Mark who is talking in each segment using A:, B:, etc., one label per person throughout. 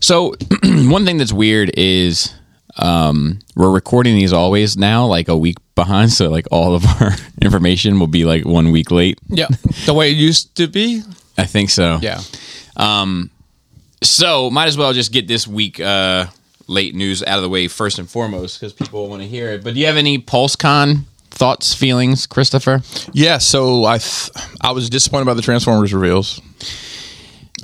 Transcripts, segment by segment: A: So one thing that's weird is um, we're recording these always now, like a week behind. So like all of our information will be like one week late.
B: Yeah, the way it used to be.
A: I think so.
B: Yeah,
A: So might as well just get this week uh, late news out of the way first and foremost because people want to hear it. But do you have any PulseCon thoughts, feelings, Christopher?
B: yeah. So I, th- I was disappointed by the Transformers reveals.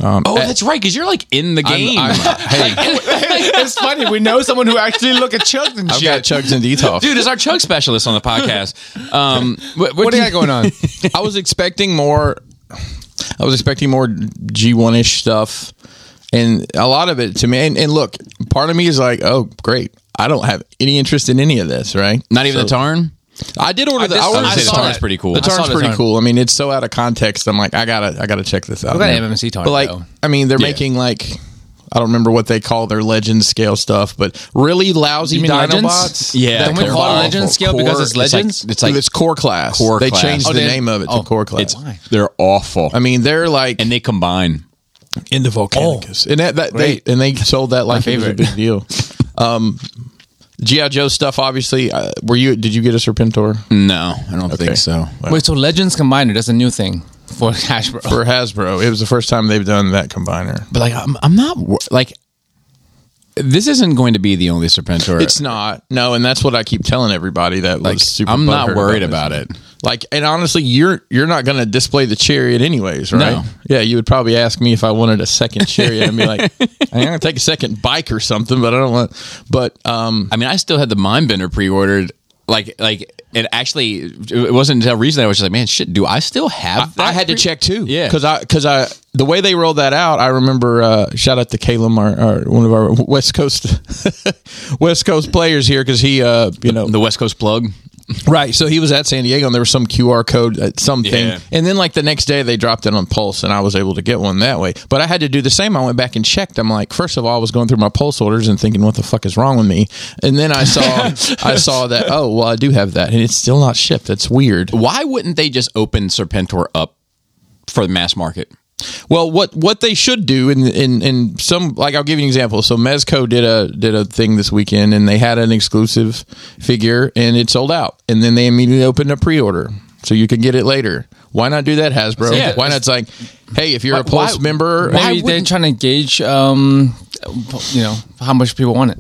A: oh, that's right, because you're like in the game.
B: I'm, I'm, hey,
C: it's funny. We know someone who actually look at chugs and
B: I've
C: shit.
B: got Chugs and Detox.
A: Dude, is our chug specialist on the podcast? Um, what,
B: what do you got going
C: on?
B: I was expecting more. I was expecting more G one ish stuff, and a lot of it to me. And, and look, part of me is like, oh, great. I don't have any interest in any of this, right?
A: Not even the Tarn.
B: e- I did order the.
C: just-
B: I, ordered
C: I
B: the
C: saw
B: Tarn's
C: that.
A: pretty cool.
B: The
A: I saw
B: Tarn's
C: the
B: pretty
C: Tarn.
B: cool. I mean, it's so out of context. I'm like, I gotta, I gotta check this out.
C: got
B: man.
C: an MMC Tarn,
B: But like,
C: though.
B: I mean, they're
A: Yeah.
B: making like, I don't remember what they call their legend scale stuff, but really lousy
C: You mean Legends?
B: Dinobots.
A: Yeah,
B: that
A: Don't
C: we
B: they're
C: call it
B: awful.
C: Legends scale because it's
A: like-
C: Legends?
A: it's like
B: it's core class.
A: Core
B: they
A: class.
B: changed
A: Oh,
B: the
C: they-
B: name of it to
C: oh,
B: core class.
A: they're awful.
B: I mean, they're like
A: and they combine.
B: into Volcanicus, and that, that they
C: Great.
B: and they sold that like it was a
C: favorite.
B: big deal. Um, GI Joe stuff, obviously. Uh, were you? Did you get a Serpentor
A: No, I don't
B: Okay.
A: think so.
C: Wait, so Legends Combiner, that's a new thing for Hasbro.
B: for Hasbro? It was the first time they've done that combiner.
A: But like, I'm, I'm not wor- like. This isn't going to be the only Serpentor.
B: It's not no, and that's what I keep telling everybody. That
A: like
B: was super.
A: I'm not
B: butthurt
A: worried
B: this.
A: about it.
B: Like, and honestly, you're you're not going to display the chariot anyways, right?
A: No.
B: Yeah, you would probably ask me if I wanted a second chariot. I'd be like, I'm going to take a second bike or something, but I don't want. But um,
A: I mean, I still had the Mindbender pre-ordered. Like, like it actually it wasn't until recently I was just like, man, shit. Do I still have? that
B: I had to
A: pre-
B: check too.
A: Yeah.
B: because I because I the way they rolled that out, I remember. Uh, shout out to Caleb, our, our one of our West Coast West Coast players here, because he, uh, you know,
A: the West Coast plug.
B: right. So he was at San Diego, and there was some QR code, uh, something,
A: Yeah.
B: and then like the next day they dropped it on Pulse, and I was able to get one that way. But I had to do the same. I went back and checked. I'm like, first of all, I was going through my Pulse orders and thinking, what the fuck is wrong with me? And then I saw I saw that oh well, I do have that, and it's still not shipped. That's weird.
A: Why wouldn't they just open Serpentor up for the mass market?
B: Well, what what they should do in in in some like I'll give you an example. So Mezco did a did a thing this weekend and they had an exclusive figure and it sold out. And then they immediately opened a pre-order so you could get it later. Why not do that, Hasbro?
A: Yeah.
B: why not? It's like, hey, if you're a
A: Why-
B: Pulse member,
A: why
C: Maybe they're
A: wouldn't-
C: trying to gauge, um, you know, how much people want it.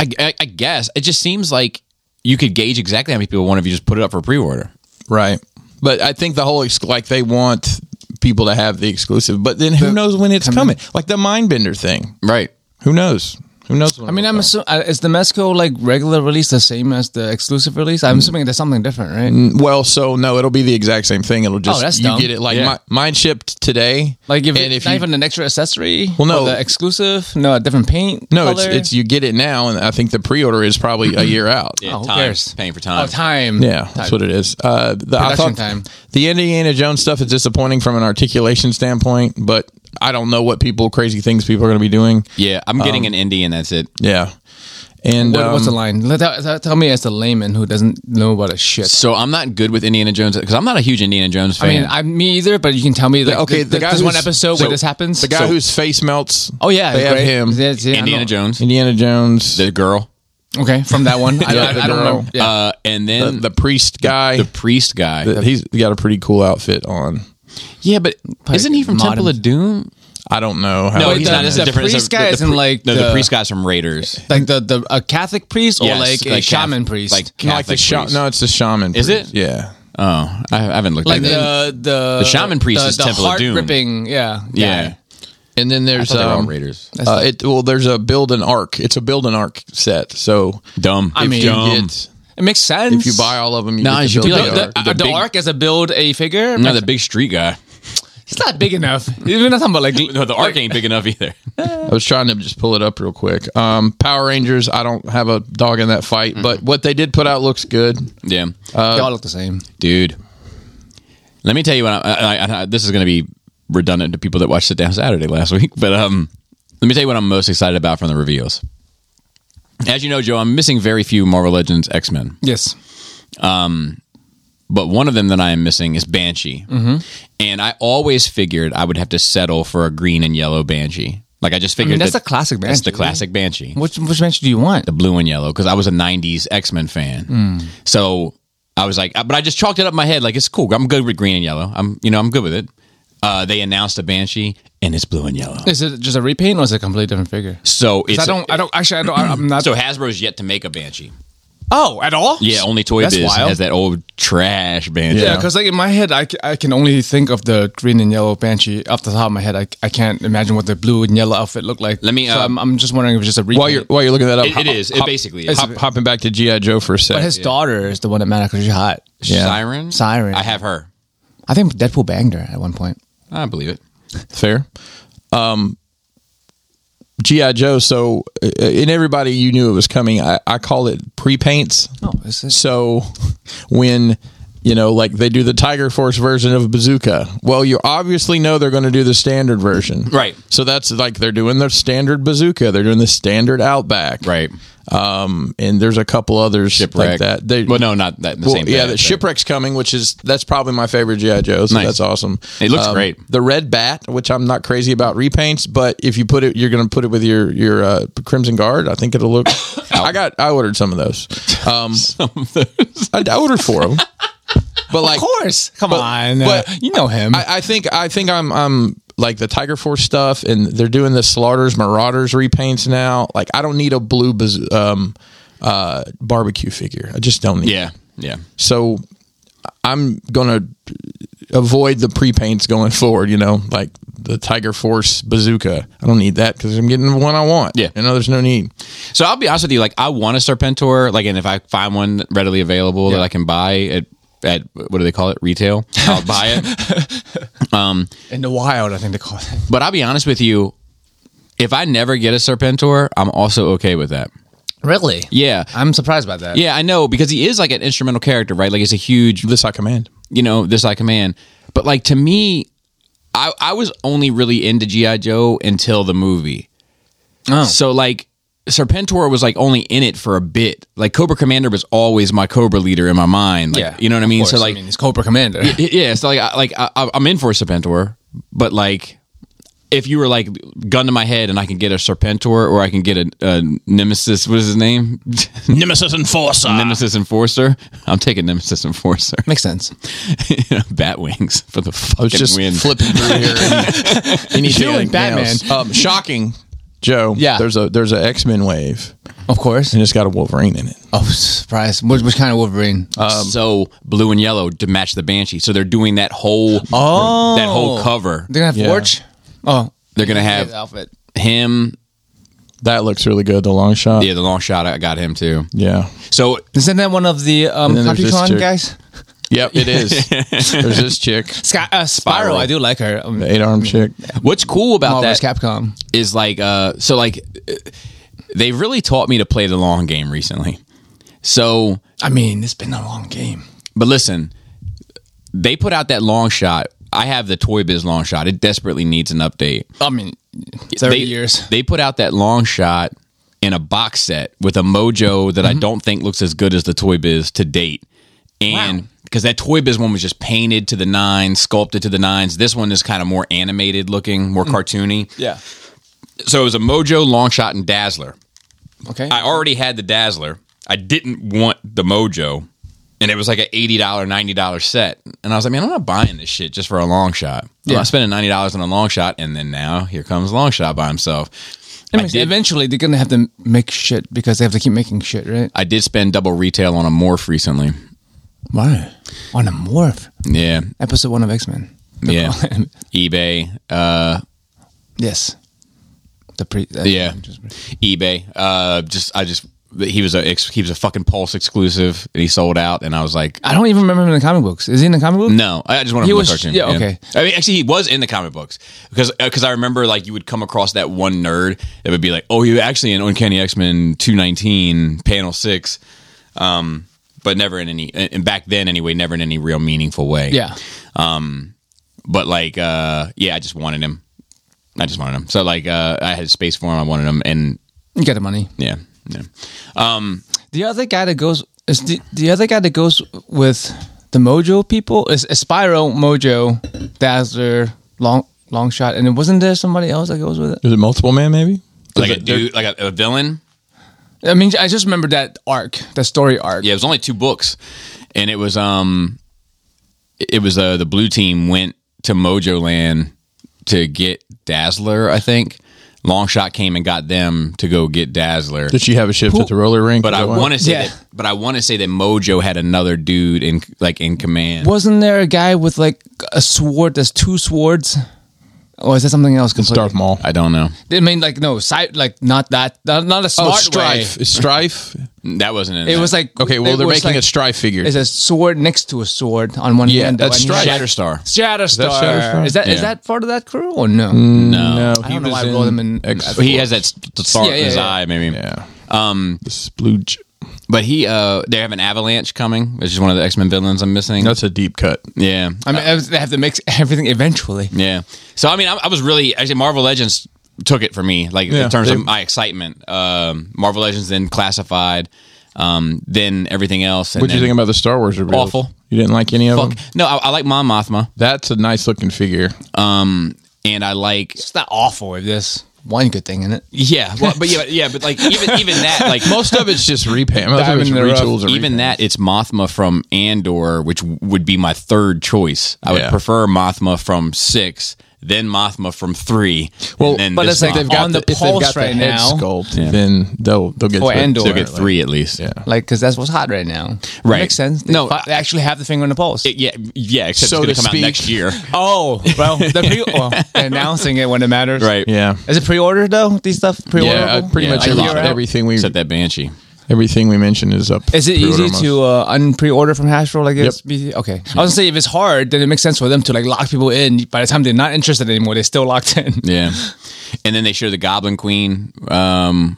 A: I, I, I guess it just seems like you could gauge exactly how many people want if you just put it up for pre-order.
B: right? But I think the whole ex- like they want people to have the exclusive. But then who knows when it's coming? Like the Mindbender thing.
A: Right.
B: Who knows? Who knows?
C: I mean, I'm assuming is the Mesco like regular release the same as the exclusive release?
B: Mm.
C: I'm assuming there's something different, right?
B: Well, so no, it'll be the exact same thing. It'll just
C: Oh, that's
B: you
C: dumb.
B: get it like
A: Yeah.
B: mi- mine shipped today.
C: Like if,
B: and
C: it's not
B: you,
C: even an extra accessory.
B: Well, no.
C: or the exclusive, no, a different paint.
B: no, it's
C: color?
B: it's you get it now, and I think the pre-order is probably a year out.
A: Yeah,
C: Oh, who
A: time.
C: cares?
A: Paying for
C: oh
A: time.
C: time.
B: Yeah, that's what it is. Uh, the, I
C: Production
B: thought
C: time.
B: the Indiana Jones stuff is disappointing from an articulation standpoint, but I don't know what people crazy things people are going to be doing.
A: Yeah, I'm getting an indie and that's it.
B: Yeah, and
C: What, what's the
B: um,
C: line? Let- Tell, tell- tell me as the layman who doesn't know about a shit.
A: So I'm not good with Indiana Jones because I'm not a huge Indiana Jones
C: I
A: fan.
C: mean, I'm me either, but you can tell me. Like,
B: okay,
C: okay,
B: the guy
C: there's one
B: who's-
C: episode
B: so
C: where this happens.
B: the guy
C: So-
B: whose face melts?
C: oh yeah,
B: they have
C: great.
B: him.
C: Yeah, yeah, I
A: Indiana
C: know.
A: Jones,
B: Indiana Jones,
A: the girl,
C: Okay, from that one, I,
B: Yeah, the
C: I, I don't
B: girl.
C: know. Yeah.
A: uh, and
B: the,
A: then the,
B: the priest guy.
A: priest guy.
B: he's got a pretty cool outfit on.
A: yeah, but isn't he from
C: modern-
A: Temple of Doom?
B: I don't know. How
A: No,
C: Wait,
A: he's
C: the-
A: not. It's a
C: the
A: different. it's a-
C: priest guy is in,
A: pri-
C: like,
A: no, the,
C: the-
A: priest guy's from Raiders.
C: like the the a Catholic priest or
A: Yes,
C: like, a
A: Cath-
C: shaman priest,
A: like Catholic
B: No, like the sha-
A: priest.
B: no, it's the shaman.
A: Is
B: priest.
A: it?
B: Yeah.
A: Oh, I, I haven't looked
C: like
A: at that.
C: the the
A: The shaman priest
C: the,
A: is
C: the
A: Temple of Doom.
C: Ripping, yeah,
A: yeah,
B: And then
A: I
B: there's
A: thought they were all
B: um,
A: Raiders.
B: uh, it well there's a build an arc. It's a build an arc set. So
A: Dumb.
C: I mean,
A: dumb.
B: you get,
C: It makes sense
B: if you buy all of them, you
A: Nah,
B: get
A: it
B: to
A: should be
B: build
A: like
B: the
C: the,
B: arc.
C: the,
A: the big-
C: arc as a build a figure.
A: no, the big street guy.
C: It's not big enough. We're not talking about like
A: No, the arc ain't big enough either.
B: I was trying to just pull it up real quick. Um, Power Rangers. I don't have a dog in that fight, but what they did put out looks good.
A: Yeah,
C: they all look the same.
A: dude. Let me tell you what. I, I, I, I- this is going to be redundant to people that watched Sit Down Saturday last week, but um, let me tell you what I'm most excited about from the reveals. As you know, Joe, I'm missing very few Marvel Legends X Men.
C: Yes.
A: but one of them that I am missing is
C: Mm-hmm.
A: Banshee. And I always figured I would have to settle for a green and yellow Banshee. Like I just
C: I
A: figured
C: mean, Mm, that's
A: that-
C: the classic Banshee.
A: That's the
C: right?
A: classic Banshee.
C: Which which match do you want?
A: the blue and yellow because I was a '90s X Men fan.
C: Mm.
A: So I was like, but I just chalked it up in my head like it's cool. I'm good with green and yellow. I'm you know I'm good with it. Uh, they announced a Banshee and it's blue and yellow.
C: Is it just a repaint or is it a completely different figure?
A: So it's
C: I don't. I don't. Actually, I don't. I'm not.
A: so Hasbro's yet to make a Banshee.
C: oh, at all?
A: Yeah, only Toy
C: That's
A: Biz
C: wild.
A: has that old trash Banshee.
C: Yeah, because like in my head, I, c- I can only think of the green and yellow banshee off the top of my head. I, I can't imagine what the blue and yellow outfit looked like.
A: Let me,
C: So
A: uh,
C: I'm, I'm just wondering if it's just a repaint.
B: While you're while you're looking that up,
A: It- it is. It basically is.
B: hop- hopping back to GI Joe for a
C: but
B: sec.
C: his daughter is the one that mattered because she's hot.
B: Yeah.
A: Siren.
C: Siren.
A: I have her.
C: I think Deadpool banged her at one point.
A: I believe it.
B: Fair. Um, GI Joe. So, uh, in everybody you knew it was coming. I, I call it pre paints.
C: Oh, is this?
B: So, when you know, like they do the Tiger Force version of Bazooka. Well, you obviously know they're going to do the standard version,
A: Right.
B: So that's like they're doing the standard Bazooka. They're doing the standard Outback,
A: Right.
B: Um, and there's a couple others like
A: Shipwreck.
B: that. They,
A: well, no, not that. The
B: well,
A: same.
B: yeah,
A: band,
B: the
A: but-
B: shipwreck's coming, which is that's probably my favorite GI Joe. So
A: Nice.
B: that's awesome. Um,
A: It looks great.
B: The red bat, which I'm not crazy about repaints, but if you put it, you're going to put it with your your uh, crimson guard. I think it'll look. I got. I ordered some of those. Um, I, I ordered four of them. But like,
C: Of course. Come on.
B: but-
C: uh, you know him.
B: I, I think I think I'm I'm like the Tiger Force stuff, and they're doing the Slaughters Marauders repaints now. Like, I don't need a blue baz- um, uh, barbecue figure. I just don't need.
A: Yeah. Yeah.
B: So I'm gonna avoid the pre paints going forward. You know, like the Tiger Force bazooka. I don't need that because I'm getting the one I want.
A: Yeah.
B: you know, there's no need.
A: So I'll be honest with you, like I want a Serpentor, like, and if I find one readily available that I can buy at at what do they call it retail, I'll buy it.
C: in the wild, I think they call it.
A: But I'll be honest with you, if I never get a Serpentor, I'm also okay with that.
C: Really?
A: Yeah.
C: I'm surprised by that.
A: Yeah, I know because he is like an instrumental character, right? Like he's a huge,
B: This I command.
A: you know, this I command. But like to me, I I was only really into GI Joe until the movie.
C: Oh.
A: So like Serpentor was like only in it for a bit. Like Cobra Commander was always my Cobra leader in my mind. Like,
C: Yeah,
A: you know what I
C: of
A: mean.
C: course.
A: So like,
C: I mean, he's Cobra Commander.
A: y- yeah, so like, I, like I, I'm in for a Serpentor, but like, if you were like gun to my head and I can get a Serpentor or I can get a, a Nemesis, what is his name?
B: Nemesis Enforcer.
A: Nemesis Enforcer. I'm taking Nemesis Enforcer.
C: Makes sense.
A: Bat wings for the fucking
B: Just
A: win.
B: flipping through here. Anything
C: You and
B: like
C: Batman.
B: nails. Um, shocking, Joe.
C: Yeah.
B: there's a there's a X Men wave,
C: Of course.
B: and it's got a Wolverine in it.
C: Oh, surprise. Which, which kind of Wolverine?
A: Uh, so blue and yellow to match the Banshee. So they're doing that whole
C: Oh.
A: that whole cover.
C: They're going to have
B: Yeah.
C: Forge? Oh.
A: They're gonna
C: His
A: have
C: outfit.
A: him.
B: That looks really good. The long shot.
A: Yeah, the long shot. I got him too.
B: yeah.
A: So
C: Isn't that one of the um,
B: And then there's this
C: Capricorn
B: chick.
C: guys?
B: Yep, it is. there's this chick,
C: Sky, uh, Spiral. I do like her. Um,
B: the eight arm chick.
A: what's cool about
C: Marvel's
A: that?
C: Capcom.
A: is like uh so like uh, they've really taught me to play the long game recently. So,
C: I mean, it's been a long game.
A: but listen, they put out that long shot. I have the Toy Biz long shot. It desperately needs an update.
C: I mean, 30
A: they,
C: years.
A: They put out that long shot in a box set with a mojo that I
C: Mm-hmm.
A: don't think looks as good as the Toy Biz to date. And because that Toy Biz one was just painted to the nines, sculpted to the nines. This one is kind of more animated looking,
C: Mm.
A: more cartoony.
C: Yeah.
A: So it was a mojo, long shot, and dazzler.
C: Okay.
A: I already had the Dazzler. I didn't want the Mojo, and it was like an eighty dollar, ninety dollar set. And I was like, man, I'm not buying this shit just for a long shot. I'm
C: Yeah.
A: not spending ninety dollars on a long shot. And then now here comes long shot by himself. I
C: Anyways,
A: did,
C: eventually, they're going to have to make shit because they have to keep making shit, right?
A: I did spend double retail on a morph recently.
C: Why? On a morph.
A: Yeah,
C: Episode one of X Men.
A: yeah. eBay, uh,
C: Yes. The pre. uh,
A: yeah, eBay. Uh, just I just he was a ex- he was a fucking Pulse exclusive, and he sold out. And I was like,
C: I don't even remember him in the comic books. Is he in the comic book?
A: No, I I just want to
C: He
A: look
C: was-
A: cartoon.
C: yeah, okay.
A: I mean, actually, he was in the comic books because because I remember like you would come across that one nerd that would be like, "Oh, you're actually in Uncanny X Men two nineteen panel six, um, but never in any and back then anyway, never in any real meaningful way.
C: Yeah.
A: but like, uh, yeah, I just wanted him. I just wanted him. So like, uh, I had space for him. I wanted him, and
C: You get the money.
A: yeah, yeah.
C: The other guy that goes is the, the other guy that goes with the Mojo people is, is Spyro, Mojo, Dazzler, Long long shot, and it wasn't there somebody else that goes with it.
B: Is it multiple man? Maybe
A: Like a
B: They're-
A: dude, like a, a villain.
C: I mean, I just remember that arc, that story arc.
A: Yeah, it was only two books, and it was um, it was uh the blue team went to Mojo Land to get Dazzler. I think Longshot came and got them to go get Dazzler.
B: Did she have a shift at the roller rink?
A: But I want to say
C: Yeah.
A: that. But I want to say that Mojo had another dude in like in command.
C: Wasn't there a guy with like a sword? There's two swords, or is that something else
B: It's
C: completely?
B: Darth Maul.
A: I don't know.
C: I mean, like no, side, like not that, not, not a smart
B: Oh, strife.
C: way.
B: Is strife.
A: That wasn't. In
C: It
A: that.
C: was like
B: Okay, well
C: it
B: they're
C: was
B: making
C: like-
B: a strife figure.
C: It's a sword next to a sword on one
B: Yeah,
C: hand. though,
B: that's
C: and he
B: right.
C: had-
A: Shatterstar.
C: Shatterstar.
B: Shatterstar?
C: Is that is
A: Yeah.
C: that part of that crew or no?
B: Mm.
A: no.
C: I don't know why I rolled him in.
B: X-
A: He has that st- star
C: Yeah,
A: in
C: yeah,
A: his
C: yeah.
A: eye, maybe.
B: Yeah.
A: Um,
B: The splooge.
A: but he, uh, they have an avalanche coming, which is one of the X Men villains I'm missing.
B: That's a deep cut.
A: yeah,
C: I mean, I was- they have to mix everything eventually.
A: Yeah. So I mean, I, I was really actually Marvel Legends took it for me, like
B: Yeah,
A: in terms
B: they-
A: of my excitement. Um, Marvel Legends, then Classified, um, then everything else. And
B: What do you
A: then-
B: think about the Star Wars reveals?
A: Awful.
B: You didn't like any of them.
A: Fuck. No, I, I like Mom Mothma,
B: That's a nice looking figure.
A: and I like
C: It's not awful if there's one good thing in it.
A: yeah, well, but yeah, yeah, but like even even that, like
B: Most of it's just repaint. Most of
C: Diamond
B: it's
C: in the rough.
B: retools. or
A: even
B: repaint.
A: that, it's Mothma from Andor, which w- would be my third choice. I would
B: Yeah.
A: prefer Mothma from six, then Mothma from three.
B: Well,
A: and then
C: but
A: this
C: it's like they've
A: Mothma.
C: got- on the
B: if they've
C: pulse
B: got the
C: right
B: head
C: now.
B: sculpt, then they'll they'll get
C: Or
B: to it.
C: Andor.
A: they'll get three at least.
B: Yeah.
C: Like, because that's what's hot right now.
A: Right.
C: Makes sense. They
A: No,
C: fi- they actually have the finger on the pulse.
A: Yeah, yeah. Except it's
B: So
A: going
B: to
A: to come
B: speak.
A: out next year.
C: oh, well, the pre- well, they're announcing it when it matters.
A: Right.
B: Yeah.
C: Is it pre-order though? These stuff pre-order.
B: Yeah, uh, pretty
A: Yeah,
B: much
A: I
B: every,
A: love it.
B: everything we
A: Except that Banshee.
B: everything we mentioned is up.
C: Is it
B: pre-order
C: easy
B: almost.
C: to uh, un-pre-order from Hasbro? Like, it's be- okay. I was gonna say if it's hard, then it makes sense for them to like lock people in. By the time they're not interested anymore, they're still locked in.
A: Yeah. And then they show the Goblin Queen um,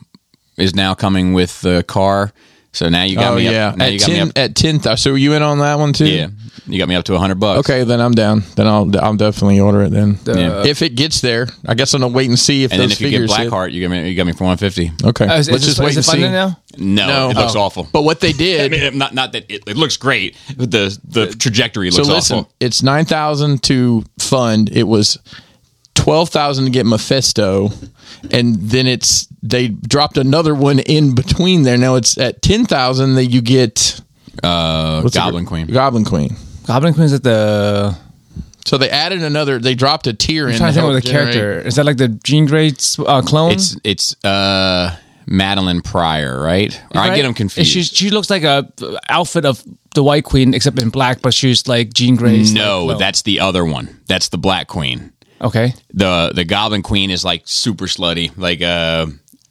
A: is now coming with the car. So now you got
B: Oh
A: me up.
B: yeah,
A: Now
B: at
A: you got me
B: ten
A: up.
B: at ten thousand. So you in on that one too?
A: Yeah. You got me up to 100 bucks.
B: Okay, then I'm down. Then I'll I'll definitely order it then.
A: Yeah.
B: If it gets there, I guess I'm gonna wait and see if
A: And then
B: those
A: if you get
B: figures. hit.
A: Blackheart, you got me, you got me for 150.
B: okay,
C: Uh, is, is
B: let's
C: this,
B: just wait
C: is
B: and
C: it
B: see.
C: funded now?
A: No,
B: No.
A: it looks
B: Oh.
A: awful.
B: But what they
A: I
B: did,
A: mean, not not that it, it looks great. but The the trajectory
B: so
A: looks
B: listen,
A: awful.
B: it's nine thousand to fund. It was twelve thousand to get Mephisto, and then it's they dropped another one in between there. Now it's at ten thousand that you get
A: Uh,
B: what's the
A: Goblin
B: gr-
C: Hmm?
A: Queen.
B: Goblin Queen.
C: Goblin Queen's at the.
B: So they added another. They dropped a tier in.
C: I'm trying to
B: to
C: think of the
B: help generate-
C: character. Is that like the Jean Grey uh, clone?
A: It's it's uh, Madeline Pryor, right? Or I
C: Right?
A: get them
C: Is
A: confused.
C: She she looks like a outfit of the White Queen, except in black, but she's like Jean Grey's.
A: no,
C: like, clone.
A: that's the other one. That's the Black Queen.
C: okay.
A: the the Goblin Queen is like super slutty, like uh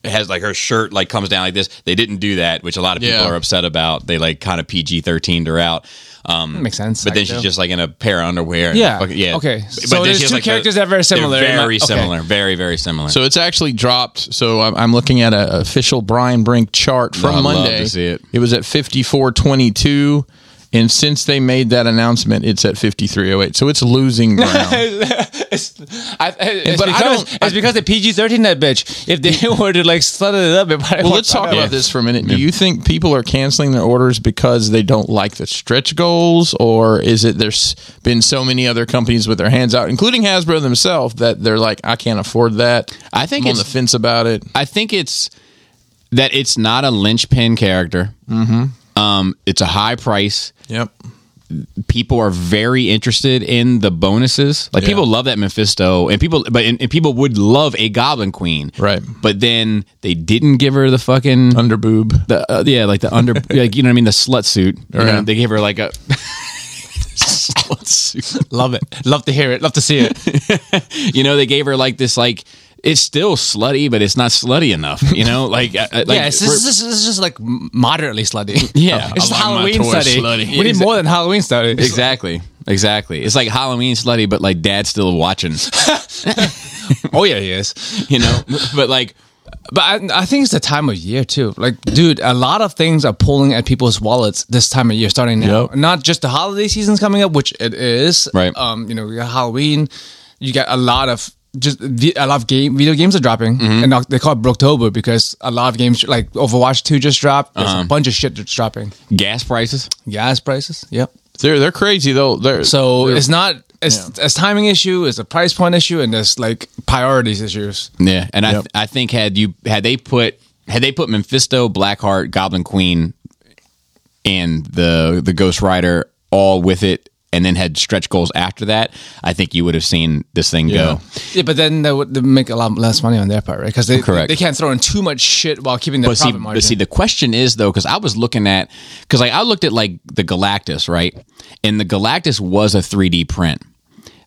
A: has like her shirt like comes down like this. They didn't do that, which a lot of people
B: Yeah.
A: are upset about. They like kind of PG thirteen her out. Um,
C: Makes sense,
A: But then
C: like,
A: she's
C: though.
A: just like in a pair of underwear. and
C: Hmm. Yeah.
A: fucking- yeah.
C: Okay.
A: But-
C: So
A: but then
C: there's
A: she has,
C: two
A: like,
C: characters
A: the-
C: that are very similar.
A: They're
C: Am I-
A: very
C: okay.
A: similar. Very very similar.
B: So it's actually dropped. So I'm, I'm looking at an official Brian Brink chart from
A: I'd love
B: Monday.
A: to see it.
B: was at 54.22, and since they made that announcement, it's at 53.08. So it's losing ground.
C: It's, I, it's,
B: but I
C: because,
B: don't-
C: it's because the PG thirteen that bitch. If they were to like slutter it up, it probably
B: well,
C: would-
B: let's talk
A: Yeah.
B: about this for a minute. Do you think people are canceling their orders because they don't like the stretch goals, or is it there's been so many other companies with their hands out, including Hasbro themselves, that they're like, I can't afford that.
A: I think
B: I'm on
A: it's-
B: the fence about it.
A: I think it's that it's not a linchpin character. Mm-hmm. Um, it's a high price.
B: Yep.
A: people are very interested in the bonuses. Like
B: Yeah.
A: people love that Mephisto, and people, but and, and people would love a Goblin Queen,
B: Right.
A: But then they didn't give her the fucking
B: Under boob.
A: the uh, yeah, like the under, like you know what I mean, the slut suit. You know,
B: Right.
A: they gave her like a slut suit.
C: love it. Love to hear it. Love to see it.
A: You know, they gave her like this like. It's still slutty, but it's not slutty enough. You know, like, I- I- like
C: yeah, it's
A: we're-
C: just, it's just- it's just, like moderately slutty.
A: Yeah.
C: it's
A: I want
C: just
A: my
C: Halloween
A: toys
C: slutty.
A: slutty.
C: We need more than Halloween slutty.
A: exactly, exactly. It's like Halloween slutty, but like dad's still watching.
C: Oh yeah, he is.
A: You know, but like
C: But I, I think it's the time of year too. Like, dude, a lot of things are pulling at people's wallets this time of year, starting now.
B: Yep.
C: Not just the holiday season's coming up, which it is.
A: Right.
C: Um, you know, we got Halloween. You got a lot of just vi- a lot of game video games are dropping, and uh, they call it Brooktober because a lot of games like Overwatch Two just dropped. There's a bunch of shit that's dropping.
A: gas prices.
C: Gas prices. Yep.
B: They're, they're crazy, though. They're,
C: So it's not it's it's timing issue, it's a price point issue, and there's like priorities issues.
A: Yeah, and I
B: Yep.
A: I think had you had they put had they put Mephisto, Blackheart, Goblin Queen, and the the Ghost Rider all with it, and then had stretch goals after that, I think you would have seen this thing go.
C: Yeah, but then they would they make a lot less money on their part, right? Because they
A: Correct.
C: they can't throw in too much shit while keeping their
A: But see,
C: profit margin.
A: but see, the question is though, because I was looking at because like I looked at like the Galactus, right? And the Galactus was a 3D print,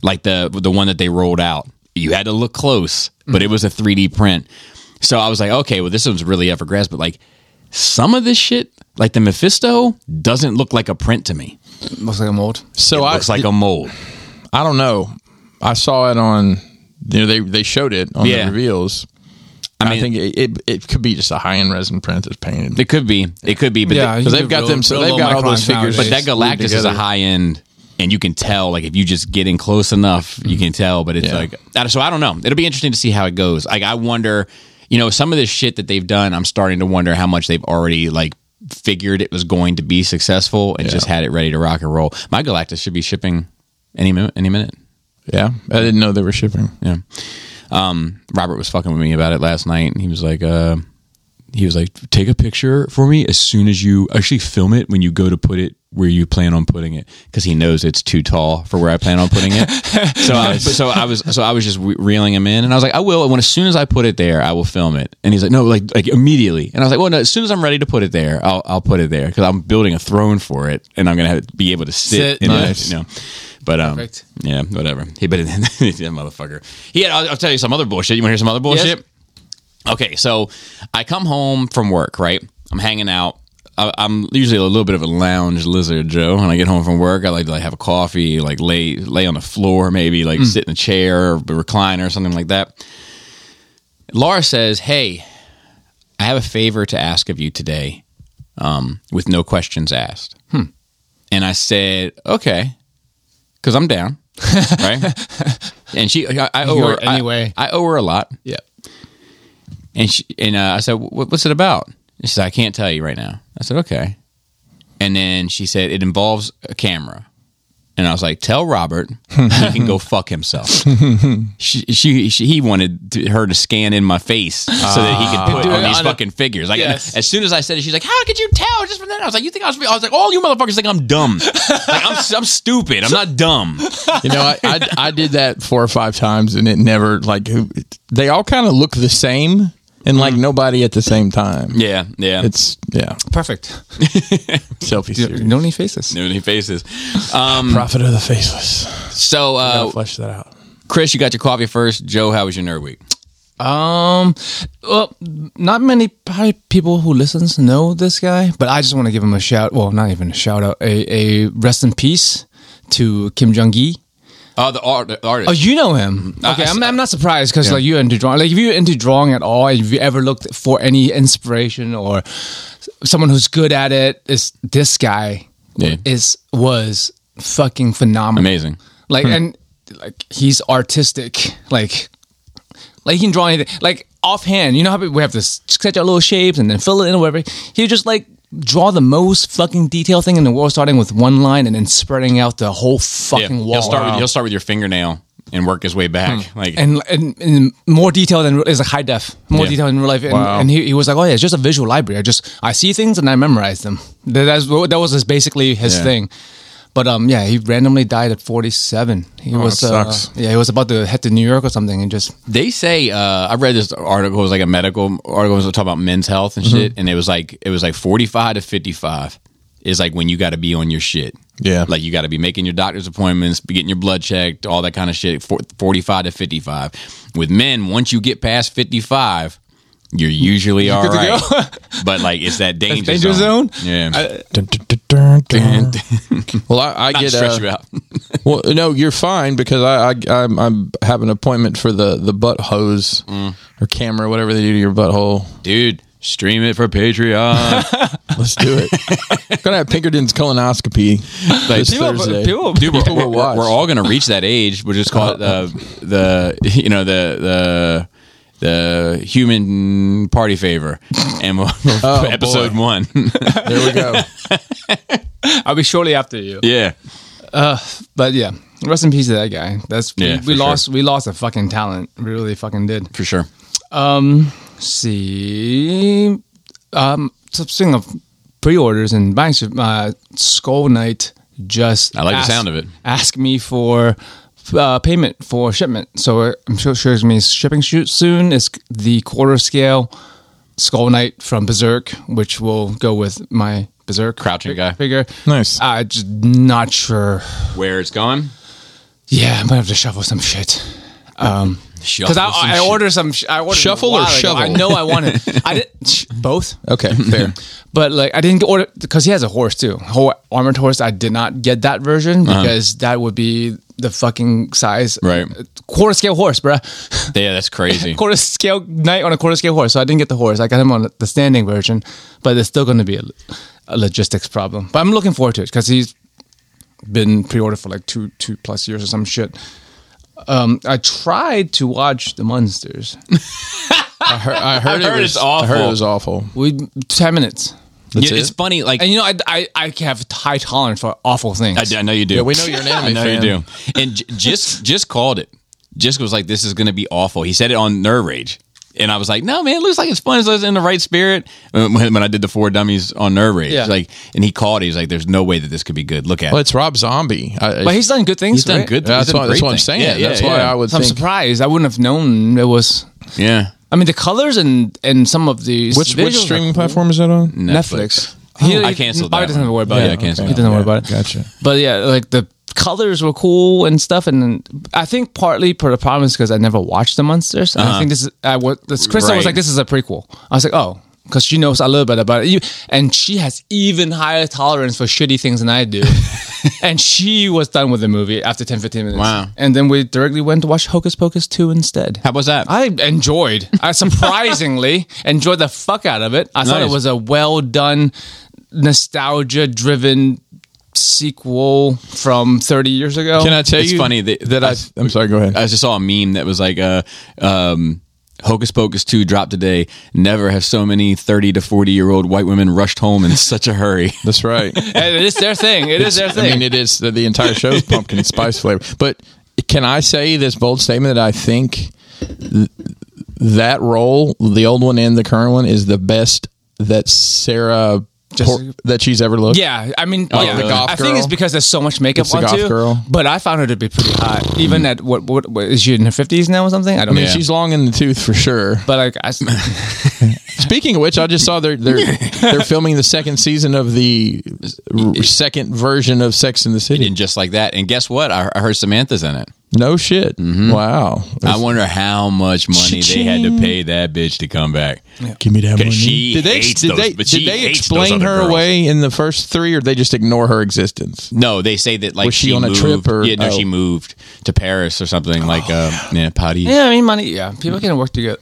A: like the the one that they rolled out. You had to look close, but
C: Mm-hmm.
A: it was a 3D print. So I was like, okay, well, this one's really up for grabs. But like some of this shit, like the Mephisto, doesn't look like a print to me.
C: looks like a mold.
B: So
A: it
B: I
A: looks like a mold.
B: I don't know. I saw it on. You know, they they showed it on
A: Yeah.
B: the reveals. I,
A: mean-
B: think it, it it could be just a high end resin print that's painted.
A: It could be. It could be. But
C: Yeah,
A: the-
B: Because
C: You
B: they've
C: do
B: got
C: real-
B: them, so
C: real
B: they've got
C: low
B: all those
C: micron
B: figures.
C: nowadays.
A: but that Galactus is a
B: together.
A: high end, and you can tell. Like if you just get in close enough, you can tell. But it's
B: Mm-hmm. Yeah.
A: like I- so. I don't know. It'll be interesting to see how it goes. Like I wonder, you know, some of this shit that they've done. I'm starting to wonder how much they've already like figured it was going to be successful and just had it ready to rock and roll. My Galactus should be shipping any minute. Any minute.
B: Yeah, I didn't know they were shipping.
A: Yeah. Um, Robert was fucking with me about it last night, and he was like, uh, he was like, take a picture for me as soon as you actually film it when you go to put it where you plan on putting it because he knows it's too tall for where I plan on putting it. so, I, so I was, so I was just re- reeling him in, and I was like, I will. When as soon as I put it there, I will film it. And he's like, no, like like immediately. And I was like, well, no, as soon as I'm ready to put it there, I'll I'll put it there because I'm building a throne for it, and I'm gonna have, be able to sit.
C: Sit.
A: in it,
B: Nice.
A: you know. But um,
C: Perfect.
A: yeah, whatever. He but that motherfucker. He had. I'll, I'll tell you some other bullshit. You want to hear some other bullshit? Okay, so I come home from work. Right, I'm hanging out. I, I'm usually a little bit of a lounge lizard, Joe. When I get home from work, I like to like have a coffee, like lay lay on the floor, maybe like sit in a chair or a recliner or something like that. Laura says, "Hey, I have a favor to ask of you today, um, with no questions asked." Hmm. And I said, "Okay." because I'm down, right? and she, I, I owe
C: You
A: her
C: are anyway.
A: I, I owe her a lot,
B: Yeah,
A: and she, and uh, I said, "Wh- "What's it about?" And she said, "I can't tell you right now." I said, "Okay," and then she said, "It involves a camera," and I was like, "Tell Robert he can go fuck himself." she, she, she, he wanted to, her to scan in my face so that he could put
C: Ah. Do it
A: on these
C: on a-
A: fucking figures. Like
C: Yes.
A: as soon as I said it, she's like, "How could you tell just from that?" I was like, "You think I was?" I was like, "All you motherfuckers think I'm dumb. like I'm, I'm stupid. I'm not dumb."
B: you know, I, I I did that four or five times, and it never like who- they all kind of look the same, and like nobody at the same time.
A: Yeah, yeah.
B: It's yeah,
C: Perfect.
B: selfie
C: You
B: series.
C: don't need faces.
A: New faces. Um,
B: Prophet of the faceless.
A: so,
B: I'll
A: uh,
B: flesh that out.
A: Chris, you got your coffee first. Joe, how was your nerd week?
C: Um, well, not many probably people who listens know this guy, but I just want to give him a shout. Well, not even a shout out. A, a rest in peace to Kim Jong Gi.
A: Oh, the, art, the artist.
C: Oh, you know him. Okay,
A: Mm-hmm. I-
C: I'm, I'm not surprised because like you're into drawing. Like if you're into drawing at all, if you ever looked for any inspiration or s- someone who's good at it, is this guy
A: Yeah.
C: is was fucking phenomenal
A: Amazing. Hmm.
C: like and like he's artistic like like he can draw anything like offhand you know how we have to s- sketch out little shapes and then fill it in or whatever he just like draw the most fucking detailed thing in the world starting with one line and then spreading out the whole
A: Yeah.
C: fucking wall
A: He'll start, with, he'll start with your fingernail and work his way back. Like,
C: Hmm. and, and, and more detail than is like high def, more
A: Yeah.
C: detail in real life. And, and he, he was like, "Oh yeah, it's just a visual library. I just I see things and I memorize them." That, that's what- that was his, basically his
A: Yeah.
C: thing. But um, yeah, he randomly died at forty seven.
A: Oh,
C: He was
B: that
C: uh,
B: sucks.
C: yeah, he was about to head to New York or something, and just
A: they say uh, I read this article. It was like a medical article. It was talking about men's health
C: Mm-hmm.
A: and shit. And it was like it was like forty five to fifty five is like when you got to be on your shit.
B: Yeah.
A: like you got to be making your doctor's appointments, be getting your blood checked, all that kind of shit. For, forty five to fifty five. With men, once you get past fifty five, you're usually all
C: good to
A: right. but like it's that danger,
C: danger
A: zone.
C: zone?
A: Yeah,
B: Dun, dun, dun, dun, dun. well, I, I
A: not to
B: get
A: stress
B: uh,
A: you out.
B: Well, no, you're fine because I, I I'm, I'm have an appointment for the the butt hose
A: Mm.
B: or camera, whatever they do to your butthole.
A: dude. Stream it for Patreon.
B: Let's do it. Gonna have Pinkerton's colonoscopy this
A: people-
B: Thursday.
C: people-
A: Dude, we're,
B: People will
A: we're,
B: watch.
A: we're all gonna reach that age. We'll just call it uh, the you know the the the human party favor, and we'll,
B: Oh,
A: episode
B: boy.
A: one.
B: there we go.
C: I'll be shortly after you.
A: yeah,
C: Uh, But yeah, Rest in peace to that guy. That's
A: Yeah,
C: we, we
A: for
C: lost we lost a fucking talent. We really fucking did.
A: for sure.
C: Um, see um so speaking of pre-orders and buying shit, uh skull knight just
A: I like the sound of it.
C: ask me for uh, payment for shipment so uh, i'm sure sure it's gonna be shipping shoot soon it's the quarter scale skull knight from berserk which will go with my berserk
A: Crouching
C: fi-
A: guy.
C: figure
B: Nice.
C: i just not sure
A: Where it's going?
C: yeah i'm gonna have to shuffle some shit um because I, I ordered some. sh- I ordered
B: Shuffle
C: a while
B: or
C: ago.
B: shovel?
C: I know I wanted. I did sh- both,
B: Okay, fair.
C: but like I didn't get order because he has a horse too, whole armored horse. I did not get that version
B: Uh-huh.
C: because that would be the fucking size,
A: Right.
C: Quarter scale horse, bruh.
A: Yeah, that's crazy.
C: quarter scale knight on a quarter scale horse. So I didn't get the horse. I got him on the standing version, but it's still going to be a, a logistics problem. But I'm looking forward to it because he's been pre-ordered for like two two plus years or some shit. Um, I tried to watch the monsters.
B: I heard, I heard,
A: heard
B: it was,
A: it's
B: I heard
A: awful.
B: it was awful.
C: We ten minutes,
A: Yeah,
B: it?
A: it's funny. Like
C: and you know I, I I have high tolerance for awful things.
A: I, I know you do.
B: Yeah, we know you're an anime
A: I know you
B: fan.
A: do. And J- just just called it. Just was like, "This is going to be awful." He said it on Nerve Rage, and I was like, "No, man, it looks like it's fun. It's in the right spirit." Uh, When, when I did the four dummies on Nerve Rage,
C: Yeah.
A: like, and he called. it. He was like, "There's no way that this could be good. Look at
B: Well,
A: it."
B: it's Rob Zombie. I,
C: but he's done good things.
A: He's done
C: right?
A: good.
B: that's
A: he's done
B: why- that's
A: great
B: what I'm
A: things.
B: saying.
A: Yeah, yeah,
B: That's why
A: yeah.
B: I would
C: So I'm
B: think-
C: surprised. I wouldn't have known it was.
A: Yeah.
C: I mean, the colors and and some of the
B: which
C: visuals are
B: which streaming platform is that on?
C: Netflix.
A: Oh, I canceled
C: Bobby
A: that
C: doesn't
A: one.
C: have to worry about
A: Yeah,
C: it.
A: I canceled
C: He
A: that
C: doesn't
B: one.
C: worry about it.
B: Yeah, gotcha.
C: But yeah, like the colors were cool and stuff, and I think partly part of the problem is because I never watched the monsters. And I think this is I was this Krista
A: Uh-huh. Right.
C: was like this is a prequel. I was like oh. Because she knows a little bit about it, you, and she has even higher tolerance for shitty things than I do. and she was done with the movie after 10, 15 minutes.
A: Wow.
C: And then we directly went to watch Hocus Pocus 2 instead.
A: How was that?
C: I enjoyed. I surprisingly enjoyed the fuck out of it. I thought it
A: Nice.
C: was a well done, nostalgia driven sequel from 30 years ago.
B: Can I tell
A: It's
B: you?
A: funny that-
B: that I. I'm sorry. Go ahead.
A: I just saw a meme that was like, uh, um, Hocus Pocus 2 dropped today. Never have so many 30 to 40 year old white women rushed home in such a hurry.
B: That's right.
C: And it is their thing. It is their
B: I
C: thing.
B: mean, it is the, the entire show's pumpkin spice flavor. But can I say this bold statement that I think th- that role, the old one and the current one, is the best that Sarah Por- that she's ever looked.
C: yeah, I mean, yeah.
B: the Oh, goth
C: I think it's
B: girl?
C: because there's so much makeup
B: the
C: on
B: goth
C: too.
B: girl.
C: But I found her to be pretty hot, even at what, what, what is she in her 50s now or something? I don't
B: I mean,
C: know.
B: she's long in the tooth for sure.
C: But like, I, s-
B: Speaking of which, I just saw they're they're they're filming the second season of the r- second version of Sex in the City.
A: And just like that. And guess what? I, I heard Samantha's in it.
B: No shit. Wow.
A: I wonder how much money they had to pay that bitch to come back.
B: Give me that money.
A: she
B: did they
A: hates
B: did
A: those-
B: they,
A: but
B: did
A: she
B: they
A: hates
B: explain
A: those other
B: her
A: girls.
B: away in the first three, or they just ignore her existence?
A: No, they say that like
B: Was she on a
A: moved-
B: trip or-
A: yeah, no,
B: oh.
A: she moved to Paris or something like uh, yeah, Paris.
C: Yeah, I mean, money. Yeah, people can work together.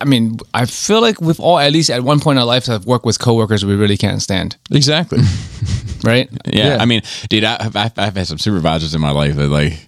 C: I mean, I feel like we've all, at least at one point in our lives, have worked with coworkers we really can't stand,
B: Exactly.
C: right?
A: Yeah,
B: Yeah.
A: I mean, dude, I, I've, I've- I've had some supervisors in my life that like,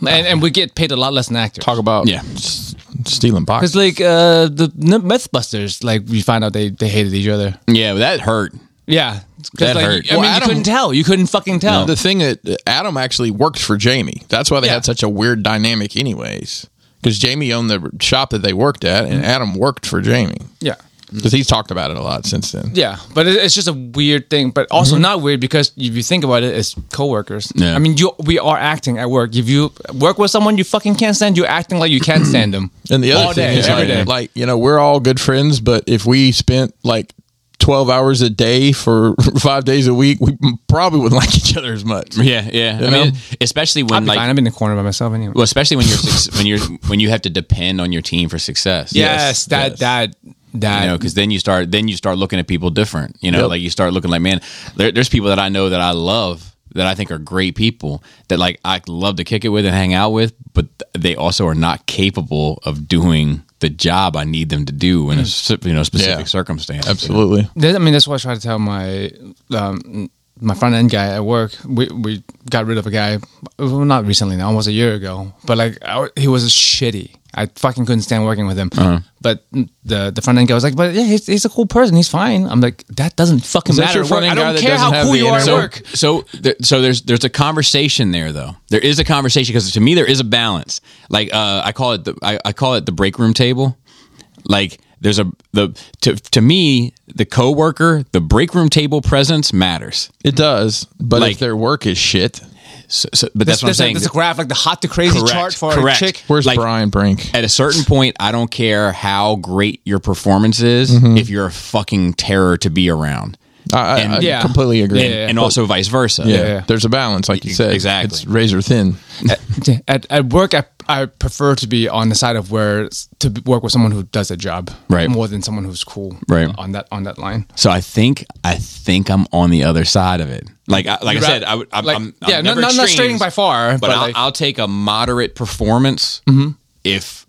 C: And, and we get paid a lot less than actors.
B: Talk about
A: yeah,
B: s- stealing
C: It's
B: boxes.
C: like uh, the n- MythBusters. Like we find out they, they hated each other.
A: yeah, that hurt.
C: Yeah, 'Cause,
A: That
C: like,
A: hurt.
C: I
B: Well,
C: mean,
B: Adam-
C: you couldn't tell. You couldn't fucking tell.
B: The thing that Adam actually worked for Jamie. That's why they
C: Yeah.
B: had such a weird dynamic, anyways. Because Jamie owned the shop that they worked at, and Adam worked for Jamie.
C: Yeah,
B: Because he's talked about it a lot since then.
C: yeah. But it, it's just a weird thing. But also not weird because if you think about it, it's coworkers.
A: Mm-hmm. Yeah.
C: I mean, you we are acting at work. If you work with someone you fucking can't stand, you're acting like you can't stand them.
B: And the other
C: All
B: thing
C: day,
B: is
C: every
B: like,
C: day.
B: like, you know, we're all good friends, but if we spent like 12 hours a day for five days a week, we probably wouldn't like each other as much.
A: Yeah, yeah. I
B: know?
A: mean, especially when
C: I'm
A: like
C: fine. I'm in the corner by myself anyway.
A: Well, especially when you're suc- when you're when you have to depend on your team for success.
C: Yes, that
B: yes.
C: that that.
A: You know, because then you start then you start looking at people different. You know,
B: Yep.
A: like you start looking like, man, there, there's people that I know that I love that I think are great people that like I love to kick it with and hang out with, but th- they also are not capable of doing the job I need them to do in a sp- you know specific
B: Hmm. Yeah.
A: circumstance.
B: Absolutely.
C: That- I mean, that's what I try to tell my um, my front end guy at work. We we got rid of a guy, well, not recently now, almost a year ago. But like, I, he was shitty. I fucking couldn't stand working with him.
B: Uh-huh.
C: But the the front end guy was like, "But yeah, he's, he's a cool person. He's fine." I'm like, "That doesn't fucking
B: that
C: matter.
B: your
C: at work.
B: front-end
C: I
B: guy
C: don't
B: that
C: care
B: doesn't
C: how
B: have
C: cool
B: the
C: you are at
B: internet?
A: so,
C: work."
A: So, there, so there's there's a conversation there though. There is a conversation because to me there is a balance. Like uh, I call it the I, I call it the break room table. Like there's a the to to me the coworker the break room table presence matters.
B: It does, but
A: Like-
B: if their work is shit,
A: So, so- but that's what I'm
C: There's a-
A: saying.
C: There's a graph like the hot to crazy
A: Correct,
C: chart for
A: correct.
C: a chick.
B: where's
A: Like-
B: Brian Brink?
A: At a certain point, I don't care how great your performance is
C: Mm-hmm.
A: if you're a fucking terror to be around,
B: I, I,
A: and-
B: I
C: Yeah.
B: completely agree.
A: and, and also vice versa.
B: yeah.
C: yeah.
B: there's a balance, like you said.
A: E, Exactly.
B: it's razor thin.
C: Yeah, at, at work I, I prefer to be on the side of where to b- work with someone who does a job
A: Right.
C: more than someone who's cool
A: Right.
C: on that on that line
A: So I think I think I'm on the other side of it. Like I, like I
C: Right.
A: said, I, would- I'm,
C: Like,
A: I'm, I'm
C: yeah, no-
A: never
C: no- not
A: extremes,
C: straining by far,
A: but,
C: but
A: I'll,
C: like- Mm-hmm.
A: I'll take a moderate performance if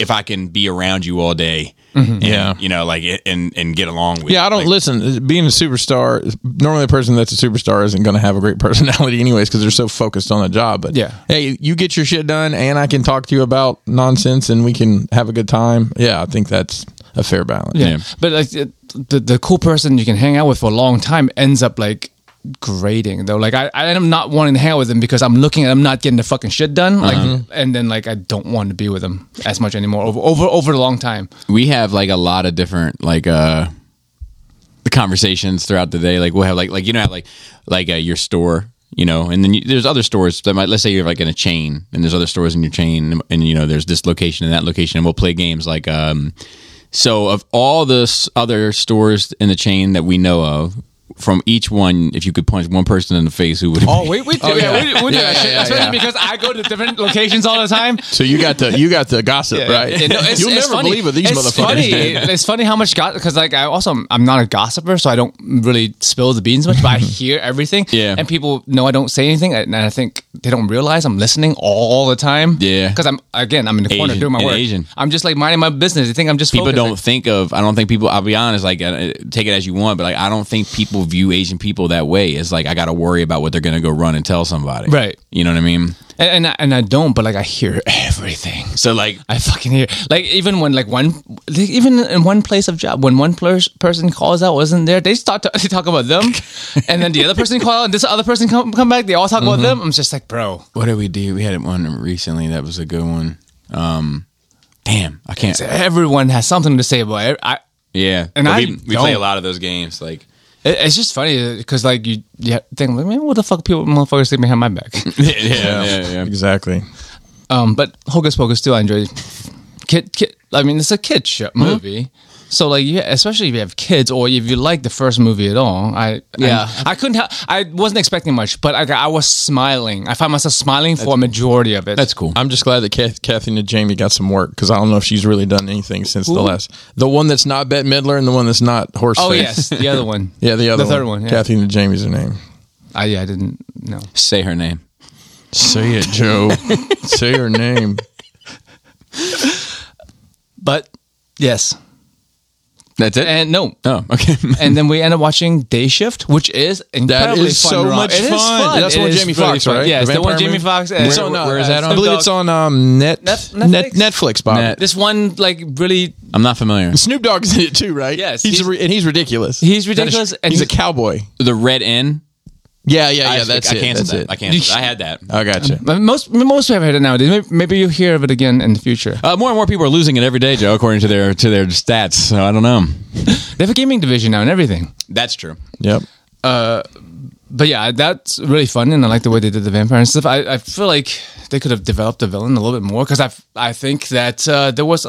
A: if I can be around you all day.
C: Mm-hmm.
A: yeah, you know, like it- and and get along with.
B: Yeah, I don't
A: Like,
B: listen. Being a superstar, normally the person that's a superstar isn't going to have a great personality, anyways, because they're so focused on the job. But
C: Yeah.
B: hey, you get your shit done, and I can talk to you about nonsense, and we can have a good time. Yeah, I think that's a fair balance.
A: Yeah.
C: but like it- the, the cool person you can hang out with for a long time ends up like grading though like I, I am not wanting to hang out with them because I'm looking at them not getting the fucking shit done like and then like I don't want to be with them as much anymore over over over a long time
A: we have like a lot of different like uh conversations throughout the day like we'll have like like you know how, like like uh, your store you know and then you, there's other stores that might let's say you're like in a chain and there's other stores in your chain and, you know there's this location and that location and we'll play games like um so of all the s- other stores in the chain that we know of from each one if you could punch one person in the face who would it be?
C: Oh, we we do,
B: yeah.
C: we, do
B: Yeah, yeah,
C: that shit,
B: yeah,
C: especially
B: yeah.
C: because I go to different locations all the time
B: So you got the you got the gossip right.
C: Yeah, no, it's-
B: You'll
C: it's
B: never
C: funny.
B: believe what these
C: it's
B: motherfuckers
C: Funny.
B: did.
C: It's funny how much gossip because like I also I'm not a gossiper, so I don't really spill the beans much, but I hear everything.
A: Yeah.
C: and people know I don't say anything, and I think they don't realize I'm listening all the time.
A: Yeah.
C: because I'm again I'm in the corner
A: Asian-
C: doing my
A: an
C: work.
A: Asian.
C: I'm just like minding my business. They think I'm just
A: people
C: focusing.
A: don't think of i don't think people i'll be honest like uh, take it as you want but like i don't think people view asian people that way it's like i gotta worry about what they're gonna go run and tell somebody
C: Right.
A: you know what i mean
C: and and I, and I don't, but like I hear everything.
A: so like
C: I fucking hear like even when like one like, even in one place of job when one pers- person calls out wasn't there they start to they talk about them and then the other person call out and this other person come come back they all talk about them I'm just like bro
A: what did we do we had one recently that was a good one um damn i can't
C: everyone has something to say about it. I
A: yeah
C: And
A: But
C: I
A: we, we play a
C: don't.
A: lot of those games like
C: it, it's just funny because like you you think like man what the fuck people motherfuckers think behind my back
A: yeah yeah yeah,
B: Exactly.
C: um but Hocus Pocus too I enjoyed kid kid I mean it's a kid show,
B: Hmm.
C: movie. So like yeah, especially if you have kids or if you like the first movie at all, I
A: Yeah.
C: I, I couldn't help. I wasn't expecting much, but I, I was smiling. I found myself smiling for a majority of it.
A: that's cool
B: I'm just glad that Kath, Kathy and Jamie got some work because I don't know if she's really done anything since the last. The one that's not Bette Midler and the one that's not Horseface.
C: Oh yes, the other one.
B: Yeah, the other
C: the third one. yeah.
B: Kathy and Jamie's her name.
C: I, yeah, I didn't know.
A: say her name
B: Say it, Joe. Say her name.
C: But yes,
A: that's it
C: and no,
B: Um,
A: oh okay
C: and then we end up watching Day Shift, which is incredibly
B: is
C: fun
B: so
C: Rob.
B: much
C: It is
B: fun. That's
C: It
B: the one
C: is
B: Jamie
C: really
B: Foxx,
C: fun.
B: right?
C: Yeah, it's
B: The
C: the one
B: vampire
C: Jamie
B: movie?
C: Fox.
B: Where-
C: so, no,
B: where is
C: uh,
B: that on? I
C: Snoop
B: believe
C: Dogg.
B: it's on um, net,
C: Net-
B: net
C: Netflix?
B: Netflix, Bob.
A: Net.
C: This one, like, really
A: i'm not familiar
B: Snoop Dogg's in it too, right?
C: Yes,
B: he's,
C: he's-
B: re- and he's ridiculous.
C: he's
B: That is-
C: ridiculous and
B: he's a
C: he's-
B: cowboy.
A: the red n
B: Yeah, yeah, yeah.
A: I-
B: that's
A: i
B: it.
A: canceled
B: that's
A: that i
B: it.
A: canceled i had that
B: I gotcha.
C: But most most people have heard it nowadays. Maybe, maybe you hear of it again in the future.
A: uh, more and more people are losing it every day, Joe, according to their to their stats. So I don't know.
C: They have a gaming division now and everything.
A: That's true.
B: Yep.
C: But yeah, that's really fun, and I like the way they did the vampire and stuff. I, I feel like they could have developed the villain a little bit more because I I think that uh, there was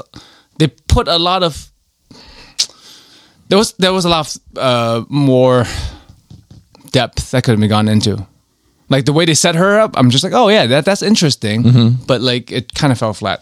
C: they put a lot of there was there was a lot of, uh, more depth that could have been gone into. Like the way they set her up, I'm just like, oh yeah, that that's interesting. But like, it kind of fell flat.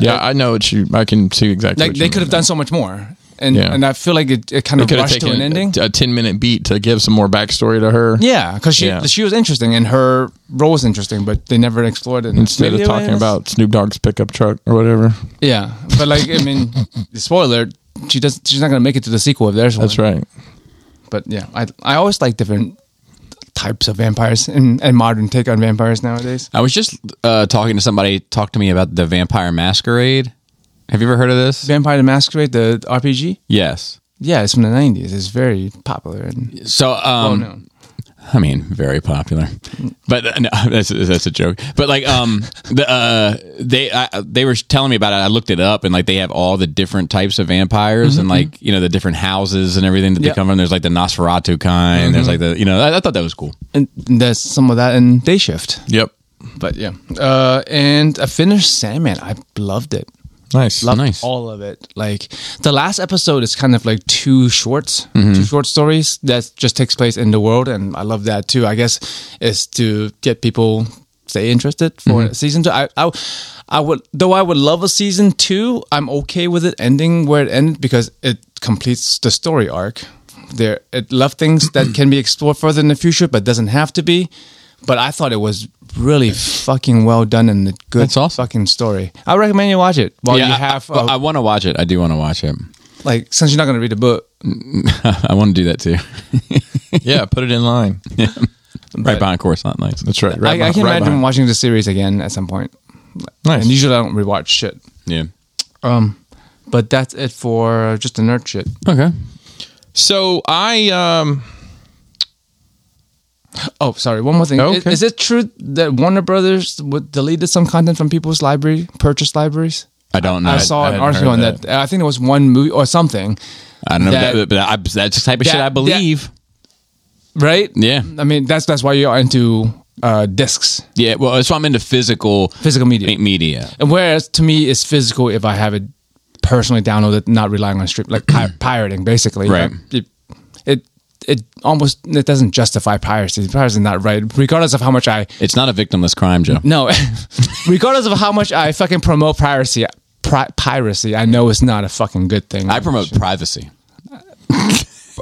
B: Yeah, I know what you. I can see exactly.
C: Like
B: what you
C: they could
B: mean.
C: have done so much more, and
B: Yeah.
C: and I feel like it, it kind of
B: could have
C: rushed to
B: taken uh,
C: an ending.
B: A, a ten minute beat to give some more backstory to her.
C: Yeah, because she
B: Yeah.
C: she was interesting and her role was interesting, but they never explored it.
B: Instead
C: Maybe
B: of
C: they
B: talking
C: were-
B: about Snoop Dogg's pickup truck or whatever.
C: yeah, but like I mean, spoiler, she does she's not gonna make it to the sequel if there's
B: That's
C: one.
B: right.
C: But yeah, I I always like different types of vampires and, and modern take on vampires nowadays.
A: I was just uh, talking to somebody. Talk to me about the Vampire Masquerade. Have you ever heard of this?
C: Vampire the Masquerade, the RPG.
A: Yes.
C: Yeah, it's from the nineties. It's very popular and
A: So,
C: well
A: um,
C: known.
A: I mean, very popular, but uh, no, that's that's a joke. But like, um, the, uh, they I, they were telling me about it. I looked it up, and like they have all the different types of vampires, and like you know the different houses and everything that
C: Mm-hmm, Yeah. Mm-hmm.
A: they come from. There's like the Nosferatu kind. There's like the you know I, I thought that was cool.
C: and there's some of that in Day Shift.
B: Yep.
C: But yeah, uh, and I finished Sandman. I loved it.
B: Nice.
C: Loved
A: Nice.
C: all of it. Like the last episode is kind of like two shorts,
A: Mm-hmm.
C: two short stories that just takes place in the world, and I love that too. I guess is to get people stay interested for
A: Mm-hmm.
C: season two. I, I I would though I would love a season two. I'm okay with it ending where it ended because it completes the story arc. There, it left things that can be explored further in the future, but doesn't have to be. But I thought it was really fucking well done and a good
A: That's awesome.
C: fucking story. I recommend you watch it while
A: yeah,
C: you
A: I-
C: have
A: I,
C: uh,
A: I want to watch it. I do want to watch it.
C: like since you're not going to read a book
A: I want to do that too.
B: Yeah. Put it in line.
A: right behind Coruscant Nights.
B: That's right.
C: I,
B: Right.
C: I
B: behind-
C: can
B: right
C: imagine
B: behind.
C: watching the series again at some point
B: Nice.
C: and usually i don't rewatch shit
A: Yeah.
C: um but that's it for just the nerd shit
A: Okay.
B: so I um
C: oh sorry one more thing I-
B: Okay.
C: is, it true that warner brothers would deleted some content from people's library purchased libraries
A: I don't know.
C: I saw an
B: hadn't
C: article
B: heard
C: on that. I think it was one movie or something,
A: I don't know.
C: that-
A: That, but I, that's the type of
C: that-
A: shit I
C: that-
A: believe.
C: right?
A: Yeah.
C: I mean, that's that's why you're into uh, discs,
A: yeah. Well, that's why I'm into physical
C: physical media.
A: media.
C: And whereas to me, it's physical if I have it personally downloaded, not relying on stream, like pi- pirating, basically.
A: Right.
C: It, it it almost it doesn't justify piracy. Piracy is not right, regardless of how much I
A: It's not a victimless crime, Joe.
C: no, regardless of how much I fucking promote piracy. Pri- piracy, I know it's not a fucking good thing.
A: I promote privacy.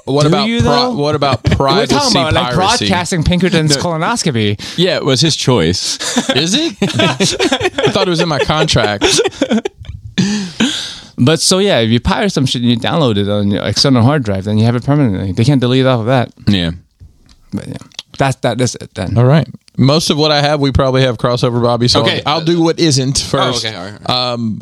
B: What
C: Do
B: about
C: you,
B: pri-
C: though?
B: what about
C: We're
B: privacy
C: talking about like
B: piracy?
C: broadcasting Pinkerton's colonoscopy.
A: Yeah, it was his choice.
B: Is it? I thought it was in my contract.
C: But so yeah, if you pirate some shit and you download it on your external hard drive, then you have it permanently. They can't delete it off of that.
A: yeah.
C: But yeah, that's that. That's it then.
B: All right. Most of what I have, we probably have crossover, Bobby. So
A: Okay.
B: I'll, I'll do what isn't first.
A: Oh, okay, all right,
B: Um,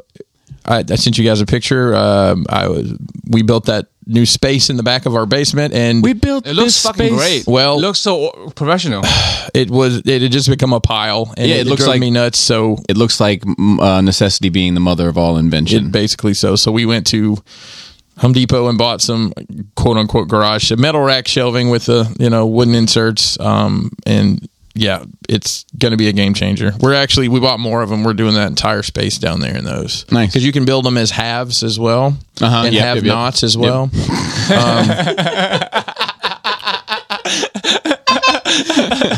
B: I, I sent you guys a picture. Um, I was we built that new space in the back of our basement, and
C: We built.
B: It looks
C: this
B: fucking
C: space.
B: great. Well-
C: it looks so professional.
B: it was it had just become a pile, and
A: Yeah,
B: it,
A: it looks
B: drove
A: like-
B: me nuts. So
A: It looks like mm, uh, necessity being the mother of all invention.
B: it basically so. So we went to Home Depot and bought some quote unquote garage metal rack shelving with the you know wooden inserts. Um, and yeah, it's going to be a game changer. We're actually we bought more of them. We're doing that entire space down there in those.
A: Nice.
B: because you can build them as halves as well
A: Uh-huh.
B: and
A: Yep,
B: have
A: yep, yep.
B: knots as well. Um,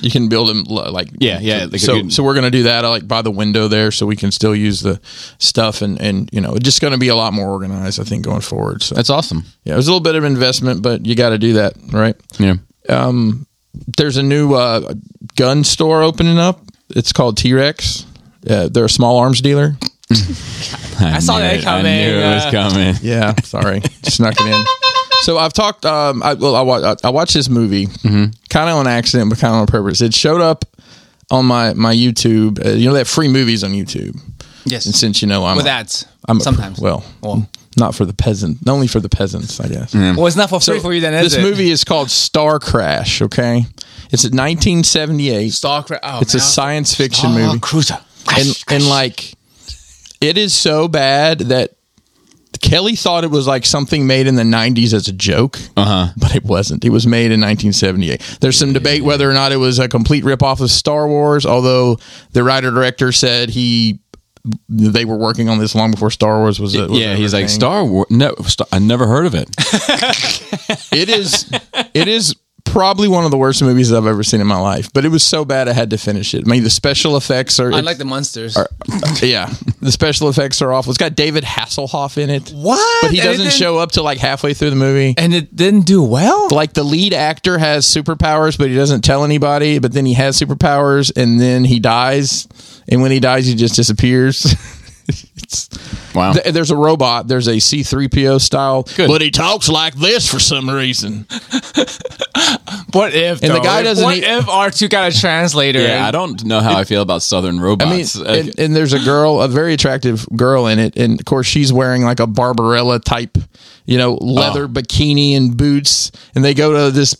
B: You can build them lo- like
A: Yeah, yeah, like
B: so
A: you-
B: so we're gonna do that uh, like by the window there, so we can still use the stuff and and you know it's just gonna be a lot more organized. I think going forward. So
A: That's awesome.
B: yeah, it was a little bit of investment, but you got to do that, right?
A: Yeah.
B: Um, There's a new uh, gun store opening up. It's called T Rex. Uh, they're a small arms dealer.
A: I,
C: saw
A: knew
C: that
A: it.
C: coming,
A: I knew it was
C: uh,
A: coming.
B: Yeah, sorry, snuck it in. So I've talked. Um, I, well, I, wa- I watched this movie, kind of on accident, but kind of on purpose. It showed up on my my YouTube. Uh, you know that free movies on YouTube.
C: Yes.
B: And since you know I'm
C: With
B: a-
C: ads,
B: I'm a-
C: sometimes.
B: well,
C: Well.
B: not for the peasant, only for the peasants, I guess.
C: well, it's not for free
B: So
C: for you then. Is
B: this
C: it?
B: movie is called Star Crash. Okay, it's at 1978.
C: Star Cra- oh,
B: it's a
C: man.
B: science fiction
C: Star
B: movie
C: Cruiser.
B: and and like it is so bad that Kelly thought it was like something made in the 90s as a joke, uh-huh. but it wasn't. It was made in 1978. There's some debate whether or not it was a complete ripoff of Star Wars, although the writer director said he they were working on this long before Star Wars was. A, was
A: yeah,
B: ever
A: he's
B: a
A: like
B: thing.
A: Star Wars. No, Star- I never heard of it.
B: It is. It is probably one of the worst movies I've ever seen in my life. But it was so bad I had to finish it. I mean, the special effects are.
C: I like the monsters.
B: yeah, the special effects are awful. It's got David Hasselhoff in it.
C: What?
B: But he
C: And it
B: doesn't
C: didn't-
B: show up till like halfway through the movie.
C: and it didn't do well.
B: Like the lead actor has superpowers, but he doesn't tell anybody. But then he has superpowers, and then he dies. And when he dies, he just disappears.
C: Oh.
A: Wow.
B: Th- there's a robot. There's a C3PO style, but he talks like this for some reason.
C: What if?
B: And the
C: though?
B: guy
C: If-
B: doesn't
C: What
B: eat-
C: if R two got a translator?
A: yeah, I don't know how I feel about Southern
B: I mean,
A: robots. Uh,
B: and, and there's a girl, a very attractive girl in it, and of course she's wearing like a Barbarella type, you know,
A: Oh.
B: leather bikini and boots, and they go to this.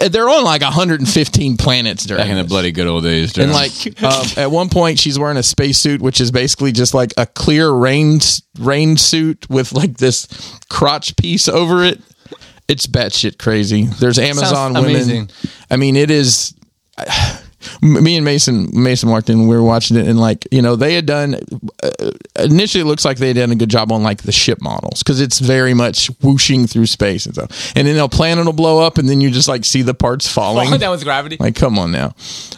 B: They're on like 115 planets during
A: back in the
B: this.
A: bloody good old days. Jeremy.
B: And like um, at one point, she's wearing a spacesuit, which is basically just like a clear rain s- rain suit with like this crotch piece over it. It's batshit crazy. There's Amazon women.
C: amazing.
B: I mean, it is. Me and Mason Mason Martin, we were watching it, and like you know, they had done. Uh, initially, it looks like they had done a good job on like the ship models because it's very much whooshing through space and stuff. And then a planet will blow up, and then you just like see the parts falling.
C: Falling down with gravity.
B: Like, come on now.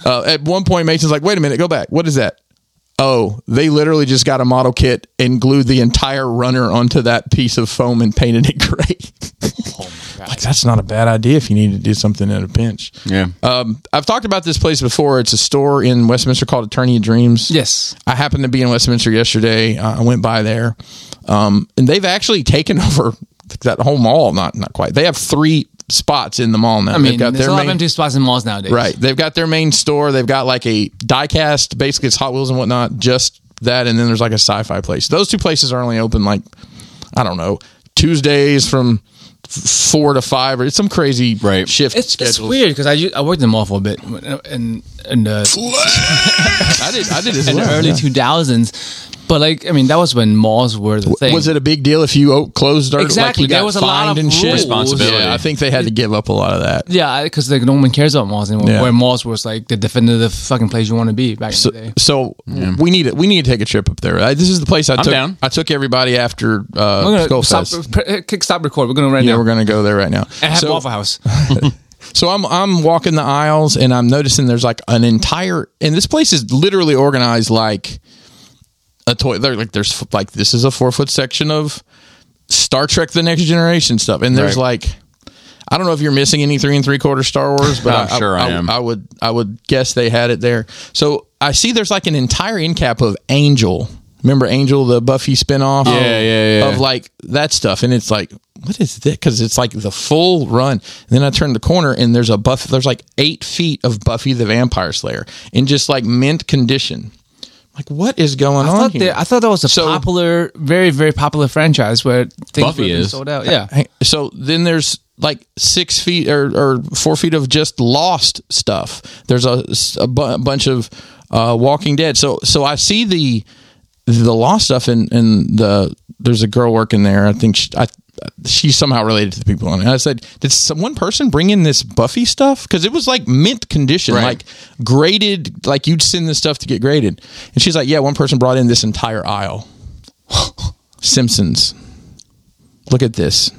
B: Uh, at one point, Mason's like, wait a minute, go back. What is that? Oh, they literally just got a model kit and glued the entire runner onto that piece of foam and painted it gray. Like, that's not a bad idea if you need to do something at a pinch.
A: yeah,
B: Um, I've talked about this place before. It's a store in Westminster called Attorney of Dreams.
C: yes.
B: I happened to be in Westminster yesterday. Uh, I went by there, um, and they've actually taken over that whole mall. Not not quite. They have three spots in the mall now.
C: I mean, there's a lot of empty spots in malls nowadays.
B: Right. They've got their main store. They've got like a diecast, basically it's Hot Wheels and whatnot, just that. And then there's like a sci fi place. Those two places are only open like, I don't know, Tuesdays from f- four to five or it's some crazy
A: Right.
B: shift
C: It's, it's
B: schedule.
C: weird because I, u- I worked in the mall for a bit and and uh,
B: I did, I did as
C: in the
B: well.
C: early
B: yeah.
C: two thousands. But like, I mean, that was when malls were the thing.
B: Was it a big deal if you o- closed or Like
C: Exactly.
B: you
C: There
B: got
C: was a lot
B: fined
C: of
B: and shit?
C: rules.
A: Responsibility.
B: Yeah, I think they had to give up a lot of that.
C: Yeah, because like no one cares about malls anymore.
B: Yeah.
C: Where malls was like the definitive fucking place you want to be back in the day.
B: So we need it. We need to take a trip up there. I, this is the place I took.
A: down.
B: I took everybody after uh,
C: We're gonna stop,
B: Skullfest.
C: pre- uh, kick stop record. We're gonna run
B: Yeah,
C: now
B: we're gonna go there right now.
C: and have
B: So-
C: Waffle House.
B: So I'm I'm walking the aisles and I'm noticing there's like an entire and this place is literally organized like a toy. They're like there's like this is a four foot section of Star Trek: The Next Generation stuff, and there's
A: Right.
B: like I don't know if you're missing any three and three quarter Star Wars, but
A: I'm sure I am.
B: I would I would guess they had it there. So I see there's like an entire end cap of Angel. Remember Angel, the Buffy spinoff?
A: Yeah, yeah, yeah.
B: um, Of like that stuff, and it's like, what is this? Because it's like the full run. And then I turn the corner, and there's a buff. There's like eight feet of Buffy the Vampire Slayer in just like mint condition. Like, what is going
C: I
B: on
C: thought,
B: here?
C: they, I thought that was a
B: So-
C: popular, very, very popular franchise where things
A: Buffy
C: were being
A: is.
C: sold out. Yeah,
B: Hang- So then there's like six feet or, or four feet of just lost stuff. There's a, a bu- bunch of uh, Walking Dead. So so I see the the lost stuff and and the there's a girl working there. I think she, I she's somehow related to the people on it. I said, did some one person bring in this Buffy stuff? Because it was like mint condition, like graded, like you'd send this stuff to get graded. And she's like, yeah, one person brought in this entire aisle. Simpsons. Look at this.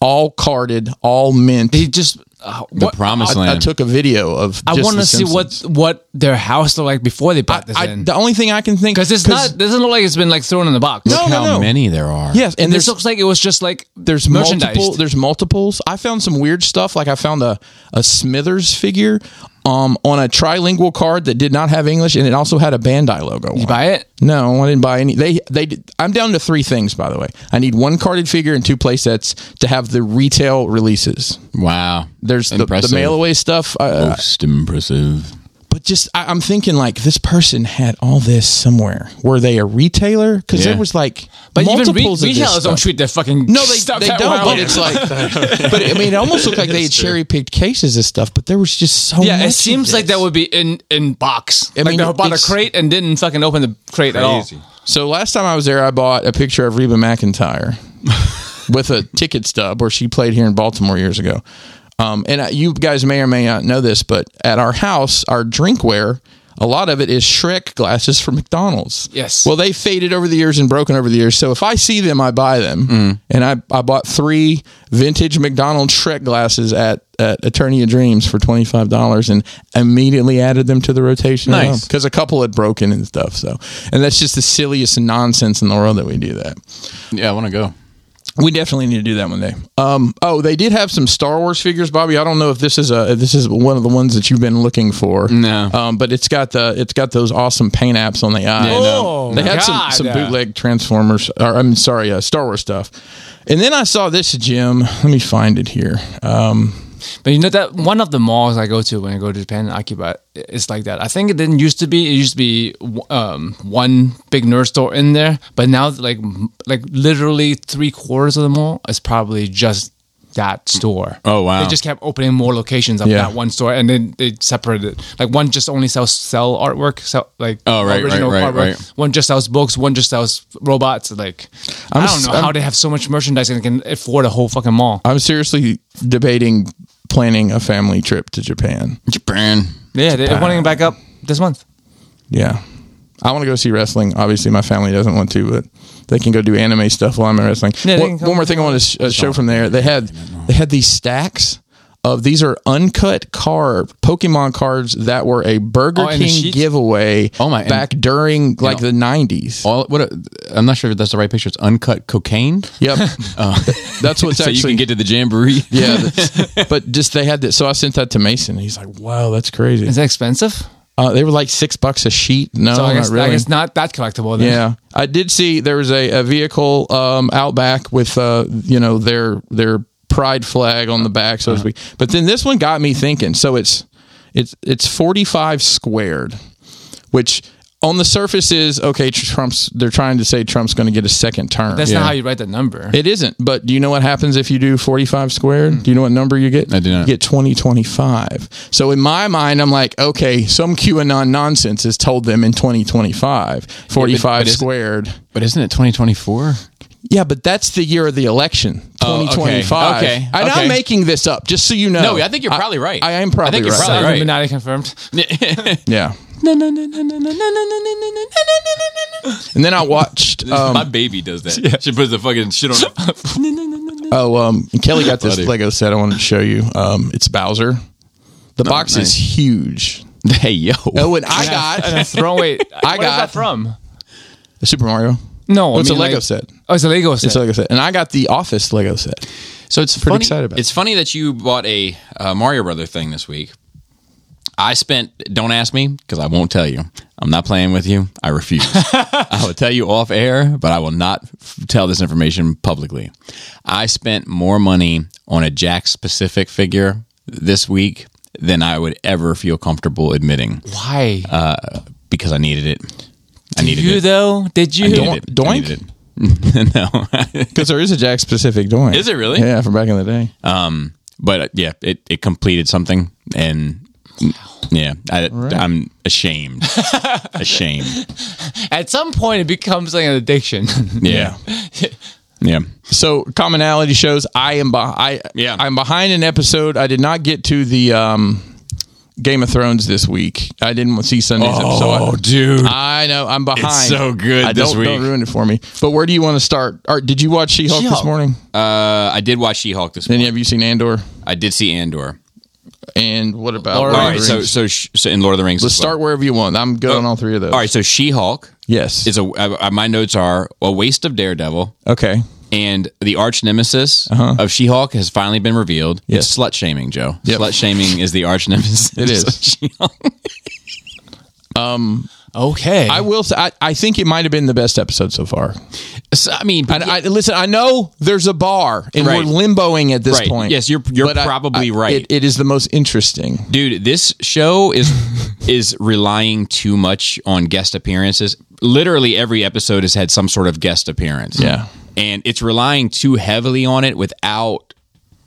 B: All carded, all mint.
C: they just. Uh,
A: the
C: what,
A: promised
B: I, I
A: land.
B: took a video of.
C: I
B: just
C: want
B: the
C: to see what
B: Simpsons.
C: what their house looked like before they bought this
B: I,
C: in.
B: the only thing I can think
C: Because it's not. Doesn't look like it's been like thrown in the box.
B: No, no,
A: how
B: no.
A: many there are.
B: Yes, and
C: this
B: there's
C: looks like it was just like
B: there's
C: merchandise.
B: multiple there's multiples. I found some weird stuff. Like I found a a Smithers figure um, on a trilingual card that did not have English, and it also had a Bandai logo. on
C: You buy it?
B: No, I didn't buy any. They they. Did, I'm down to three things, by the way. I need one carded figure and two playsets to have the retail releases.
A: Wow.
B: There's the, the
A: Impressive.
B: mail away stuff. Uh,
A: Most impressive.
B: but just I, I'm thinking like this person had all this somewhere. Were they a retailer? Because
A: Yeah.
B: there was like
C: But even re-
B: multiples of this
C: retailers don't
B: stuff.
C: treat their fucking
B: No, they,
C: stuff
B: they
C: that
B: don't.
C: well.
B: But it's like, but I mean, it almost looked like they had cherry picked cases of stuff. But there was just so
C: yeah,
B: much.
C: it
B: of
C: seems like
B: this.
C: that would be in in box.
B: I
C: like
B: mean,
C: they bought a
B: it's-
C: crate and didn't fucking open the crate at all.
B: So last time I was there, I bought a picture of Reba McIntyre with a ticket stub where she played here in Baltimore years ago. Um, and uh, you guys may or may not know this, but at our house, our drinkware, a lot of it is Shrek glasses from McDonald's.
C: Yes.
B: Well, they faded over the years and broken over the years. So if I see them, I buy them. And I, I bought three vintage McDonald's Shrek glasses at, at Attorney of Dreams for $25 and immediately added them to the rotation
A: Nice.
B: because a couple had broken and stuff. So, and that's just the silliest nonsense in the world that we do that.
A: Yeah, I want to go.
B: We definitely need to do that one day. Um, oh, they did have some Star Wars figures, Bobby. I don't know if this is a if this is one of the ones that you've been looking for.
A: No.
B: um, but it's got the it's got those awesome paint apps on the eye.
A: Yeah, no.
C: Oh,
B: they had
C: God.
B: some some bootleg Transformers. Or, I'm sorry, uh, Star Wars stuff. And then I saw this Jim. Let me find it here. Um,
C: But you know that one of the malls I go to when I go to Japan, Akiba, it's like that. I think it didn't used to be. It used to be um, one big nerd store in there, but now like like literally three quarters of the mall is probably just that store.
A: Oh, wow.
C: They just kept opening more locations of
B: Yeah.
C: that one store, and then they separated. Like one just only sells sell artwork, sell like
A: Oh, right, right, right, right.
C: One just sells books, one just sells robots. Like I'm, I
B: I'm
C: do
B: s-
C: not know
B: I'm-
C: how they have so much merchandise and can afford a whole fucking mall.
B: I'm seriously debating planning a family trip to Japan.
A: Japan.
C: Yeah, they're wanting back up this month.
B: Yeah. I want to go see wrestling. Obviously, my family doesn't want to, but they can go do anime stuff while I'm in wrestling.
C: Yeah, they
B: one,
C: can come-
B: one more thing I want to sh- uh, show from there. They had they had these stacks of these are uncut card Pokemon cards that were a Burger
C: Oh, and the
B: King
C: sheets?
B: giveaway.
A: Oh, my- and-
B: Back during like the '90s.
A: All what? A, I'm not sure if that's the right picture. It's uncut cocaine.
B: Yep,
C: Oh.
B: that's what's
A: so
B: actually
A: you can get to the jamboree.
B: yeah, that's- but just they had that. So I sent that to Mason. He's like, "Wow, that's crazy."
C: Is it expensive?
B: Uh, they were like six bucks a sheet. No,
C: so I guess,
B: Oh, not really.
C: I guess not that collectible. Then.
B: Yeah, I did see there was a, a vehicle um, out back with uh, you know their their pride flag on the back, so to speak. But then this one got me thinking. So it's it's it's forty five squared, which on the surface is okay. Trump's they're trying to say Trump's going to get a second term.
C: That's
A: Yeah.
C: not how you write that number.
B: it isn't, but do you know what happens if you do 45 squared? Do you know what number you get?
A: I do not.
B: You get 2025. So in my mind, I'm like, okay, some QAnon nonsense is told them in 2025, 45
A: but is-
B: squared.
A: But isn't it 2024?
B: Yeah, but that's the year of the election,
A: Oh, okay.
B: 2025.
A: Okay,
B: And
A: okay.
B: I'm making this up, just so you know.
A: No, I think you're probably right.
B: I am probably
A: I think you're
B: right.
A: probably
C: Sorry,
A: right.
C: Illuminati confirmed.
B: Yeah. And then I watched.
A: My
B: Um,
A: baby does that. She puts the fucking shit on.
B: oh, um, and Kelly got this
A: Bloody.
B: Lego set I wanted to show you. Um, it's Bowser. The box
A: nice.
B: is huge.
A: hey yo.
B: Oh, and I
C: And a
B: got
C: throwaway. I
B: got-
C: that from.
B: Super Mario.
C: No, I
B: it's a
C: mean,
B: Lego
C: like-
B: set.
C: Oh, it's a Lego set.
B: It's a Lego set, and I got the Office Lego set.
A: So it's
B: Pretty
A: funny.
B: excited about
A: it's funny that you bought a uh, Mario Brother thing this week. I spent. Don't ask me because I won't tell you. I'm not playing with you. I refuse. I will tell you off air, but I will not f- tell this information publicly. I spent more money on a Jack specific figure this week than I would ever feel comfortable admitting uh,
C: Why?
A: because I needed it. I
C: Did
A: needed
C: you
A: it.
C: though? Did you?
A: I needed it. I
B: Doink?
A: needed it. no.
B: Because there is a Jack specific doink.
A: Is it really?
B: Yeah, from back in the day.
A: but uh, yeah, it, it completed something, and yeah, I, I'm ashamed, ashamed.
C: At some point, it becomes like an addiction.
A: Yeah, yeah.
B: so commonality shows I am beh- I
A: Yeah.
B: I'm behind an episode. I did not get to the um, Game of Thrones this week. I didn't see Sunday's episode.
A: Oh, dude,
B: I, I know I'm behind.
A: so good
B: I
A: this
B: don't,
A: week.
B: Don't ruin it for me. But where do you want to start? Or did you watch She-Hulk, this
C: She-Hulk.
B: morning?
A: uh, I did watch She-Hulk this
B: Then
A: morning.
B: have you seen Andor?
A: I did see Andor.
B: And what about
C: Lord
B: Lord
C: of
B: of
A: All right,
C: Lord
B: the
A: so
B: Rings?
A: so, sh- so in Lord of the Rings,
B: let's
A: as well.
B: start wherever you want. I'm good on all three of those.
A: All right, so She-Hulk
B: Yes.
A: is a. I, I- my notes are a waste of Daredevil,
B: okay.
A: and the arch nemesis of She-Hulk has finally been revealed.
B: Uh-huh. Yes.
A: It's slut shaming, Joe.
B: Yep.
A: Slut shaming is the arch nemesis.
B: It is.
A: of She-Hulk.
C: okay.
B: I will. Say, I, I think it might have been the best episode so far.
A: So, I mean,
B: And I, listen, I know there's a bar, and
A: Right.
B: we're limboing at this
A: Right.
B: point.
A: Yes, you're- you're
B: But I-
A: probably
B: I-
A: right.
B: It, it is the most interesting.
A: dude this show is is relying too much on guest appearances literally every episode has had some sort of guest appearance
B: Yeah.
A: and it's relying too heavily on it without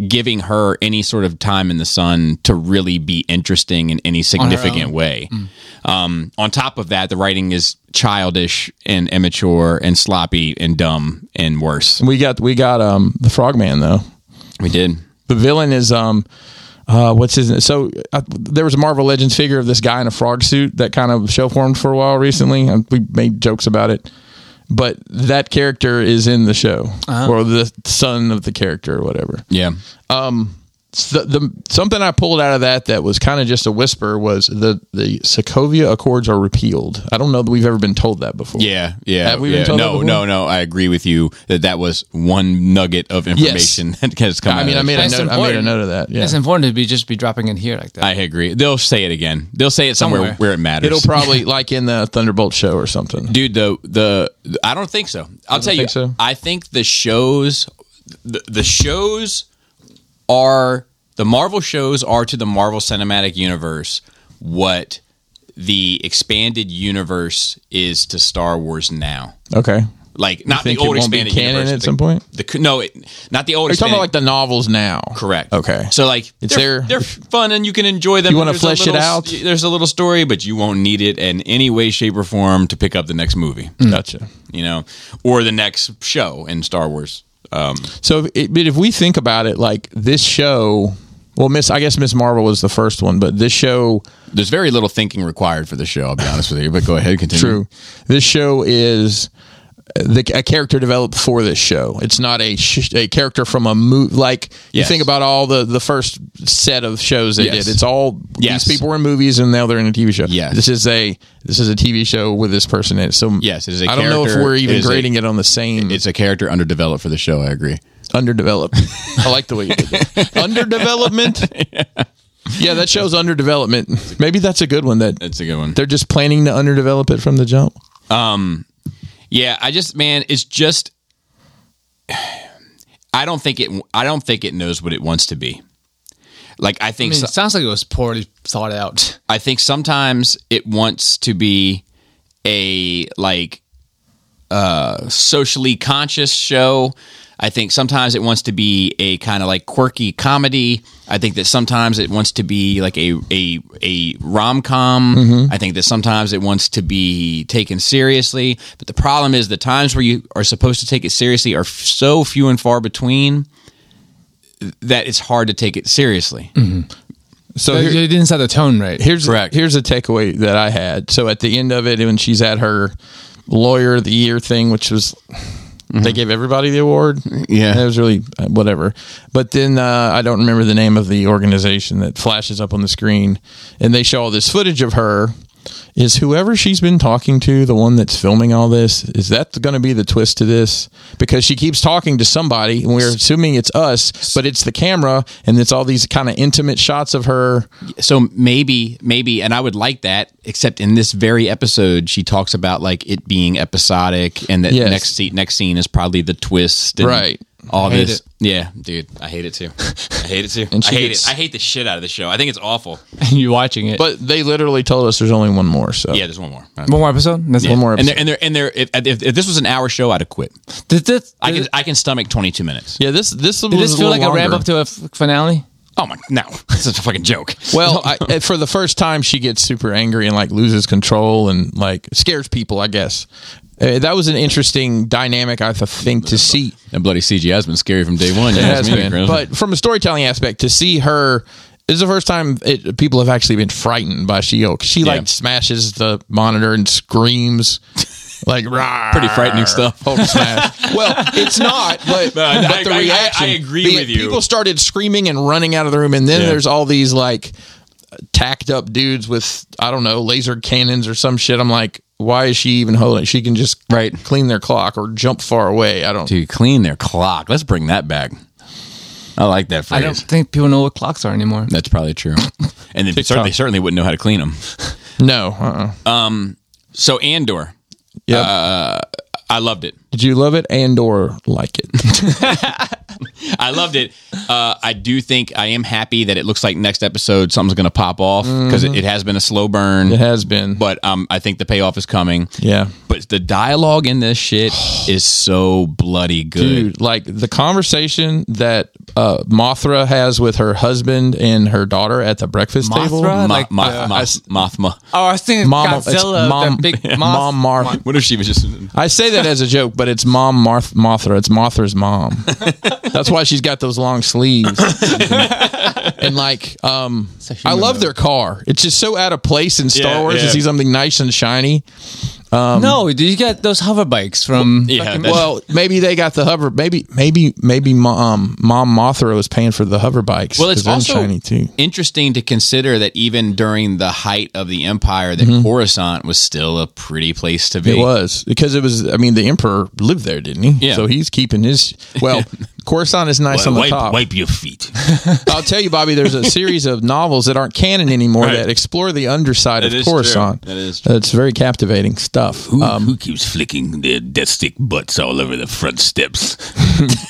A: giving her any sort of time in the sun to really be interesting in any significant way um, on top of that the writing is childish and immature and sloppy and dumb and worse
B: We got we got um the Frogman though.
A: we did
B: The villain is um. Uh, what's his name? So uh, there was a Marvel Legends figure of this guy in a frog suit that kind of show formed for a while recently. And we made jokes about it, but that
A: Uh-huh.
B: character is in the show or the son of the character or whatever.
A: yeah
B: the, the something I pulled out of that that was kind of just a whisper was the the Sokovia Accords are repealed. I don't know that we've ever been told that before.
A: Yeah, yeah.
B: Have we been
A: yeah.
B: told that
A: no,
B: before?
A: no, no. I agree with you that that was one nugget of information that has come.
B: I mean,
A: out
B: I
A: of
B: made
A: that.
B: a
C: That's
B: note. I made a
C: important.
B: note of that. Yeah.
C: It's important to be just be dropping it here like that.
A: I agree. They'll say it again. They'll say it somewhere,
C: Somewhere.
A: where it matters.
B: It'll probably like in the Thunderbolt show or something.
A: dude the the i don't think so i'll tell you
B: think so?
A: i think the shows the, the shows are the marvel shows are to the marvel cinematic universe what the expanded universe is to star wars now
B: Okay.
A: like not the
B: think
A: old
B: it won't be
A: expanded
B: canon
A: universe
B: at
A: the-
B: some point?
A: the c- no it, not the old
B: Are you talking
A: expanded
B: about like the novels now?
A: correct
B: Okay.
A: so like
B: It's
A: they're,
B: there-
A: they're fun and you can enjoy them
B: You
A: and
B: wanna
A: there's a
B: flesh it
A: little-
B: out?
A: there's a little story but you won't need it in any way shape or form to pick up the next movie
B: Gotcha.
A: you know, or the next show in Star Wars. Um,
B: So, if it, but if we think about it, like this show, well, Miss, I guess Miss Marvel was the first one, but this show,
A: there's very little thinking required for the show. I'll be honest with you, but go ahead, continue.
B: true, this show is the, a character developed for this show. It's not a sh- a character from a movie. Like you
A: Yes.
B: think about all the the first set of shows they
A: Yes.
B: did. It's all
A: Yes.
B: these people were in movies and now they're in a TV show.
A: Yes.
B: this is a this is a TV show with this person in it. So
A: Yes, it is a
B: I don't know if
A: character-
B: we're
A: it
B: even
A: is a-
B: grading it on the same.
A: It's a character underdeveloped for the show. I agree.
B: underdeveloped. I like the way you did that. underdevelopment. Yeah, that show's underdevelopment. Maybe that's a good one. That
A: That's a good one.
B: they're just planning to underdevelop it from the jump.
A: Yeah, I just man, it's just I don't think it. I don't think it knows what it wants to be. Like I
C: I
A: think
C: mean,
A: so-
C: it sounds like it was poorly thought out.
A: I think sometimes it wants to be a like uh socially conscious show. I think sometimes it wants to be a kind of like quirky comedy. I think that sometimes it wants to be like a a a rom com. I think that sometimes it wants to be taken seriously. But the problem is the times where you are supposed to take it seriously are f- so few and far between that it's hard to take it seriously.
B: So
C: They
B: here-
C: they didn't set the tone right.
B: here's
A: Correct.
B: here's a takeaway that I had. So at the end of it, when she's at her lawyer of the year thing, which was they gave everybody the award.
A: Mm-hmm. Yeah.
B: that was really uh, whatever. But then uh, I don't remember the name of the organization that flashes up on the screen, and they show all this footage of her. Is whoever she's been talking to the one that's filming all this? Is that going to be the twist to this? Because she keeps talking to somebody, and we're assuming it's us, but it's the camera, and it's all these kind of intimate shots of her.
A: so maybe maybe and i would like that except in this very episode she talks about like it being episodic and that
B: Yes.
A: next scene next scene is probably the twist and
B: Right.
A: all
C: hate
A: this
C: it.
A: yeah dude i hate it too i hate it too
B: And
A: i
B: she
A: hate
B: gets-
A: it i hate the shit out of the show i think it's awful
C: And you're watching it.
B: But they literally told us there's only one more. So
A: yeah there's one more
C: one more episode. That's
B: One more
A: and there
B: episode.
A: and there and there if, if, if this was an hour show i'd have quit
C: Did this,
A: i can
C: did
A: i can stomach 22 minutes
B: Yeah, this this was
C: this
B: a
C: feel
B: little
C: like a ramp
B: longer.
C: up to a f- finale?
A: oh my no this is a fucking joke
B: Well, I, eh, for the first time, she gets super angry and like loses control and like scares people. I guess uh, that was an interesting dynamic. I th- think to see.
A: that bloody cgi's been scary from day one you
B: It
A: ask
B: has
A: me,
B: been.
A: Chris.
B: but from a storytelling aspect, to see her. This is the first time it, people have actually been frightened by She-Hulk. She
A: Yeah.
B: like smashes the monitor and screams, like "Rawr."
A: Pretty frightening stuff.
B: Hulk smash. well, it's not, but,
A: No, I-
B: but
A: I-
B: the
A: I- I-
B: reaction.
A: I agree
B: the-
A: with you.
B: People started screaming and running out of the room, and then
A: Yeah.
B: there's all these like tacked up dudes with I don't know laser cannons or some shit. I'm like, why is she even holding? it? She can just
A: Right.
B: clean their clock or jump far away. I don't.
A: to clean their clock let's bring that back i like that phrase
C: I don't think people know what clocks are anymore.
A: That's probably true. And they certainly, certainly wouldn't know how to clean them.
B: No. Uh-uh.
A: So Andor,
B: Yep.
A: Uh, I loved it.
B: Did you love it and or like it?
A: I loved it. Uh, I do think I am happy that it looks like next episode something's going to pop off because it, it has been a slow burn.
B: it has been.
A: But um, I think the payoff is coming.
B: yeah.
A: But the dialogue in this shit is so bloody good.
B: Dude, like the conversation that uh, Mothra has with her husband and her daughter at the breakfast table.
C: Mothra?
A: Ma-
C: like
A: ma-
C: the-
A: ma- Mothma.
C: Oh, I was thinking
B: Mom, it's
C: Godzilla,
B: mom,
C: that big
B: mom,
C: moth.
B: Mar-
A: What if she was just?
B: I say that as a joke, but it's mom Marth- Mothra. It's Mothra's mom. That's why she's got those long sleeves. and like, um, I love their car. It's just so out of place in Star
A: Yeah,
B: Wars
A: yeah.
B: to see something nice and shiny.
C: no, did you get those hover bikes from?
A: yeah,
C: fucking-
A: that's-
B: Well, maybe they got the hover. Maybe, maybe, maybe mom, mom Mothra was paying for the hover bikes.
A: Well, it's
B: 'cause they're
A: also
B: shiny too.
A: interesting to consider that even during the height of the empire, that Coruscant was still a pretty place to be.
B: It was because it was. I mean, the emperor lived there, didn't he?
A: Yeah.
B: So he's keeping his. Well, Coruscant is nice on the
D: wipe,
B: top.
D: wipe your feet.
B: I'll tell you, Bobby. There's a series of novels that aren't canon anymore
D: Right.
B: that explore the underside
A: That
B: of
A: is true.
B: Coruscant.
A: That um, is true.
B: That's very captivating stuff. Um,
D: Who, who keeps flicking their death stick butts all over the front steps?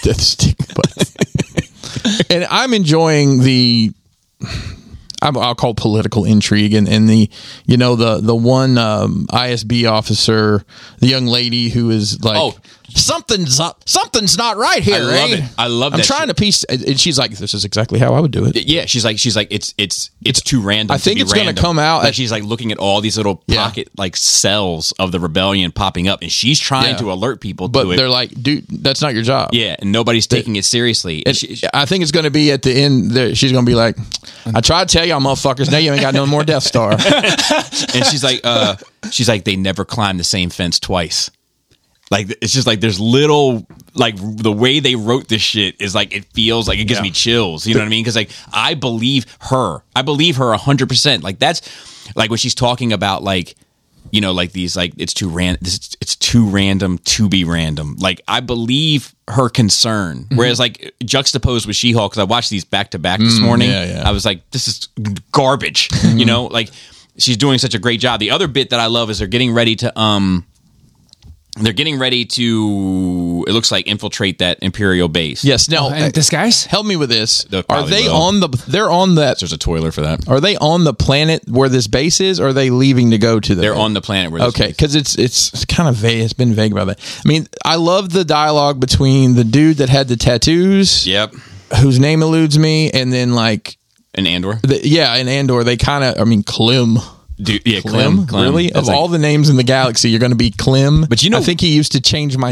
B: death stick butt. and I'm enjoying the. I'm- I'll call it political intrigue and, and the you know the the one um, ISB officer, the young lady who is like,
A: Oh.
B: something's up, something's not right here.
A: I love
B: eh?"
A: it. I love
B: I'm
A: that
B: trying
A: shit.
B: to piece, and and she's like, "This is exactly how I would do it."
A: Yeah, she's like she's like it's it's it's too random.
B: I
A: to
B: think
A: be
B: it's gonna
A: random.
B: come out
A: Like
B: at-
A: she's like looking at all these little
B: Yeah.
A: pocket like cells of the rebellion popping up, and she's trying
B: Yeah.
A: to alert people
B: But
A: to it.
B: they're like, "Dude, that's not your job."
A: yeah, and nobody's taking it seriously. And she, she-
B: I think it's going to be at the end. There, she's going to be like, "I tried to tell y'all, motherfuckers. Now you ain't got no more Death Star."
A: and she's like, uh, she's like, they never climb the same fence twice. Like it's just like there's little like the way they wrote this shit is like it feels like it gives me chills. You know what I mean? Because like I believe her, I believe her hundred percent. Like that's like when she's talking about like you know like these like it's too ran this it's too random to be random. Like I believe her concern.
B: Mm-hmm.
A: Whereas like juxtaposed with She Hulk, because I watched these back to back this morning.
B: Mm, yeah, yeah. Mm-hmm.
A: I was like, this is garbage. you know, like she's doing such a great job. The other bit that I love is they're getting ready to um they're getting ready to it looks like infiltrate that Imperial base.
B: yes. Now,
C: and disguise.
B: help me with this.
A: They
B: Are
A: probably
B: they
A: will.
B: on the? They're on that.
A: There's a toiler for that.
B: Are they on the planet where this base is? Or are they leaving to go to the?
A: They're
B: base?
A: on the planet where this
B: Okay,
A: is.
B: because it's it's kind of vague. It's been vague about that. I mean, I love the dialogue between the dude that had the tattoos,
A: Yep.
B: whose name eludes me, and then like,
A: And Andor.
B: the, yeah, and Andor. They kind of, I mean, Clem.
A: Dude, yeah, Clem. Clem.
B: Really?
A: That's
B: Of
A: like-
B: all the names in the galaxy, you're going to be Clem.
A: But you know-
B: I think he used to change my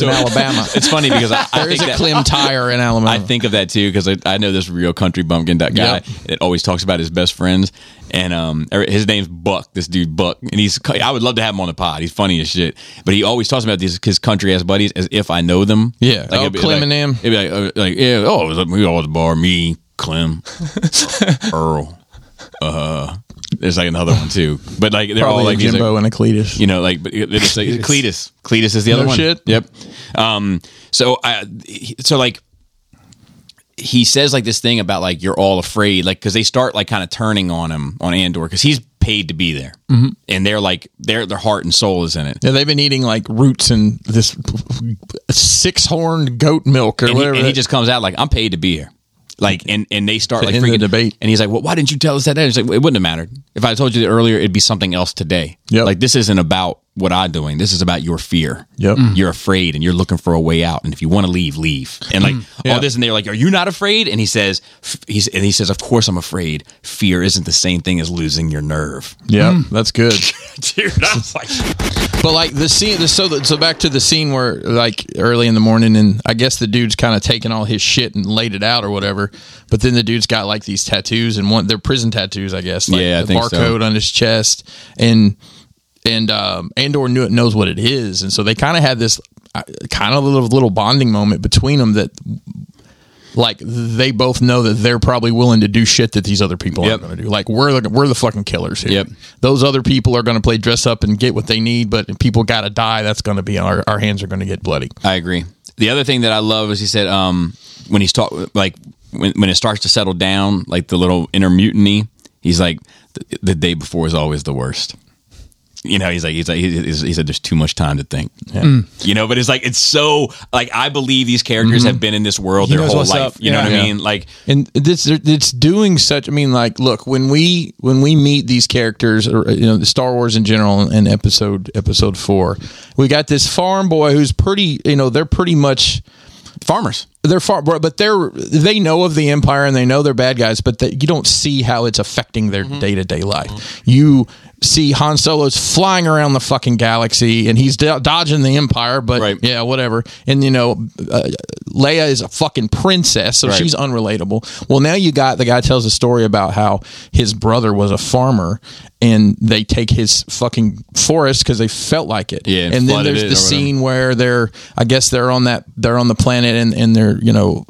B: in Alabama.
A: it's funny because I, I
B: There is
A: think
B: a
A: that,
B: Clem tire in Alabama.
A: I think of that too because I, I know this real country bumpkin that guy
B: Oh. Yep.
A: that always talks about his best friends and um er, his name's Buck this dude Buck and he's I would love to have him on the pod he's funny as shit but he always talks about these his country ass buddies as if I know them
B: Yeah. Oh,
A: it'd be
B: Clem
A: like,
B: and them.
A: it'd be like, uh, like yeah oh it was like, we always bar me Clem Earl uh there's like another one too but like they're
B: Probably
A: all like
B: a
A: these, like,
B: Jimbo and a Cletus.
A: you know, like but it- it's like Cletus. Cletus is the other
B: No
A: one.
B: shit?
A: Yep. Um. So I. he- So like. He says like this thing about like you're all afraid, like because they start like kind of turning on him on Andor because he's paid to be there, and they're like their their heart and soul is in it.
B: Yeah, they've been eating like roots and this six horned goat milk or
A: and he,
B: whatever.
A: and he
B: that-
A: just comes out like I'm paid to be here. Like and and they start
B: To
A: like
B: end the
A: freaking
B: debate.
A: And he's like, "Well, why didn't you tell us that?" And it's like, "It wouldn't have mattered if I told you that earlier. It'd be something else today.
B: Yep.
A: Like this isn't about what I'm doing. This is about your fear.
B: Yep. Mm.
A: You're afraid and you're looking for a way out. And if you want to leave, leave. And
B: Mm.
A: like all this, and they're like, "Are you not afraid?" And he says, f- "He's and he says, of course I'm afraid. Fear isn't the same thing as losing your nerve."
B: yeah, that's good.
A: Dude, I was like,
B: But like the scene, the, so the, so back to the scene where like early in the morning, and I guess the dude's kind of taking all his shit and laid it out or whatever. But then the dude's got like these tattoos and one, they're prison tattoos, I guess. Like
A: Yeah, I
B: the
A: think so.
B: barcode on his chest, and and um, Andor knew it knows what it is, and so they kind of had this kind of little little bonding moment between them that. Like they both know that they're probably willing to do shit that these other people
A: Yep.
B: aren't going to do. Like we're the, we're the fucking killers here.
A: Yep.
B: Those other people are going to play dress up and get what they need, but if people got to die. That's going to be our, our hands are going to get bloody.
A: I agree. The other thing that I love is he said um, when he's talk like when when it starts to settle down, like the little inner mutiny. He's like the, the day before is always the worst. You know, he's like he's like he, he's- he said there's too much time to think.
C: Mm.
A: You know, but it's like it's so like I believe these characters have been in this world their
C: Mm-hmm. knows
A: whole
C: what's
A: life.
C: up.
A: You know
C: Yeah.
A: what I
B: Yeah.
A: mean? Like
B: And this it's doing such. I mean, like, look when we when we meet these characters, or you know, the Star Wars in general, and episode episode four, we got this farm boy who's pretty. You know, they're pretty much
A: farmers.
B: they're far, but they're they know of the
A: Mm-hmm.
B: empire and they know they're bad guys, but that you don't see how it's affecting their day to day life. You see Han Solo's flying around the fucking galaxy and he's do- dodging the Empire, but
A: Right.
B: yeah, whatever. And you know, uh, Leia is a fucking princess, so she's unrelatable. Well, now you got the guy tells a story about how his brother was a farmer and they take his fucking forest because they felt like it.
A: Yeah, and
B: and, then
A: flooded
B: there's
A: it
B: the
A: or whatever.
B: scene where they're, I guess they're on that, they're on the planet and and they're you know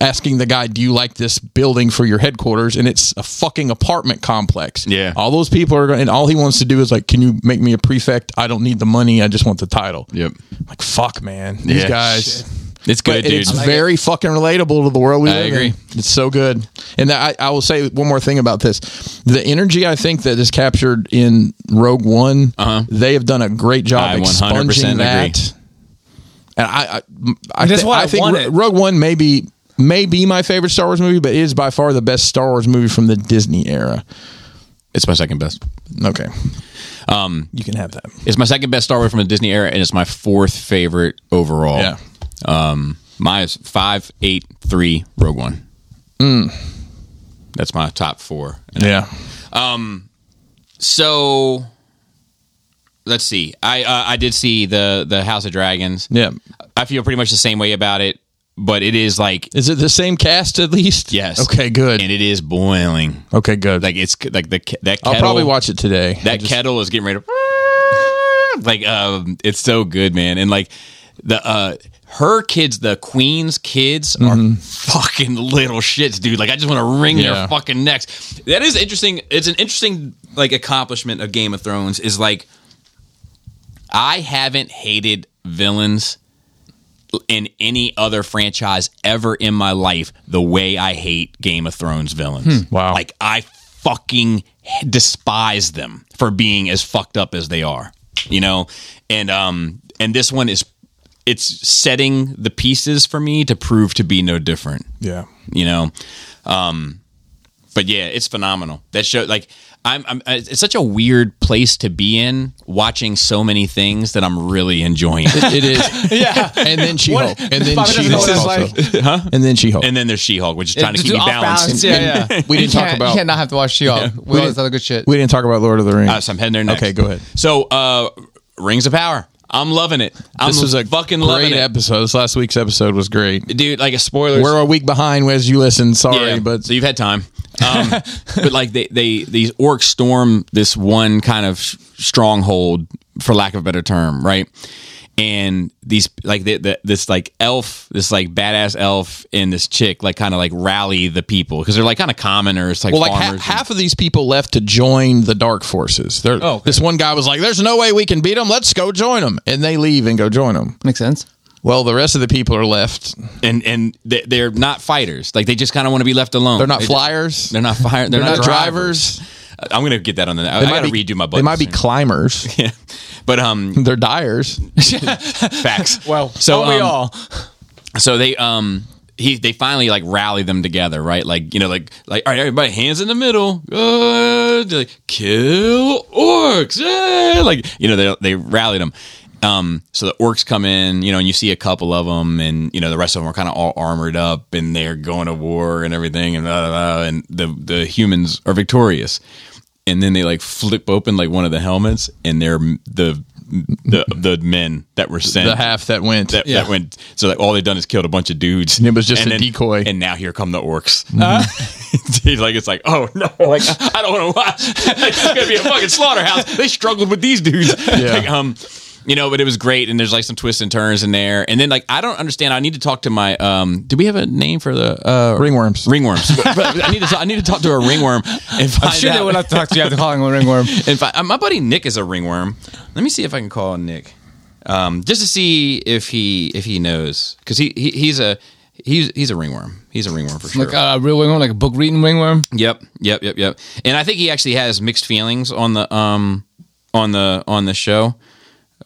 B: asking the guy, "Do you like this building for your headquarters?" And it's a fucking apartment complex.
A: Yeah.
B: all those people are going, and all he wants to do is like, "Can you make me a prefect? I don't need the money. I just want the title."
A: Yep.
B: Like fuck, man. These
A: Yeah.
B: guys.
A: It's good,
B: But
A: dude.
B: it's very fucking relatable to the world we
A: I
B: live in.
A: agree.
B: It's so good. And I, I will say one more thing about this. The energy I think that is captured in Rogue One,
A: Uh-huh.
B: they have done a great job
A: I 100%
B: expunging that.
A: agree.
B: And I, I, I,
C: That's
B: thi-
C: what I
B: think
C: wanted.
B: Ro- Rogue One may be, may be my favorite Star Wars movie, but it is by far the best Star Wars movie from the Disney era.
A: It's my second best.
B: Okay. Um, you can have that.
A: It's my second best Star Wars from the Disney era, and it's my fourth favorite overall.
B: Yeah.
A: Um, mine is five, eight, three, Rogue One. Mm. That's my top four. And
B: Yeah.
A: so, let's see. I uh, I did see the the House of Dragons.
B: Yeah.
A: I feel pretty much the same way about it, but it is like,
B: Is it the same cast at least?
A: Yes.
B: Okay, good.
A: and it is boiling.
B: Okay, good.
A: Like it's like the ke- that. Kettle,
B: I'll probably watch it today.
A: that kettle is getting ready to like um it's so good man and like the uh her kids the queen's kids are fucking little shits dude like i just want to wring
B: Mm-hmm. Yeah.
A: their fucking necks that is interesting it's an interesting like accomplishment of game of thrones is like i haven't hated villains in any other franchise ever in my life the way I hate Game of Thrones villains.
B: Hmm. Wow.
A: Like I fucking despise them for being as fucked up as they are. You know? And um and this one is it's setting the pieces for me to prove to be no different
B: Yeah.
A: you know um but yeah it's phenomenal that show like I'm, I'm it's such a weird place to be in watching so many things that i'm really enjoying
B: It is. yeah. And then She Hulk. And then
C: Bobby
B: She
C: doesn't know
B: Hulk.
C: what it's
B: also. And then She Hulk.
A: and then there's she-hulk which is trying to keep me
C: Off
A: balanced
C: balance, Yeah, yeah.
B: We didn't
C: You
B: talk
C: can't-
B: about-
C: You can't not have to watch She-Hulk. We all this other good shit.
B: we didn't talk about Lord of the Rings.
A: Uh, so i'm heading there next
B: Okay, go ahead.
A: so uh rings of power i'm loving it i'm
B: this was a
A: fucking loving
B: great
A: it
B: episode. This last week's episode was great.
A: dude like a spoiler
B: We're a week behind as you listen. Sorry,
A: Yeah,
B: but
A: so you've had time. Um, but like they, they these orcs storm this one kind of s- stronghold, for lack of a better term, right? And these like the, the, this like elf, this like badass elf, and this chick like kind of like rally the people because they're like kind of commoners, like
B: well, like ha-
A: farmers.
B: half of these people left to join the Dark Forces. They're,
C: Oh, okay.
B: This one guy was like, "There's no way we can beat them. Let's go join them," and they leave and go join them.
C: Makes sense.
B: Well, the rest of the people are left.
A: and and they- they're not fighters. Like they just kind of want to be left alone.
B: They're not
A: They-
B: flyers.
A: They're not fire. They're,
B: They're
A: not,
B: not
A: drivers.
B: drivers.
A: I'm gonna get that on the. I, I gotta redo my.
B: They
A: buttons
B: might be
A: soon.
B: climbers.
A: yeah. But um,
B: They're dyers.
A: facts.
C: Well,
A: So,
C: so we
A: um,
C: all.
A: so they um he they finally like rally them together, right? Like you know, like like all right, everybody, hands in the middle, good, They're like, kill orcs, yeah! like you know they they rallied them. Um, so the orcs come in, you know, and you see a couple of them, and you know the rest of them are kind of all armored up, and they're going to war and everything, and blah, blah, blah, and the the humans are victorious, and then they like flip open like one of the helmets, and they're the the the men that were sent
B: The half that went.
A: that, that went so like all they done is killed a bunch of dudes and
B: it was just a decoy.
A: and now here come the orcs Dude, like it's like oh no like i don't want to watch like, it's gonna be a fucking slaughterhouse they struggled with these dudes
B: Yeah.
A: like um you know but it was great and there's like some twists and turns in there and then like i don't understand i need to talk to my um do we have a name for the uh
B: Ringworms.
A: ringworms i need to i need to talk to a ringworm and find
C: I'm sure
A: out
C: they would have to talk to you after calling him a ringworm.
A: in fact, uh, my buddy Nick is a ringworm. Let me see if I can call Nick, um, just to see if he if he knows, because he, he he's a he's he's a ringworm. He's a ringworm for sure.
C: Like a real ringworm, like a book reading ringworm.
A: Yep, yep, yep, yep. And I think he actually has mixed feelings on the um on the on the show,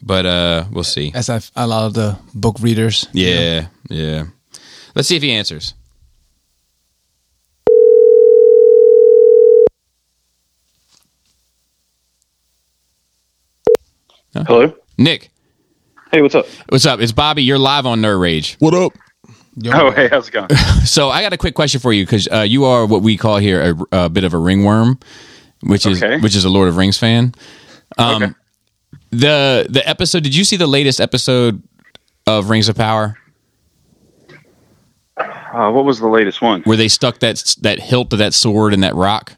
A: but uh, we'll see.
C: As I've, a lot of the book readers.
A: Yeah, yeah. Let's see if he answers.
E: Hello.
A: Nick,
E: Hey, what's up?
A: what's up? It's Bobby. You're live on Nerd Rage.
B: What up?
E: Oh, hey, how's it going?
A: So I got a quick question for you because uh, you are what we call here a, a bit of a ringworm, which is
E: Okay.
A: which is a Lord of Rings fan. Um,
E: Okay.
A: The the episode. Did you see the latest episode of Rings of Power
E: Uh, what was the latest one?
A: where they stuck that s- that hilt of that sword in that rock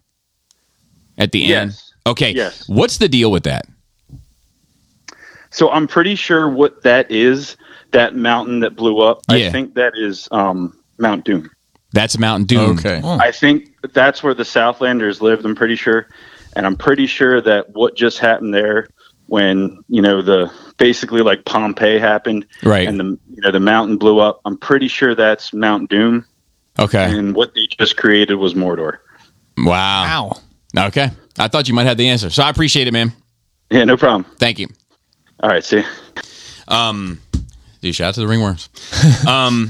A: at the end?
E: Yes.
A: Okay.
E: Yes.
A: What's the deal with that?
E: So I'm pretty sure what that is, that mountain that blew up.
A: Yeah.
E: I think that is um, Mount Doom.
A: That's Mountain Doom.
B: Okay.
E: I think that's where the Southlanders lived. I'm pretty sure, and I'm pretty sure that what just happened there, when you know the basically like Pompeii happened,
A: Right.
E: And the you know the mountain blew up. I'm pretty sure that's Mount Doom,
A: Okay.
E: and what they just created was Mordor. Mm.
A: Wow.
C: Ow.
A: Okay. I thought you might have the answer, so I appreciate it, man.
E: Yeah, no problem.
A: Thank you.
E: All right, see. ya.
A: Um, dude, shout out to the ringworms.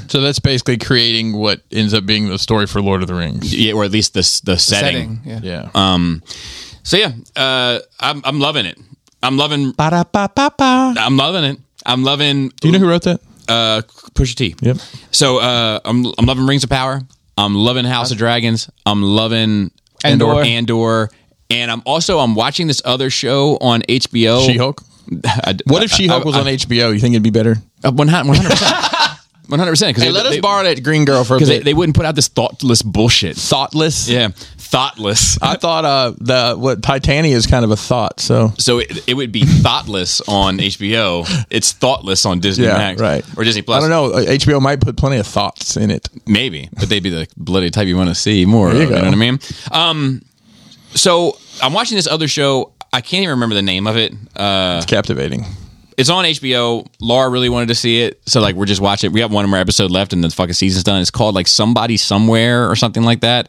B: So that's basically creating what ends up being the story for Lord of the Rings.
A: Yeah, or at least the s- the setting.
C: Setting. Yeah.
B: Yeah.
A: So yeah, uh, I'm I'm loving it. I'm loving
B: Ba-da-ba-ba-ba.
A: I'm loving it. I'm loving
B: Do you know who wrote that?
A: uh, Pusha T.
B: Yep.
A: So uh, I'm I'm loving Rings of Power. I'm loving House of Dragons. I'm loving
C: Andor.
A: Andor. And I'm also I'm watching this other show on HBO.
B: She Hulk.
A: I-
B: What if She Hulk
A: I-
B: was
A: I-
B: on HBO? You think it'd be better?
A: Uh, one hun- 100%. 100%. Because
B: Hey, let us borrow that green girl for a
A: Because they,
B: bit.
A: they wouldn't put out this thoughtless bullshit.
B: Thoughtless.
A: Yeah, thoughtless.
B: I thought uh the what Titania is kind of a thought. So
A: So it, it would be thoughtless on HBO. It's thoughtless on Disney
B: Yeah,
A: Max,
B: right.
A: Or Disney Plus.
B: I don't know. uh, HBO might put plenty of thoughts in it.
A: Maybe, but they'd be the bloody type you want to see more.
B: you
A: of, you know
B: go.
A: what I mean? Um, so I'm watching this other show. I can't even remember the name of it. Uh,
B: It's captivating.
A: it's on HBO. Laura really wanted to see it, so like we're just watching. it. We have one more episode left, and the fucking season's done. It's called like Somebody Somewhere or something like that.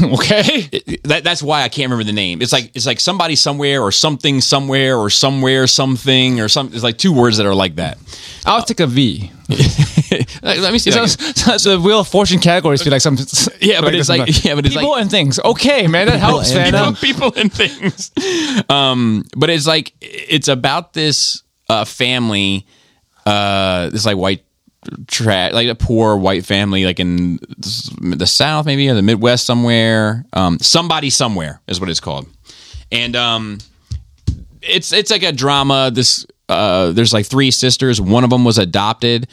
C: Okay.
A: It- that, that's why I can't remember the name. It's like it's like somebody somewhere or something somewhere or somewhere something or something. It's like two words that are like that.
C: I'll take a V.
A: Let let me see. if I
C: So,
A: can-
C: so, so the Wheel of Fortune categories be like some.
A: Yeah, but it's like- yeah, but it's
C: people
A: like-
C: and things. Okay, man, that helps, man.
A: people, people and things. Um, but it's like it's about this uh, family, uh, this like white trash, like a poor white family, like in the South, maybe or the Midwest somewhere. Um, somebody somewhere is what it's called, and um, it's it's like a drama. This uh, there's like three sisters. One of them was adopted,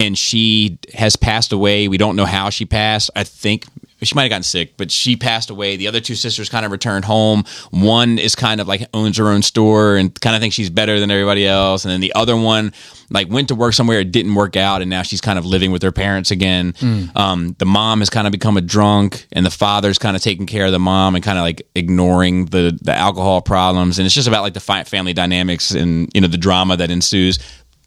A: and she has passed away. We don't know how she passed. I think she might have gotten sick, but she passed away. The other two sisters kind of returned home. One is kind of like owns her own store and kind of thinks she's better than everybody else, and then the other one like went to work somewhere it didn't work out, and now she's kind of living with her parents again.
C: Hmm.
A: Um, the mom has kind of become a drunk, and the father's kind of taking care of the mom and kind of like ignoring the the alcohol problems. And it's just about like the fi- family dynamics and you know the drama that ensues.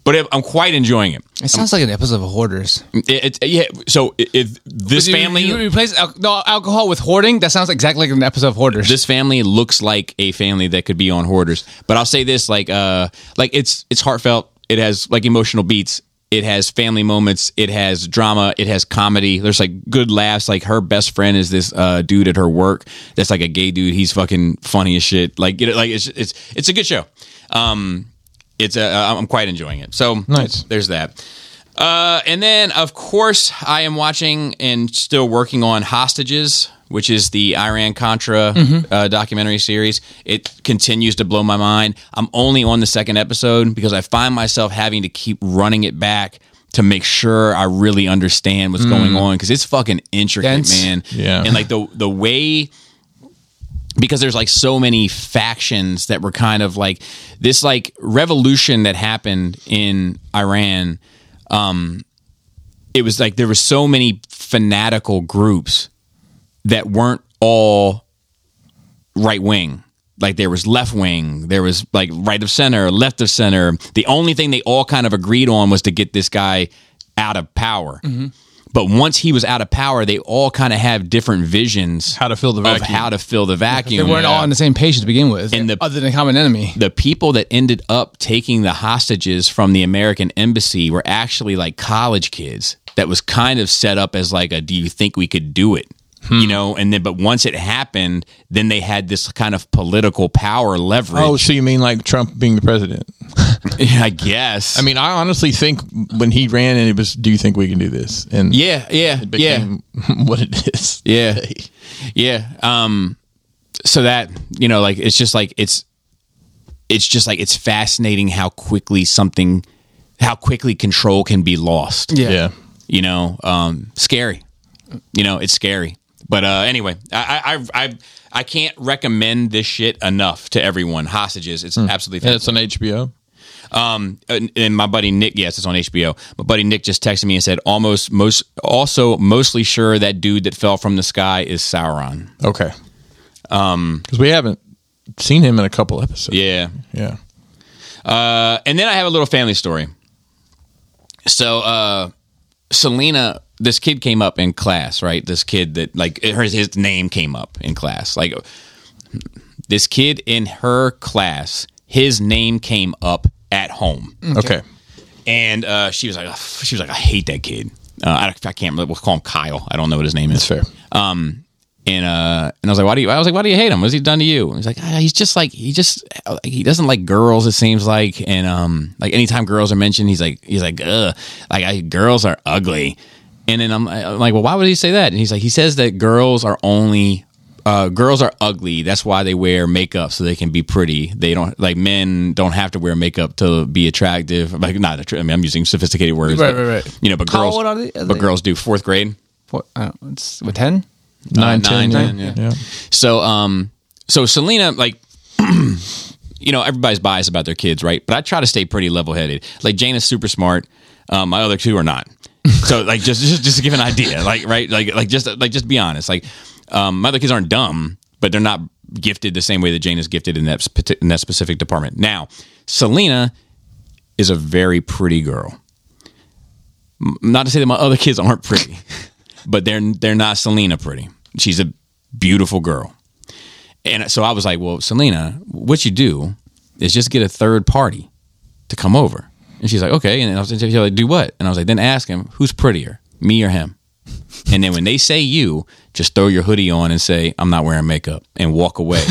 A: But it, I'm quite enjoying it.
C: It sounds like an episode of Hoarders.
A: It, it- yeah. So i- if this
C: You-
A: family,
C: you replace al- no, alcohol with hoarding. That sounds exactly like an episode of Hoarders.
A: this family looks like a family that could be on Hoarders. But I'll say this: like, uh, like it's it's heartfelt. It has like emotional beats. It has family moments. It has drama. It has comedy. There's like good laughs. Like her best friend is this uh, dude at her work that's like a gay dude. He's fucking funny as shit. Like, you know, like it's it's it's a good show. Um, it's a, I'm quite enjoying it. So
B: Nice.
A: There's that. Uh, and then, of course, I am watching and still working on Hostages, which is the Iran Contra uh, documentary series. It continues to blow my mind. I'm only on the second episode because I find myself having to keep running it back to make sure I really understand what's going on because it's fucking intricate,
C: Dense.
A: man.
B: Yeah.
A: And like the the way because there's like so many factions that were kind of like this like revolution that happened in Iran. Um, it was like there were so many fanatical groups that weren't all right wing. Like there was left wing, there was like right of center, left of center. The only thing they all kind of agreed on was to get this guy out of power. But once he was out of power, they all kind of have different visions
B: How to fill the
A: of how to fill the vacuum.
C: they weren't
A: Yeah.
C: all on the same page to begin with,
A: And the-
C: other than a common enemy.
A: the people that ended up taking the hostages from the American embassy were actually like college kids. That was kind of set up as like a do you think we could do it?
B: Hmm.
A: You know, and then but once it happened, then they had this kind of political power leverage.
B: Oh, so you mean like Trump being the president?
A: I guess.
B: Oh, I mean, I honestly think when he ran and it was, do you think we can do this? And
A: yeah, yeah, yeah.
B: became what it is.
A: Yeah. Yeah. Um so that you know like it's just like it's it's just like it's fascinating how quickly something how quickly control can be lost
C: Yeah.
B: yeah.
A: you know um scary you know it's scary but uh anyway i i i, I, I can't recommend this shit enough to everyone hostages it's absolutely
B: And it's on HBO.
A: and, and my buddy Nick, yes, it's on HBO. My buddy Nick just texted me and said, almost most, also mostly sure that dude that fell from the sky is Sauron.
B: Okay. Um, because we haven't seen him in a couple episodes.
A: Yeah.
B: Um, Yeah.
A: Uh, and then I have a little family story. So, uh, Selena, this kid came up in class, right? This kid that like her, his name came up in class. Like this kid in her class, his name came up at home.
B: Okay.
A: and uh, she was like, "Ugh," she was like, I hate that kid. Uh, I, I can't. We'll call him Kyle. I don't know what his name is.
B: That's fair.
A: And uh, and I was like, why do you? I was like, why do you hate him? What's he done to you? And he's like, ah, he's just like he just he doesn't like girls. It seems like and um like anytime girls are mentioned, he's like he's like ugh like I, girls are ugly. And then I'm, I'm like, well, why would he say that? And he's like, he says that girls are only. Uh, girls are ugly. That's why they wear makeup so they can be pretty. They don't like men don't have to wear makeup to be attractive. Like not attractive. I mean, I'm using sophisticated words.
C: Right,
A: but,
C: right, right.
A: You know, but
C: How
A: girls.
C: old are they? Are
A: But
C: they-
A: girls do fourth grade.
C: What, uh, it's, what, 10?
B: Nine,
A: Uh,
B: ten,
A: nine,
B: yeah.
A: ten, yeah. So um so Selena like you know everybody's biased about their kids, right? But I try to stay pretty level headed. Like Jane is super smart. Um, my other two are not. So like just just just to give an idea, like right, like like just like just be honest. Like um, my other kids aren't dumb, but they're not gifted the same way that Jane is gifted in that spe- in that specific department. Now Selena is a very pretty girl. M- Not to say that my other kids aren't pretty, but they're they're not Selena pretty. She's a beautiful girl. And so I was like, "Well, Selena, what you do is just get a third party to come over." And she's like, "Okay." And I was she's like, "Do what?" And I was like, "Then ask him who's prettier, me or him." And then when they say you, just throw your hoodie on and say, "I'm not wearing makeup," and walk away.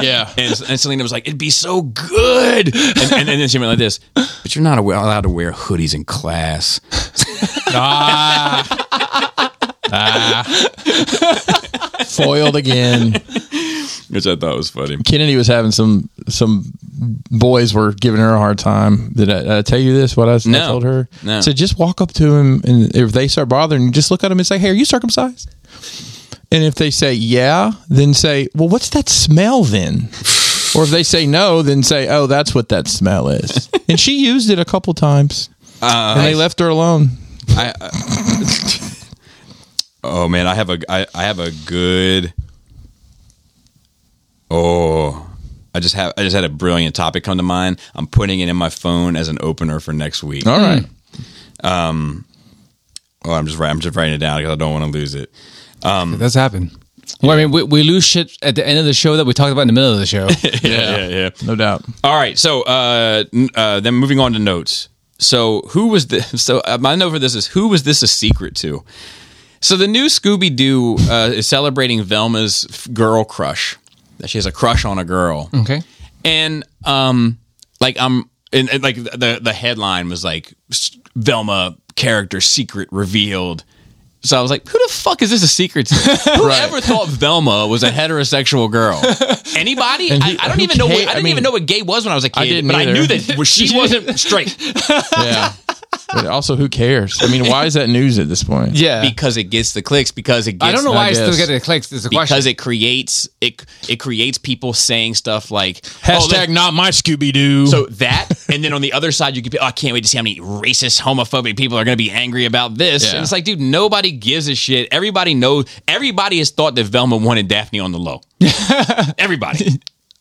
B: Yeah.
A: And, and Selena was like, "It'd be so good," and, and, and then she went like this, "But you're not awa- allowed to wear hoodies in class."
B: Foiled again.
A: Which I thought was funny.
B: Kennedy was having some some boys were giving her a hard time. Did I, did I tell you this? What I, I
A: No.
B: told her?
A: No.
B: So just walk up to him, and if they start bothering you, just look at them and say, "Hey, are you circumcised?" And if they say yeah, then say, "Well, what's that smell then?" or if they say no, then say, "Oh, that's what that smell is." and she used it a couple times,
A: Uh,
B: and they left her alone.
A: Oh man, I have a I, I have a good. Oh, I just have I just had a brilliant topic come to mind. I'm putting it in my phone as an opener for next week.
B: All right.
A: Oh, I'm just wri- I'm just writing it down because I don't want to lose it.
C: It does happen. Well, I mean, we, we lose shit at the end of the show that we talked about in the middle of the show.
A: Yeah, yeah, yeah.
B: No doubt.
A: All right, so uh, n- uh, then moving on to notes. So who was the so uh, my note for this is who was this a secret to? So the new Scooby Doo uh, is celebrating Velma's f- girl crush. That she has a crush on a girl.
C: okay.
A: and um like i'm and, and, like the the headline was like S- velma character secret revealed so i was like who the fuck is this a secret to who ever thought velma was a heterosexual girl anybody
B: And
A: I,
B: who-
A: I don't
B: who
A: even know what,
B: cares?
A: i
B: I
A: didn't
B: mean,
A: even know what gay was when i was a kid
B: didn't
A: but
B: either.
A: i knew that she wasn't straight
B: Yeah. but also, who cares? I mean, why is that news at this point?
C: Yeah.
A: because it gets the clicks because it gets
C: I don't know
B: I
C: why I, still
B: guess.
C: get the clicks. It's a question.
A: because it creates it it creates people saying stuff like oh,
B: Hashtag not my Scooby Doo.
A: So that, and then on the other side, you could be, oh, I can't wait to see how many racist, homophobic people are going to be angry about this.
B: Yeah.
A: And it's like, dude, nobody gives a shit. Everybody knows. Everybody has thought that Velma wanted Daphne on the low. everybody,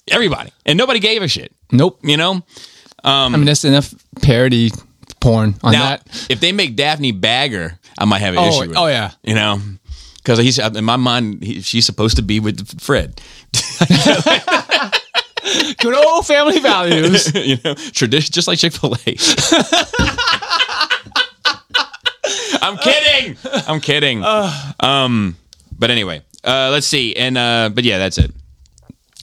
A: everybody, and nobody gave a shit.
C: nope.
A: You know.
C: I mean, that's enough parody porn on
A: Now,
C: that.
A: if they make Daphne Bagger, I might have an
C: Oh,
A: issue. With
C: oh,
A: it.
C: yeah.
A: you know, because he's in my mind, he, she's supposed to be with Fred.
C: Good old family values.
A: you know, tradition, just like Chick Fil A. I'm kidding. I'm kidding. Um, but anyway, uh, let's see. And uh, but yeah, that's it.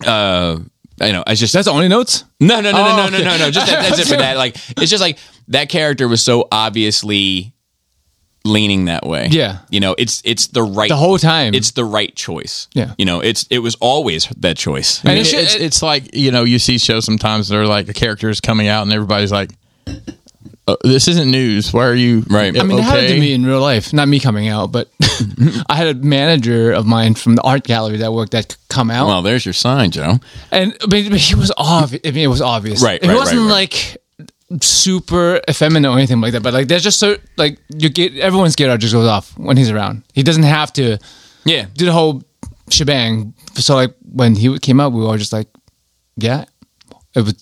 A: Uh, I know. I just
C: that's the only notes.
A: no, no, no,
C: Oh,
A: no, no,
C: okay.
A: no, no, no. Just that, that's it for that. Like, it's just like that character was so obviously leaning that way.
C: Yeah.
A: You know, it's it's the right
C: The whole time.
A: It's the right choice.
C: Yeah.
A: You know, it's it was always that choice.
C: And
B: It-
C: it should-
B: it's,
C: it-
B: it's like you know you see shows sometimes they're like the characters coming out and everybody's like uh, this isn't news why are you uh,
A: Right.
C: I mean, it happened to me in real life. Not me coming out, but I had a manager of mine from the art gallery that worked that come out,
A: Well, there's your sign, Joe.
C: and but, but he was obvious. I mean, it was obvious.
A: Right,
C: It
A: right,
C: wasn't
A: right, right.
C: like super effeminate or anything like that. But like, there's just so like you get everyone's radar just goes off when he's around. He doesn't have to
A: Yeah.
C: do the whole shebang. So like when he came out, we were all just like, yeah. It was,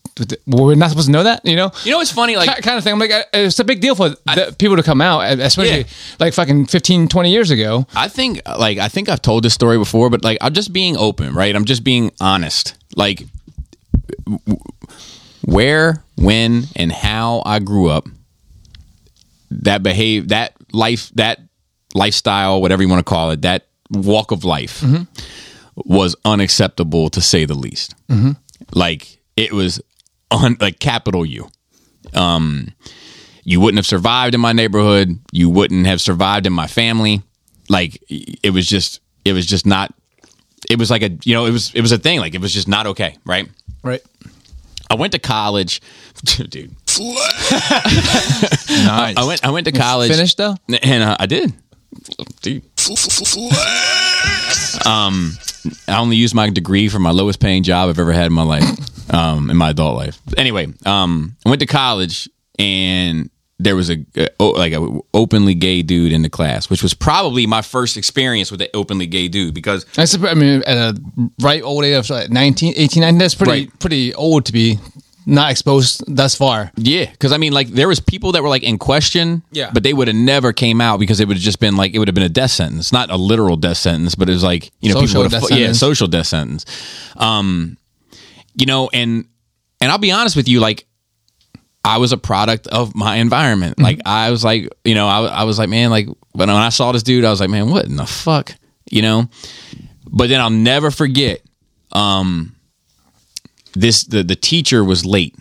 C: we're not supposed to know that, you know.
A: You know, it's funny. Like,
C: Ki- kind of thing. I'm like, I- it's a big deal for the people to come out, e, especially
A: Yeah.
C: like fucking 15, 20 years ago.
A: I think like I think I've told this story before, but like I'm just being open, right? I'm just being honest. Like w- where, when, and how I grew up, that behave, that life, that lifestyle, whatever you want to call it, that walk of life was unacceptable to say the least. Like it was on like capital U you wouldn't have survived in my neighborhood you wouldn't have survived in my family like it was just it was just not it was like a you know it was it was a thing like it was just not okay right
C: Right.
A: i went to college dude
B: nice.
A: i went i went to college
C: Finished though?
A: and uh, i did dude Um, I only used my degree for my lowest paying job I've ever had in my life, um, in my adult life. Anyway, um, I went to college and there was a, a oh, like a openly gay dude in the class, which was probably my first experience with an openly gay dude because
C: I, supp- I mean, at a right old age of like 19, 18, 19, that's pretty,
A: Right.
C: pretty old to be not exposed thus far.
A: yeah, because I mean like there was people that were like in question,
C: Yeah.
A: but they would have never came out because it would have just been like it would have been a death sentence, not a literal death sentence, but it was like you know
C: Social
A: people would
C: death
A: have yeah
C: sentence.
A: social death sentence, um, you know and and I'll be honest with you like I was a product of my environment. Like I was like, you know, I, I was like, man, like when, when I saw this dude, I was like, man, what in the fuck, you know? But then I'll never forget. Um, this the the teacher was late,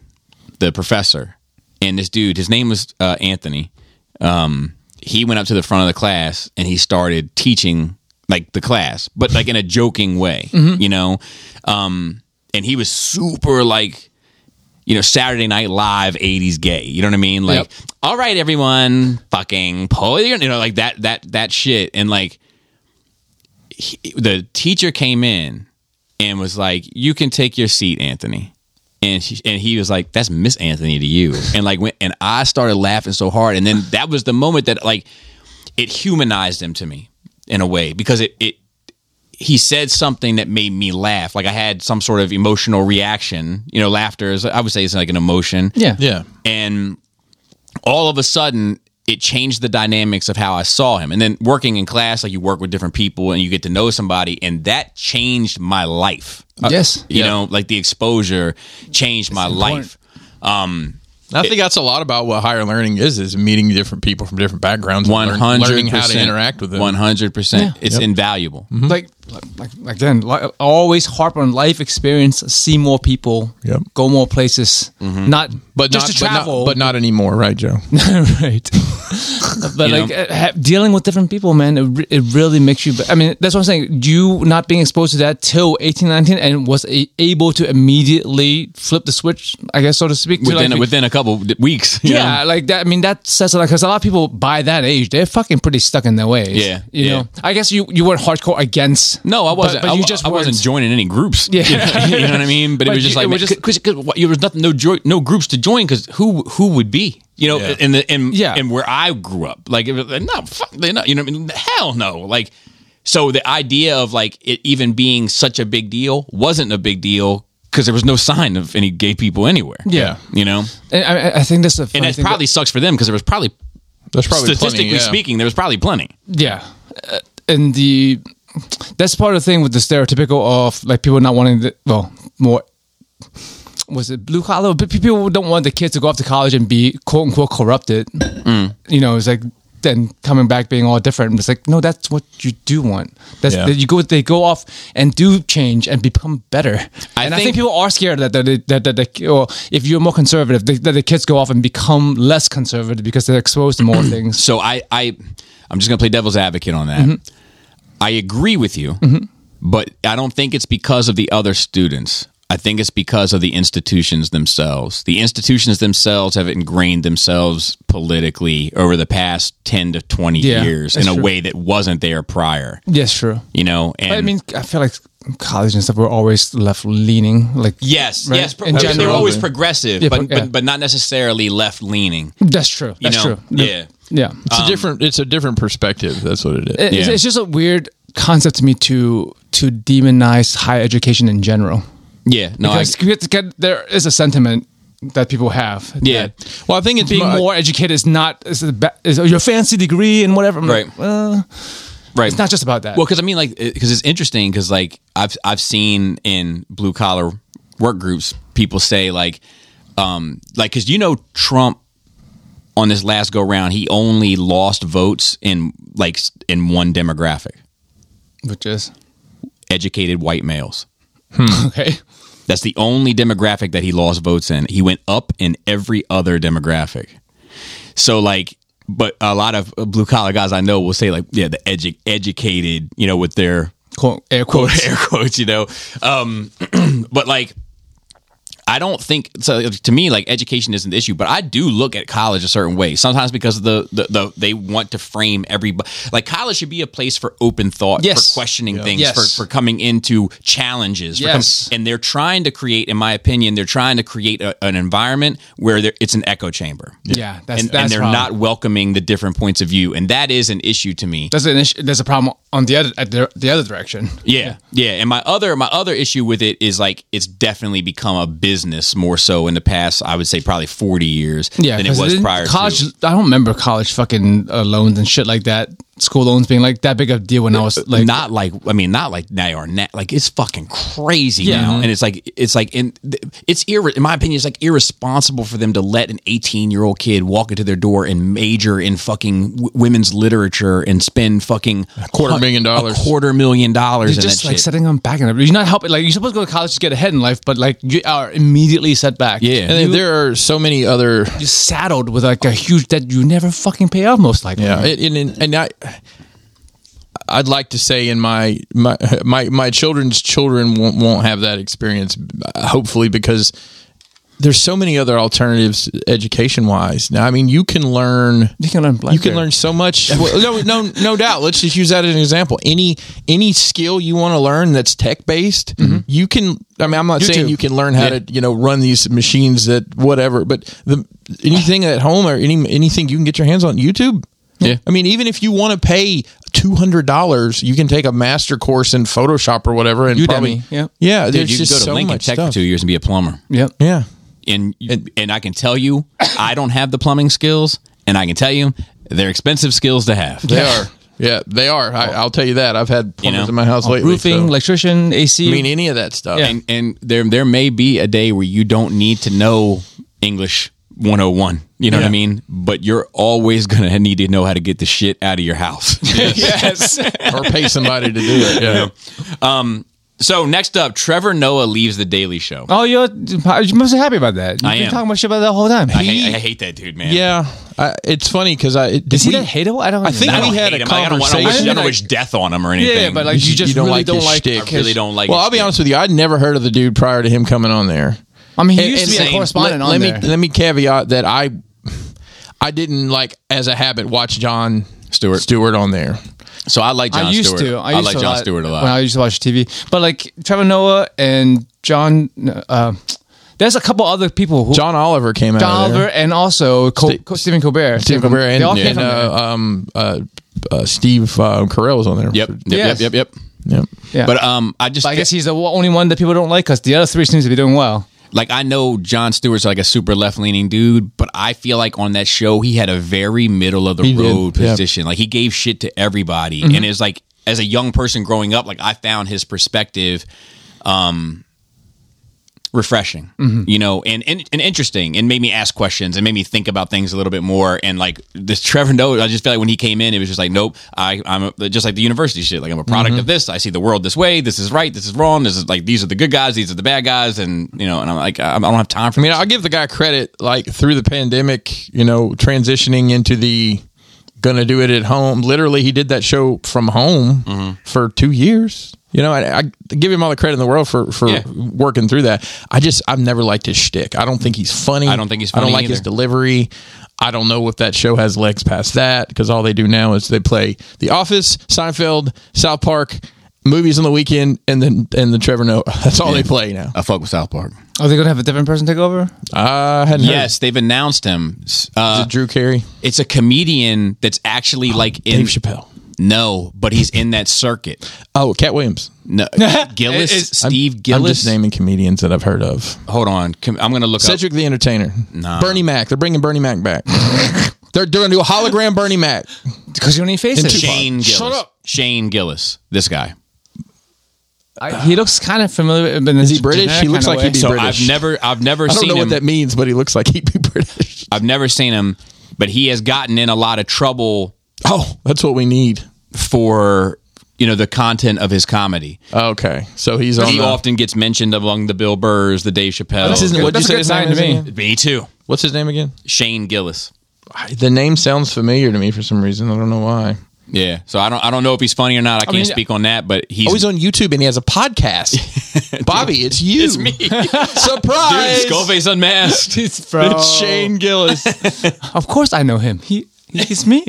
A: the professor, and this dude, his name was uh, Anthony. Um, he went up to the front of the class and he started teaching like the class, but like in a joking way, you know. Um, and he was super like you know, Saturday Night Live '80s gay. You know what I mean? Like,
C: Yep.
A: all right, everyone, fucking pull your, you know, like that, that, that shit. And like, he, the teacher came in and was like, "You can take your seat, Anthony." And she, and he was like, "That's Miss Anthony to you." And like, went, and I started laughing so hard, and then that was the moment that like it humanized him to me in a way because it it he said something that made me laugh. Like I had some sort of emotional reaction. You know, laughter is I would say it's like an emotion.
C: Yeah.
B: yeah
A: And all of a sudden it changed the dynamics of how I saw him. And then working in class, like you work with different people and you get to know somebody, and that changed my life. Uh,
C: yes.
A: You know, like the exposure changed my life.
B: I think that's a lot about what higher learning is: is meeting different people from different backgrounds, and
A: One
B: learn-
A: hundred
B: learning how to interact with them.
A: One hundred percent.
C: Yeah.
A: It's invaluable.
C: Like, like, like then, like, always harp on life experience, see more people,
B: Yep.
C: go more places, Mm-hmm. not
B: but
C: just
B: not,
C: to
B: but not-
C: travel,
B: but not, anymore, right, Joe?
C: right. but
A: You
C: like
A: know?
C: uh, ha- dealing with different people, man, it, re- it really makes you. I mean, that's what I'm saying. You not being exposed to that till 18, 19, and was a- able to immediately flip the switch, I guess, so to speak. To
A: Within
C: like,
A: within a couple d- weeks. you
C: yeah,
A: know?
C: like that. I mean, that says a lot because a lot of people by that age, they're fucking pretty stuck in their ways.
A: Yeah,
C: you
A: yeah.
C: know. I guess you you weren't hardcore against.
A: No, I wasn't.
C: But, but
A: I,
C: you just
A: I wasn't
C: weren't.
A: joining any groups. Yeah, you know, what I mean. But, it
C: But
A: was just
C: you-
A: like
C: it was just-
A: because there was nothing, no joy, no groups to join because who who would be you know
B: Yeah.
A: in the in
C: Yeah.
A: and where I grew up like it was, like, no fuck they're not, you know what I mean hell no like so the idea of like it even being such a big deal wasn't a big deal because there was no sign of any gay people anywhere.
C: Yeah.
A: you know,
C: And I, I- I think that's a
A: and
C: funny
A: that
C: thing,
A: probably sucks for them because there was probably,
B: That's probably
A: statistically
B: plenty, yeah.
A: speaking there was probably plenty.
C: Yeah, Uh, and the that's part of the thing with the stereotypical of like people not wanting the well more was it blue collar?
A: Mm.
C: But people don't want the kids to go off to college and be quote unquote corrupted. You know, it's like then coming back being all different. It's like no, that's what you do want. That's
B: Yeah.
C: that you go. They go off and do change and become better.
A: I
C: and I
A: think-
C: think people are scared that that that, that, that or if you're more conservative, that, that the kids go off and become less conservative because they're exposed to more things.
A: So I, I I'm just gonna play devil's advocate on that.
C: Mm-hmm.
A: I agree with you, but I don't think it's because of the other students. I think it's because of the institutions themselves. The institutions themselves have ingrained themselves politically over the past ten to twenty
C: Yeah,
A: years in
C: that's
A: a
C: true.
A: way that wasn't there prior.
C: Yes, true.
A: You know, and
C: I mean, I feel like college and stuff were always left leaning. Like
A: yes,
C: Right?
A: yes, pro-
C: In
A: they're
C: general.
A: always progressive,
C: Yeah,
A: but,
C: pro- yeah.
A: but but not necessarily left leaning.
C: that's true.
A: You
C: That's
A: know,
C: true.
A: yeah. Uh,
C: Yeah.
B: It's a different. It's a different perspective. That's what it is.
C: It- it's,
A: Yeah.
C: it's just a weird concept to me to to demonize higher education in general.
A: Yeah, no, Oh, I,
C: Because we have to get- there is a sentiment that people have.
A: yeah.
C: that
B: well, I think it's
C: being
B: mu-
C: more educated is not is, the be- is your fancy degree and whatever. I'm
A: Right.
C: like, well,
A: Right.
C: it's not just about that.
A: Well, because I mean, like, because it's interesting because like I've I've seen in blue collar work groups people say like, um, like because you know Trump on this last go round he only lost votes in like s- in one demographic,
C: which is
A: educated white males.
C: okay.
A: That's the only demographic that he lost votes in. He went up in every other demographic. So like, but a lot of blue collar guys I know will say like, yeah, the edu- educated, you know, with their
C: Quote, air
A: quote
C: quotes.
A: air quotes, you know. Um, but like, I don't think so. To me, like education isn't the issue, but I do look at college a certain way sometimes because of the the, the they want to frame everybody. Like college should be a place for open thought,
C: Yes.
A: for questioning things,
C: Yes.
A: for for coming into challenges. for com-
C: Yes.
A: and they're trying to create, in my opinion, they're trying to create a, an environment where there, it's an echo chamber.
C: Yeah, that's
A: and,
C: that's
A: and they're
C: problem.
A: not welcoming the different points of view, and that is an issue to me.
C: There's an issue, there's a problem on the other at the, the other direction.
A: Yeah, yeah. And my other my other issue with it is like it's definitely become a business more so in the past. I would say probably forty years than it
C: 'cause
A: was
C: didn't-
A: prior
C: college,
A: to.
C: I don't remember college fucking uh, loans and shit like that. School loans being like that big of a deal when I was like
A: Uh, not like I mean, not like they are now. Like it's fucking crazy
C: Yeah. Mm-hmm.
A: now, and it's like it's like in it's irre- in my opinion, it's like irresponsible for them to let an eighteen year old kid walk into their door and major in fucking w- women's literature and spend fucking a
B: quarter million dollars.
A: quarter million dollars.
C: You're
A: in
C: just
A: that
C: like
A: shit.
C: setting them back, and you're not helping. Like you're supposed to go to college to get ahead in life, but like you are immediately set back.
A: Yeah.
B: and
C: and then
B: then there are so many other.
C: you're saddled with like a huge debt you never fucking pay off, most likely.
B: Yeah, and and, and I, I'd like to say in my my my, my children's children won't, won't have that experience. uh, Hopefully, because there's so many other alternatives education wise. Now, I mean, you can learn.
C: you can learn. Blackberry.
B: You can learn so much. Well, no, no, no doubt. Let's just use that as an example. Any any skill you want to learn that's tech based,
A: Mm-hmm.
B: you can. I mean, I'm not saying
C: YouTube.
B: you can learn how to you know run these machines that whatever, but the anything at home or any anything you can get your hands on YouTube.
A: Yeah.
B: I mean, even if you want to pay two hundred dollars, you can take a master course in Photoshop or whatever, and
C: Udemy,
B: probably
C: yeah.
B: yeah.
A: Dude,
B: there's
A: you
B: just
A: can go to
B: so
A: Lincoln
B: much
A: Tech for
B: stuff.
A: two years and be a plumber.
C: Yep.
B: Yeah,
A: and and, I can tell you I don't have the plumbing skills, and I can tell you they're expensive skills to have.
B: they are. Yeah, they are. I, I'll tell you that. I've had plumbers
A: know,
B: in my house lately.
C: Roofing,
B: so-
C: electrician, AC.
B: I mean, any of that stuff.
A: And and there there may be a day where you don't need to know English 101. You know what I mean? But you're always going to need to know how to get the shit out of your house.
C: yes.
B: or pay somebody to do it. Yeah.
A: so next up, Trevor Noah leaves the Daily Show.
C: oh, you're you must be happy about that. You've
A: I
C: been
A: am.
C: talking about shit about that the whole time.
A: I, hate, I hate that dude, man.
B: Yeah. I, it's funny because I did
C: Is he
B: we-
C: that hateable? I don't.
B: I think
A: I
C: know.
A: don't
B: we had
A: hate
B: a
A: him. I don't, I don't wish, I
B: conversation.
A: don't wish death on him or anything.
C: yeah, but like you, just really don't
B: his
C: like.
B: shtick.
A: I really don't like
B: Well,
A: his
B: I'll be
A: shtick.
B: honest with you. I'd never heard of the dude prior to him coming on there.
C: I mean, he
B: And-
C: used to
B: and
C: be a
B: same-
C: correspondent
B: let,
C: on
B: let
C: there.
B: me let me caveat that I I didn't like as a habit watch John
A: Stewart.
B: Stewart on there.
A: so I like John
C: I used
A: Stewart.
C: to.
A: I,
C: I, used
A: like
C: to
A: John
C: lot
A: Stewart a lot.
C: When I used to watch TV, but like Trevor Noah and John, uh, there's a couple other people who
B: John Oliver came out.
C: John
B: of there.
C: Oliver and also Co- Co- Stephen Colbert.
B: Steve Colbert
C: they
B: and,
C: all came
B: and,
C: from there.
B: uh, um, uh, uh, Steve uh, Carell was on there.
A: Yep. Yep.
C: Yes.
A: Yep. Yep. Yep.
B: Yep.
C: yeah.
A: But um, I just
C: But I guess he's the only one that people don't like because the other three seems to be doing well.
A: like I know John Stewart's like a super left leaning dude, but I feel like on that show he had a very middle of the
B: He did,
A: road
B: yeah.
A: position. Like he gave shit to everybody, and it's like as a young person growing up, like I found his perspective um refreshing, you know, and, and and interesting, and made me ask questions and made me think about things a little bit more. And like this Trevor Noah, I just feel like when he came in, it was just like, nope, I I'm a, just like the university shit. Like I'm a product of this. I see the world this way. This is right. This is wrong. This is like these are the good guys. These are the bad guys. And you know, and I'm like, I I don't have time for
B: I
A: me.
B: mean, I give the guy credit, like through the pandemic, you know, transitioning into the gonna do it at home. Literally, he did that show from home
A: Mm-hmm.
B: for two years. You know, I, I give him all the credit in the world for for
A: Yeah.
B: working through that. I just I've never liked his shtick. I don't think he's funny.
A: I don't think he's
B: I don't
A: funny
B: like his
A: either.
B: delivery. I don't know if that show has legs past that because all they do now is they play The Office, Seinfeld, South Park, movies on the weekend, and then and the Trevor Noah. That's all they play now.
A: I fuck with South Park.
C: Are they gonna have a different person take over?
B: I hadn't heard.
A: Yes, they've announced him. S-
B: Is
A: Uh,
B: it Drew Carey.
A: it's a comedian that's actually like in
B: Oh, Dave Chappelle.
A: no, but he's in that circuit.
B: Oh, Cat Williams.
A: No, Gillis, Steve
B: I'm
A: Gillis.
B: just naming comedians that I've heard of.
A: Hold on, Com- I'm gonna look up.
B: Cedric the Entertainer. Bernie Mac. They're bringing Bernie Mac back. They're doing a new hologram Bernie Mac.
C: Because you don't need faces.
A: Shane Gillis.
B: Shut up.
A: Shane Gillis. This guy.
C: I- he looks kind of familiar. Is
B: he British? He looks like he'd be
A: So
B: British.
A: I've never, I've never
B: I don't
A: seen
B: know
A: him.
B: what that means, but he looks like he'd be British.
A: I've never seen him, but he has gotten in a lot of trouble
B: Oh, that's what we need.
A: for you know the content of his comedy.
B: Okay, so he's on.
A: he
B: the-
A: often gets mentioned among the Bill Burrs, the Dave Chappelle.
B: What's his,
C: That's
B: what'd
C: a
B: you say
C: good
B: his name
C: sign to
B: is
C: me.
B: again?
A: Me too.
B: What's his name again?
A: Shane Gillis.
B: I- The name sounds familiar to me for some reason. I don't know why.
A: Yeah. So I don't, I don't know if he's funny or not. I can't speak on that, but he's.
B: Oh, he's on YouTube and he has a podcast. Bobby, it's you. It's me. Surprise.
A: Dude, Skullface unmasked.
C: bro.
B: It's Shane Gillis.
C: Of course I know him. He he's me.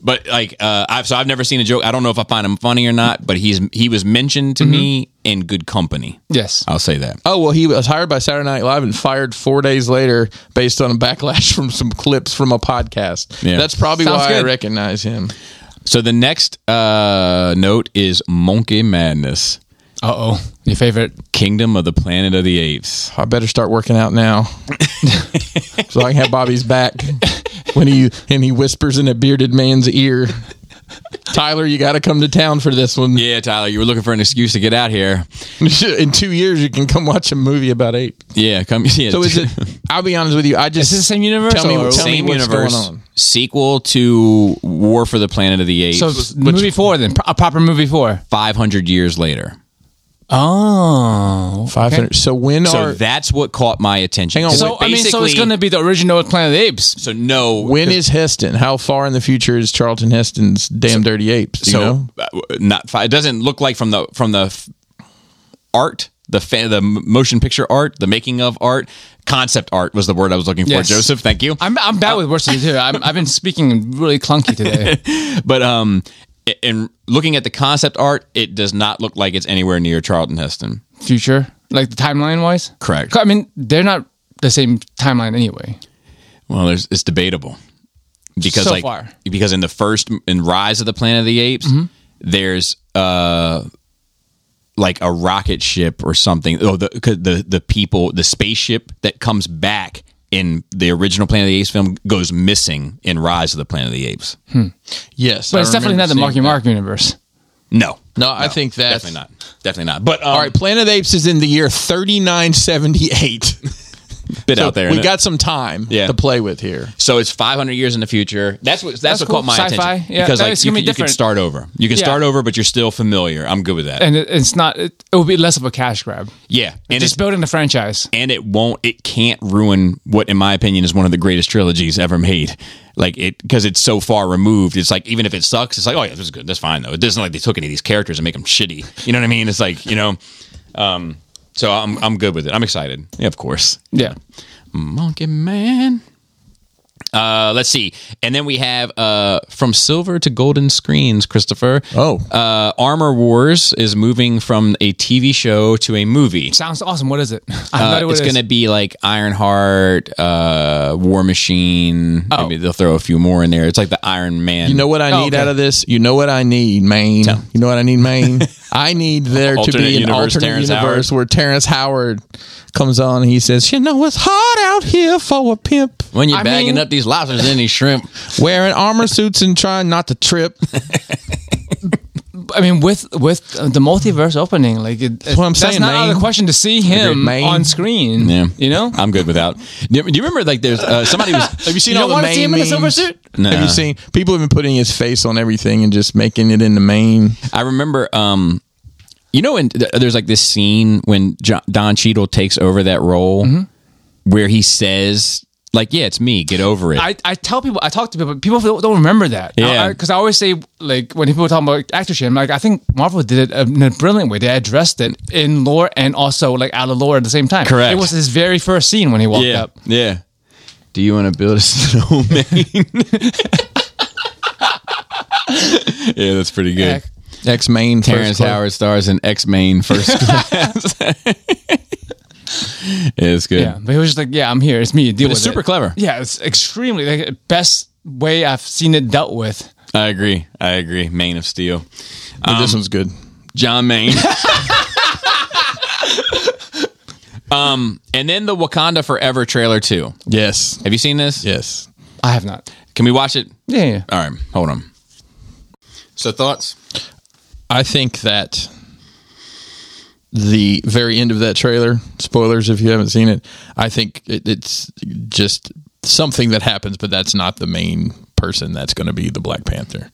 A: but like uh, I've so I've never seen a joke. I don't know if I find him funny or not, but he's he was mentioned
B: Mm-hmm.
A: to me in Good Company.
C: yes.
A: I'll say that.
B: Oh well, he was hired by Saturday Night Live and fired four days later based on a backlash from some clips from a podcast.
A: Yeah.
B: That's probably
C: Sounds
B: why I
C: good.
B: recognize him.
A: So the next uh, note is Monkey Madness,
C: Uh oh. Your favorite.
A: Kingdom of the Planet of the Apes.
B: I better start working out now, so I can have Bobby's back when he and he whispers in a bearded man's ear. Tyler, you got to come to town for this one.
A: Yeah, Tyler, you were looking for an excuse to get out here.
B: In two years, you can come watch a movie about ape.
A: Yeah, come. Yeah.
B: So is it? I'll be honest with you. I just
C: Is this the same universe?
B: Tell me-
C: or-
B: tell me-
A: same
B: what's
A: universe?
B: going on.
A: Sequel to War for the Planet of the Apes.
C: so movie four then. pro- A proper movie four.
A: five hundred years later.
C: Oh.
B: five hundred. So when
A: So
B: are
A: that's what caught my attention.
B: Hang on,
C: So I mean, so it's
A: basically-
C: gonna be the original Planet of the Apes.
A: So no.
B: when is Heston? How far in the future is Charlton Heston's Damn Dirty Apes? Do you know?
A: so uh, not fi- it doesn't look like from the from the f- art the fa- the m- motion picture art the making of art concept art was the word i was looking for
C: Yes.
A: joseph thank you
C: I'm I'm bad with words too. I'm, I've been speaking really clunky today.
A: but um i- in looking at the concept art it does not look like it's anywhere near charlton heston
C: Future, like the timeline wise.
A: Correct.
C: I mean, they're not the same timeline anyway.
A: well there's, it's debatable because
C: So
A: like
C: far. Mm-hmm.
A: because in the first in rise of the planet of the apes there's uh like a rocket ship or something. Oh, the 'cause the the people, the spaceship that comes back in the original Planet of the Apes film goes missing in Rise of the Planet of the Apes.
B: Yes,
C: But
B: I
C: it's definitely
B: remember
C: not the
B: seeing
C: Marky
B: that.
C: Mark universe.
A: No,
B: No, I think that's
A: definitely not. Definitely not. But um,
B: All right, Planet of the Apes is in the year thirty nine seventy eight.
A: bit out there.
B: we
A: isn't it?
B: got some time
A: Yeah.
B: to play with here.
A: so it's 500 years in the future. That's what that's,
C: That's
A: what
C: cool.
A: caught my
C: Sci-fi.
A: attention
C: Yeah,
A: because
C: that
A: like
C: is
A: you,
C: gonna
A: can,
C: be
A: you can
C: different.
A: start over. You can
C: Yeah.
A: start over, but you're still familiar. I'm good with that.
C: and it, it's not. It, it will be less of a cash grab.
A: yeah, and it's
C: Just building the franchise.
A: and it won't it can't ruin what in my opinion is one of the greatest trilogies ever made like it because it's so far removed it's like even if it sucks it's like oh yeah this is good that's fine though it doesn't like they took any of these characters and make them shitty you know what i mean it's like you know um so i'm i'm good with it i'm excited yeah of course
C: Yeah.
A: monkey man uh, let's see. And then we have uh, from silver to golden screens, Christopher.
B: Oh.
A: Uh, Armor Wars is moving from a TV show to a movie.
C: Sounds awesome. What is it? I have no
A: Uh,
C: idea what
A: it's
C: it is.
A: going to be like Ironheart, uh, War Machine. Maybe they'll throw a few more in there. It's like the Iron Man.
B: You know what I
C: Oh,
B: need
C: okay.
B: out of this? You know what I need, Maine. You know what I need, Maine. I need there to
A: Alternate
B: be an
A: universe,
B: alternate
A: Terrence
B: universe
A: Howard.
B: where Terrence Howard comes on and he says, "You know it's hot out here for a pimp,
A: when you're
C: I
A: bagging
C: mean-
A: up these lobsters and these shrimp.
B: wearing armor suits and trying not to trip."
C: I mean, with with uh, the multiverse opening, like it, that's
B: what I'm
C: That's
B: saying,
C: not out of
B: man.
C: the question to see him
B: man.
C: on screen.
A: Yeah.
C: you know.
A: I'm good without. Do you do you remember like there's uh, somebody was
B: Have you seen
C: You
B: all
C: don't
B: the
C: want
B: main
C: to see him in a silver
B: memes?
C: suit?
B: Have you seen people have been putting his face on everything and just making it in the main?
A: I remember, um, you know, when th- there's like this scene when jo- Don Cheadle takes over that role, where he says, "Like, yeah, it's me. Get over it."
C: I, I tell people I talk to people people don't don't remember that
A: Yeah.
C: because I, always say like when people talk about actorship I'm like I think Marvel did it uh, in a brilliant way they addressed it in lore and also like out of lore at the same time
A: Correct.
C: it was his very first scene when he walked
A: yeah,
C: up
A: yeah. Do you want to build a snowman? yeah, that's pretty good.
C: Yeah.
B: X main
A: Terrence Howard stars in X Men First Class. yeah, it's good.
C: yeah but he was just like yeah I'm here it's me deal
A: But it's
C: with
A: super
C: it.
A: clever.
C: yeah it's extremely like best way I've seen it dealt with
A: I agree. I agree. Man of Steel.
B: Oh, this one's good.
A: John Maine. um, Um, and then the Wakanda Forever trailer too.
B: Yes,
A: Have you seen this?
B: yes.
C: I have not
A: Can we watch it?
C: yeah, yeah.
A: All right, hold on. So thoughts?
B: I think that the very end of that trailer, spoilers if you haven't seen it, I think it, it's just something that happens, but that's not the main person that's going to be the Black Panther.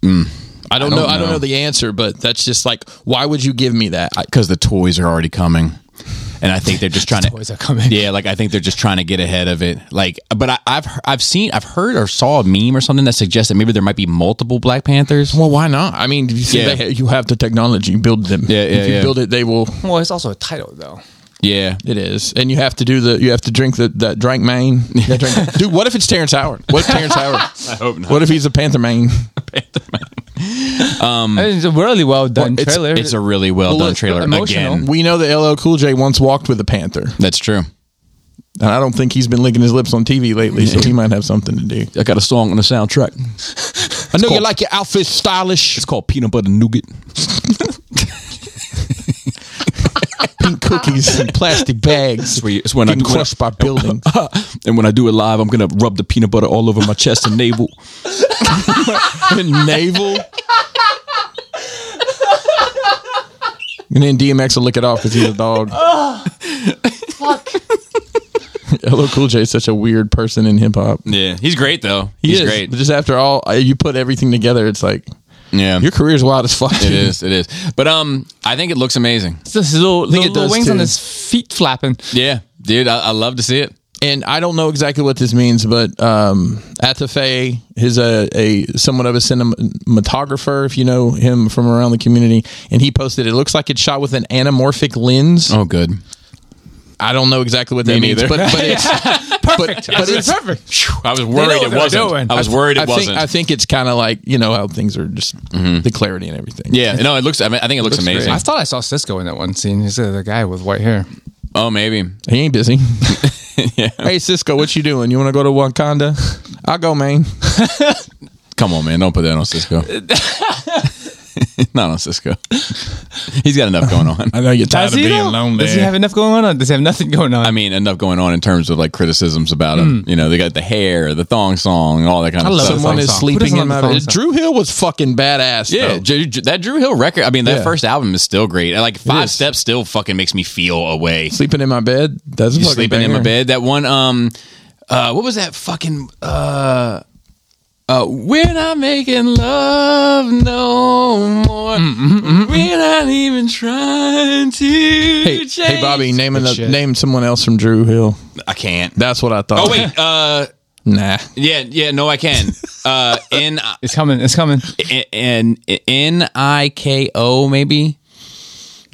B: Hmm. I don't, know, I don't know the answer, but that's just like, why would you give me that? I,
A: Because the toys are already coming, and I think they're just trying
C: boys
A: to.
C: are coming
A: Yeah, like I think they're just trying to get ahead of it. Like, but I, I've I've seen I've heard or saw a meme or something that suggests that maybe there might be multiple Black Panthers.
B: well, why not? I mean, you, see
A: Yeah.
B: they, you have the technology, build them.
A: Yeah, yeah,
B: if you
A: yeah.
B: build it, they will.
C: well it's also a title though
A: Yeah,
B: It is, and you have to do the. You have to drink the that drink main. That drink, dude. What if it's Terrence Howard? What if Terrence Howard? I hope not. What if he's a Panther main?
C: it's a really well done
B: it's-
C: trailer
A: it's a really well done
B: look,
A: trailer
C: emotional.
A: again.
B: We know that LL Cool J once walked with a Panther,
A: That's true.
B: and I don't think he's been licking his lips on TV lately, so he might have something to do.
A: I got a song on the soundtrack.
B: I know you like your outfit stylish,
A: It's called Peanut Butter Nougat.
B: pink cookies and plastic bags.
A: where you- it's when I
B: getting
A: do- when I-
B: crushed by buildings.
A: And when I do it live, I'm gonna rub the peanut butter all over my chest and navel.
B: navel. And then DMX will lick it off because he's a dog. Fuck. LL Cool J is such a weird person in hip hop.
A: Yeah, he's great though.
B: He
A: He's
B: is.
A: great.
B: But just after all, uh, you put everything together, it's like
A: Yeah,
B: your career's wild as fuck.
A: it is. It is. But um, I think it looks amazing.
C: It's his little, little,
B: it does
C: little wings
B: too.
C: on his feet flapping
A: Yeah, dude, I, I love to see it.
B: And I don't know exactly what this means, but um, Atafay is a, a somewhat of a cinematographer, if you know him from around the community. And he posted, it looks like it's shot with an anamorphic lens.
A: Oh, good.
B: I don't know exactly what that means,
A: neither.
B: but, but it's
C: perfect
B: but it's-
C: perfect
A: I was
C: know
A: worried
C: what
A: it
C: they're
A: wasn't.
C: doing.
A: I was worried
B: I
A: it
B: think
A: wasn't. Mm-hmm.
B: I think it's kind of like you know how things are just the clarity and everything.
A: Yeah, no, it looks. I, mean, I think it looks, amazing.
C: I thought I saw Cisco in that one scene. He's uh, the guy with white hair.
A: Oh, maybe.
B: he ain't busy. Hey Cisco, what you doing? You want to go to Wakanda? I'll go, man.
A: Come on, man, don't put that on Cisco. Not on Cisco. He's got enough going on.
B: I know you're tired
C: Does he, though? Does he have enough going on? Or does he have nothing going on?
A: I mean, enough going on in terms of like criticisms about him. You know, they got the hair, the thong song, all that kind of
C: love
A: stuff.
C: it.
B: Someone
C: Song,
B: is
C: song. Who
B: sleeping
C: doesn't
B: in my
C: love the
B: bed.
C: song, song?
B: Drew Hill was fucking badass.
A: Yeah,
B: though.
A: J- J- that Drew Hill record. I mean, that
B: Yeah.
A: first album is still great. I Like Five
B: is.
A: Steps still fucking makes me feel away.
B: sleeping in my bed. That's a
A: You
B: fucking
A: sleeping in my
B: banger.
A: bed. That one. Um, uh, what was that fucking? Uh, uh, we're not making love no more.
B: Hmm.
A: We're not even trying to.
B: Hey,
A: change.
B: hey, Bobby, name another,
C: shit.
B: name someone else from Drew Hill.
A: I can't.
B: That's what I thought.
A: Oh wait. Uh,
B: nah.
A: yeah, yeah. No, I can. Uh, N
C: it's coming. It's coming.
A: N N I K O maybe.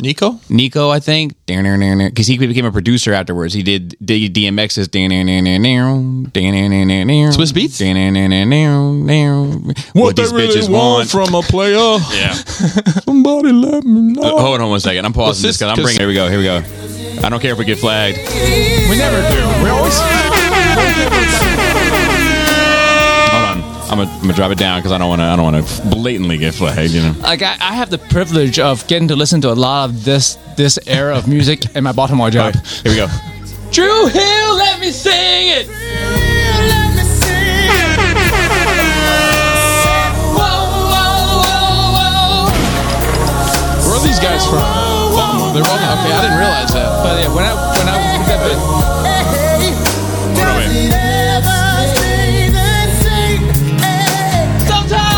B: Nico,
A: Nico, I think, because he became a producer afterwards. He did D- DMX's Swiss
B: Beats?
A: What these bitches want?
B: from a player?
A: Yeah.
B: Somebody let me know.
A: Oh, Hold on one second. I'm pausing this
B: Well,
A: because I'm
B: sis-
A: bringing. Here we go. Here we go. I don't care if we get flagged.
C: We never do. We're always.
A: Hold on. I'm gonna, I'm gonna drop it down because I don't want to. I don't want to blatantly get flagged. You know.
C: Like I, I have the privilege of getting to listen to a lot of this this era of music in my Baltimore
A: All
C: job.
B: Uh,
A: right, here we go.
C: Drew Hill, let me sing it.
F: Whoa, whoa, whoa, whoa.
B: they're all, okay. I didn't realize that.
C: But yeah, when I when I did that bit,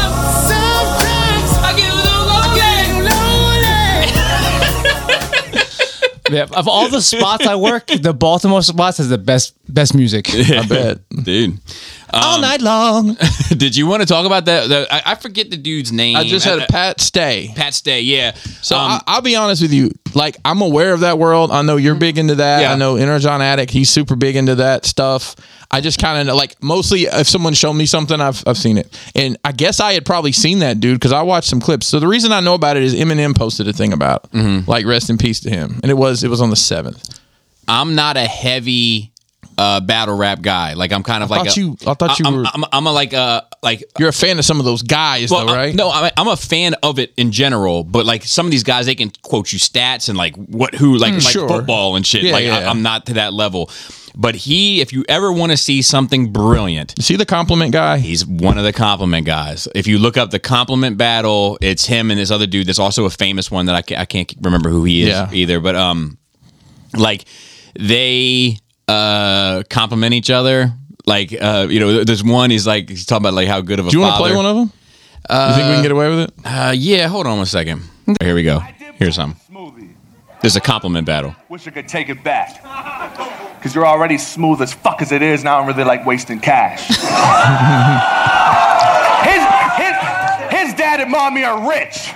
C: yeah, of all the spots I work, the Baltimore spots has the best best music.
B: I bet.
A: dude.
C: All night long.
A: Did you want to talk about that? The, I, I forget the dude's name.
B: I just had
A: Uh,
B: a Pat stay.
A: Pat Stay. Yeah.
B: So
A: Um,
B: I, I'll be honest with you. Like I'm aware of that world. I know you're big into
A: Mm-hmm.
B: that.
A: Yeah.
B: I know Energon Addict. He's super big into that stuff. I just kind of like mostly if someone showed me something, I've I've seen it. And I guess I had probably seen that dude because I watched some clips. So the reason I know about it is Eminem posted a thing about it.
A: Mm-hmm.
B: like rest in peace to him. And it was it was on the seventh.
A: I'm not a heavy uh, battle rap guy. Like I'm kind of like
B: thought
A: a-
B: you- I thought you
A: I'm,
B: were-
A: I'm, I'm a like uh like.
B: You're a fan of some of those guys
A: Well,
B: though,
A: I-
B: right?
A: no, I'm a, I'm a fan of it in general, but like some of these guys, they can quote you stats and like what who like, like
B: Mm. sure.
A: football and shit.
B: Yeah,
A: like
B: yeah,
A: I,
B: yeah.
A: I'm not to that level. But he, if you ever want to see something brilliant,
B: You see the compliment guy?
A: He's one of the compliment guys. If you look up the compliment battle, it's him and this other dude that's also a famous one that I can't, I can't remember who he is
B: Yeah.
A: either. But um, like they uh compliment each other. Like uh, you know, there's one. He's like he's talking about like how good of a
B: Do you want to
A: father.
B: play one of them? you think we can get away with it?
A: Uh, yeah, hold on one second. Here we go. Here's some.
F: Smoothie.
A: There's a compliment battle.
F: Wish I could take it back. Cause you're already smooth as fuck as it is, and I don't really like wasting cash. his, his, his dad and mommy are rich.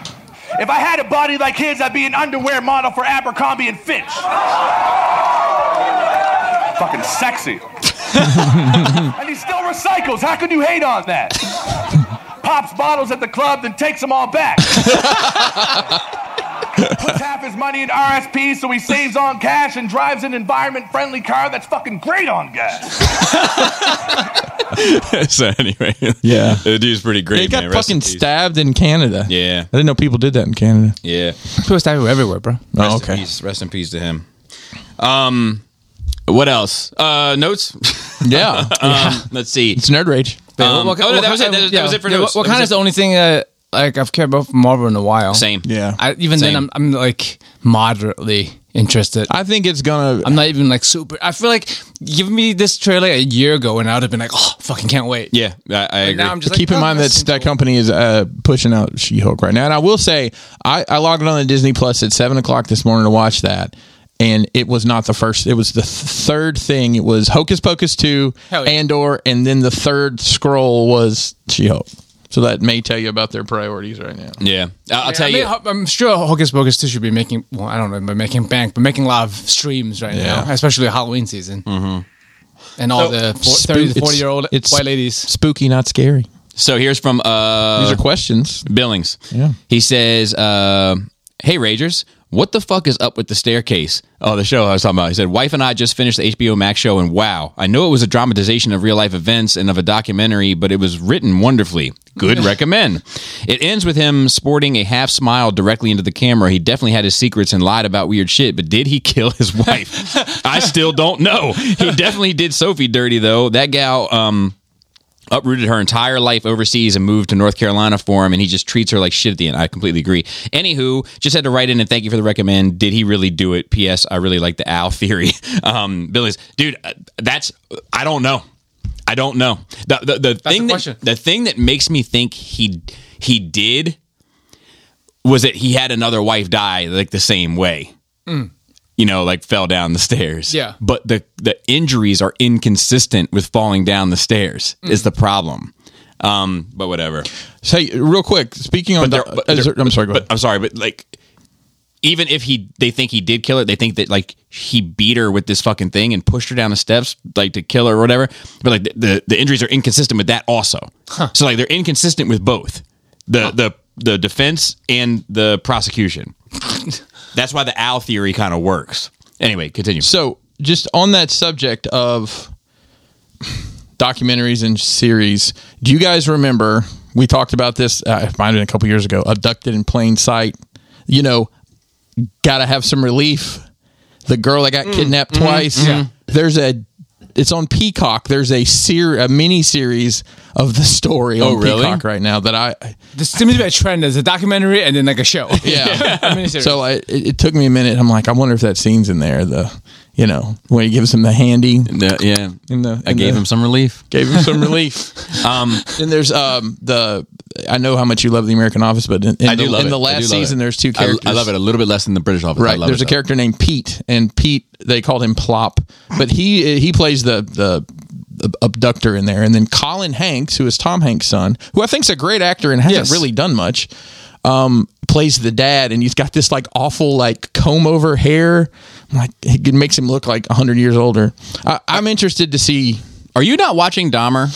F: If I had a body like his, I'd be an underwear model for Abercrombie and Fitch. Fucking sexy. and he still recycles. How can you hate on that? Pops bottles at the club, then takes them all back. puts half his money in RSP so he saves on cash and drives an environment friendly car that's fucking great on gas.
A: so anyway,
B: Yeah.
A: the dude's pretty great.
B: They got
A: man. Rest in
B: fucking
A: peace.
B: stabbed in Canada.
A: Yeah,
B: I didn't know people did that in Canada.
A: yeah.
C: People stab you everywhere, bro.
B: Oh,
A: Rest In
B: okay.
A: peace, rest in peace to him. Um, what else? Uh, notes.
B: Yeah.
A: um, let's see.
B: It's nerd rage.
A: Um, oh, no, that was it. That was- that was it for
C: yeah,
A: notes.
C: What, what
A: That
C: kind
A: was
C: is the only thing uh, like I've cared about from Marvel in a while?
A: Same.
B: Yeah.
C: I, even
A: Same.
C: then, I'm, I'm like moderately interested.
B: I think it's gonna.
C: I'm not even like super. I feel like give me this trailer a year ago and I would have been like, oh, fucking can't wait.
A: Yeah, I, I agree.
C: Now I'm just
B: keep
C: like,
B: in
C: oh,
B: mind that
C: that's
B: that company is uh, pushing out She-Hulk right now, and I will say I, I logged on to Disney Plus at seven o'clock this morning to watch that, and it was not the first. It was the th- third thing. It was Hocus Pocus two,
C: Hell yeah.
B: Andor, and then the third scroll was She-Hulk. So that may tell you about their priorities right now.
A: yeah, I- I'll tell
C: I mean,
A: you.
C: ho- I'm sure Hocus Pocus 2 should be making, well, I don't know, but making bank, but making a lot of streams right
B: Yeah.
C: now, especially Halloween season. Mm-hmm. And all the four, 30 to 40 year old
B: it's
C: white ladies.
B: Spooky, not scary.
A: So here's from
B: These
A: uh,
B: are questions.
A: Billings.
B: Yeah.
A: He says, uh, "Hey Ragers, what the fuck is up with the staircase?" Oh, the show I was talking about. He said, "Wife and I just finished the HBO Max show, and wow, I know it was a dramatization of real life events and of a documentary, but it was written wonderfully. Good recommend." It ends with him sporting a half smile directly into the camera. He definitely had his secrets and lied about weird shit, but did he kill his wife? I still don't know. He definitely did Sophie dirty though. That gal, um, uprooted her entire life overseas and moved to North Carolina for him, and he just treats her like shit at the end. I completely agree. Anywho, just had to write in and thank you for the recommend. Did he really do it? P.S. I really like the Al theory. Um, Billy's dude, uh, that's I don't know. I don't know. The the, the thing
C: question.
A: that, the thing that makes me think he he did was that he had another wife die like the same way. You know, like fell down the stairs.
C: Yeah.
A: But the the injuries are inconsistent with falling down the stairs is the problem. Um, but whatever.
B: So, hey, real quick, speaking on.
A: But, they're-
B: the-
A: but
B: uh,
A: they're-
B: I'm sorry. Go
A: but
B: ahead.
A: I'm sorry, but like even if he they think he did kill her, they think that like he beat her with this fucking thing and pushed her down the steps like to kill her or whatever. But like the the, the injuries are inconsistent with that also. So like they're inconsistent with both. The the the defense and the prosecution. That's why the Al theory kind of works. Anyway, continue.
B: So, just on that subject of documentaries and series, do you guys remember we talked about this? Uh, it might have been a couple years ago. Abducted in plain sight. You know,
A: Mm, mm-hmm,
B: gotta have some relief. The girl that got kidnapped twice. There's a it's on Peacock. There's a ser- a mini series of the story on
A: Oh, really?
B: Peacock right now that I
C: This seems to be a trend. There's a documentary and then like a show.
B: yeah.
C: I mean, seriously.
B: so I, it, it took me a minute. I'm like, I wonder if that scene's in there. The you know when he gives him the handy.
A: The- yeah,
B: In the-
A: I
B: in
A: gave
B: the-
A: him some relief.
B: Gave him some relief.
A: Um,
B: Then there's um the I know how much you love the American Office, but in, in
A: I do
B: the,
A: love
B: in
A: it.
B: the
A: I
B: last
A: do love it.
B: season there's two
A: I-
B: characters.
A: I, love it a little bit less than the British office. I
B: Right.
A: love
B: There's
A: it,
B: a character named Pete, and Pete they called him Plop, but he he plays the the ab- abductor in there, and then Colin Hanks, who is Tom Hanks' son, who I think's a great actor and hasn't
C: Yes.
B: really done much, um, plays the dad, and he's got this like awful like comb over hair, like it makes him look like hundred years older. I, I'm interested to see.
A: Are you not watching Dahmer?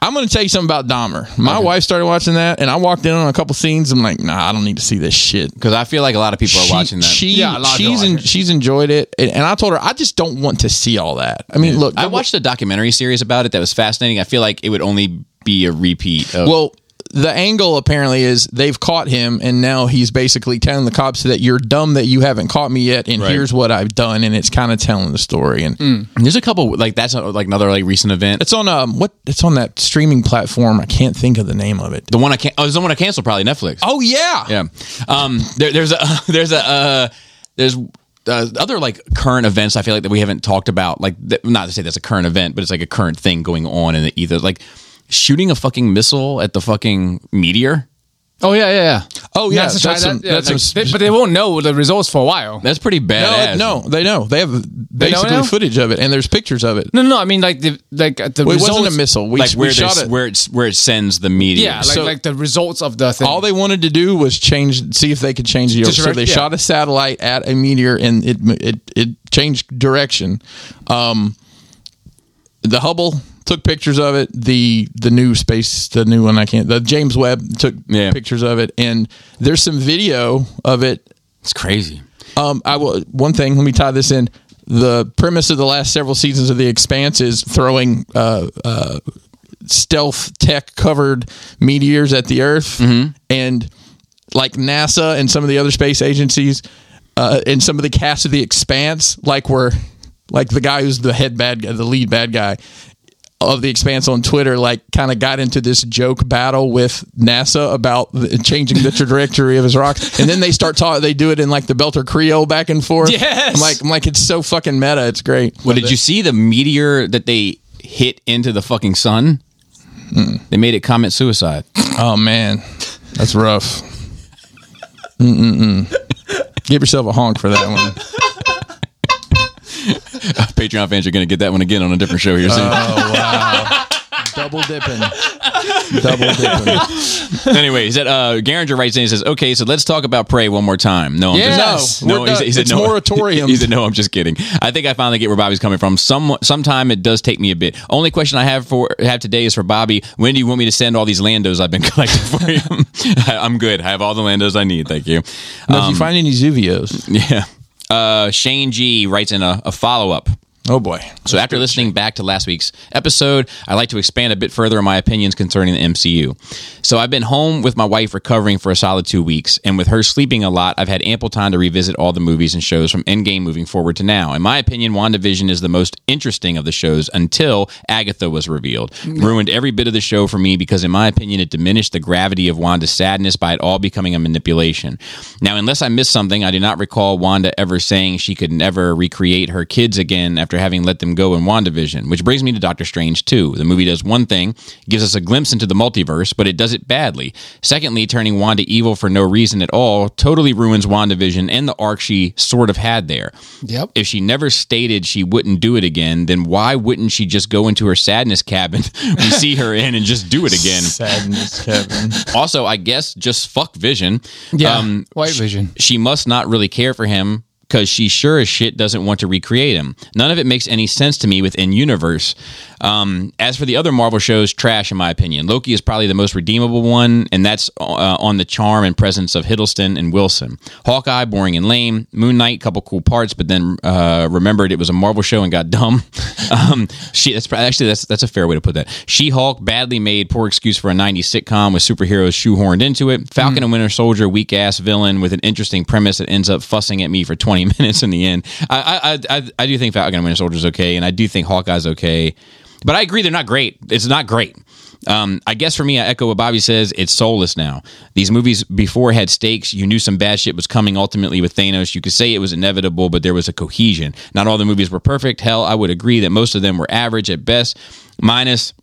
B: I'm going to tell you something about Dahmer. My wife started watching that, and I walked in on a couple scenes. I'm like, nah, I don't need to see this shit
A: Because I feel like a lot of people are
B: she-
A: watching that.
B: She,
C: Yeah, a lot of people
B: she's
C: like
B: en-
C: it.
B: she's enjoyed it, and, and I told her I just don't want to see all that. I mean, look,
A: I watched a documentary series about it that was fascinating. I feel like it would only be a repeat. Of,
B: Well, the angle apparently is they've caught him, and now he's basically telling the cops that you're dumb that you haven't caught me yet, and
A: Right. Mm.
B: here's what I've done, and it's kind of telling the story. And
A: there's a couple like that's uh, like another like recent event.
B: it's on um what it's on that streaming platform. I can't think of the name of it.
A: the one I can Oh, there's the one I canceled. Probably Netflix.
B: Oh yeah,
A: Yeah. Um, there, there's a there's a uh, there's uh, other like current events I feel like that we haven't talked about. Like that, not to say that's a current event, but it's like a current thing going on in the ether. Like shooting a fucking missile at the fucking meteer.
C: oh yeah, yeah, yeah.
B: Oh, yeah,
C: NASA tried
B: that's
C: that.
B: some-
C: Yeah,
B: that's
C: like,
B: some-
C: they- but they won't know the results for a while.
A: That's pretty badass.
B: No, no, they know. They have
C: know
B: basically
C: now?
B: footage of it, and there's pictures of it.
C: No, no, no. I mean, like the like uh, the
B: Well, it
C: results.
B: wasn't a missile. We,
A: like
B: we
A: where
B: shot
A: this,
B: it.
A: where it's where it sends the meteor.
C: Yeah, like,
B: So-
C: like the results of the thing.
B: All they wanted to do was change, see if they could change the.
C: Just
B: So
C: direct-
B: they
C: yeah.
B: shot a satellite at a meteor, and it it it changed direction. Um, the Hubble took pictures of it. The the new space, the new one I can't. The James Webb took
A: Yeah.
B: pictures of it, and there's some video of it.
A: it's crazy.
B: Um, I will one thing. Let me tie this in. The premise of the last several seasons of The Expanse is throwing uh, uh, stealth tech covered meteors at the Earth, and like NASA and some of the other space agencies, uh, and some of the cast of The Expanse, like were like the guy who's the head bad guy, the lead bad guy of the expanse on Twitter, like kind of got into this joke battle with NASA about the, changing the trajectory of his rocks, and then they start talking. They do it in like the Belter Creole back and forth.
C: Yes!
B: I'm like, I'm like, it's so fucking meta. It's great.
A: Well, did you see the meteor that they hit into the fucking sun?
B: Mm.
A: They made it commit suicide.
B: Oh man, that's rough. Mm-mm-mm. Give yourself a honk for that one.
A: Patreon fans are going to get that one again on a different show here soon.
B: Double dipping. Double dipping.
A: anyway, he said uh, Garinger writes in and says, "Okay, so let's talk about prey one more time." No, I'm
B: Yes.
A: just,
B: No, we're
A: he said, he
B: done.
A: said,
B: It's
A: no.
B: moratorium.
A: He said, "No, I'm just kidding." I think I finally get where Bobby's coming from. Some sometime it does take me a bit. Only question I have for have today is for Bobby. When do you want me to send all these landos I've been collecting for you? I, I'm good. I have all the landos I need. Thank you.
B: if you find any Zuvios,
A: Yeah. Uh, Shane G writes in a, a follow up.
B: oh boy.
A: So after listening back to last week's episode, I'd like to expand a bit further on my opinions concerning the MCU. So I've been home with my wife recovering for a solid two weeks, and with her sleeping a lot, I've had ample time to revisit all the movies and shows from Endgame moving forward to now. In my opinion, WandaVision is the most interesting of the shows until Agatha was revealed. Ruined every bit of the show for me because in my opinion it diminished the gravity of Wanda's sadness by it all becoming a manipulation. Now unless I missed something, I do not recall Wanda ever saying she could never recreate her kids again after having let them go in WandaVision, which brings me to Doctor Strange 2. The movie does one thing, gives us a glimpse into the multiverse, but it does it badly. Secondly, turning Wanda evil for no reason at all totally ruins WandaVision and the arc she sort of had there.
C: Yep.
A: If she never stated she wouldn't do it again, then why wouldn't she just go into her sadness cabin we see her in and just do it again?
B: Sadness, Kevin.
A: Also, I guess just fuck Vision. Um,
C: Yeah.
B: um,
C: White Vision.
A: She must not really care for him because she sure as shit doesn't want to recreate him. None of it makes any sense to me within universe. Um, as for the other Marvel shows, trash in my opinion. Loki is probably the most redeemable one, and that's uh, on the charm and presence of Hiddleston and Wilson. Hawkeye, boring and lame. Moon Knight, couple cool parts, but then uh, remembered it was a Marvel show and got dumb. um, she that's probably- actually that's that's a fair way to put that. She Hulk, badly made, poor excuse for a '90s sitcom with superheroes shoehorned into it. Falcon and Winter Soldier, weak ass villain with an interesting premise that ends up fussing at me for 20 twenty minutes in the end. I I I, I do think Falcon and Winter Soldier is okay, and I do think Hawkeye's okay, but I agree they're not great. It's not great. Um, I guess for me, I echo what Bobby says. It's soulless now. These movies before had stakes. You knew some bad shit was coming. Ultimately, with Thanos, you could say it was inevitable, but there was a cohesion. Not all the movies were perfect. Hell, I would agree that most of them were average at best, minus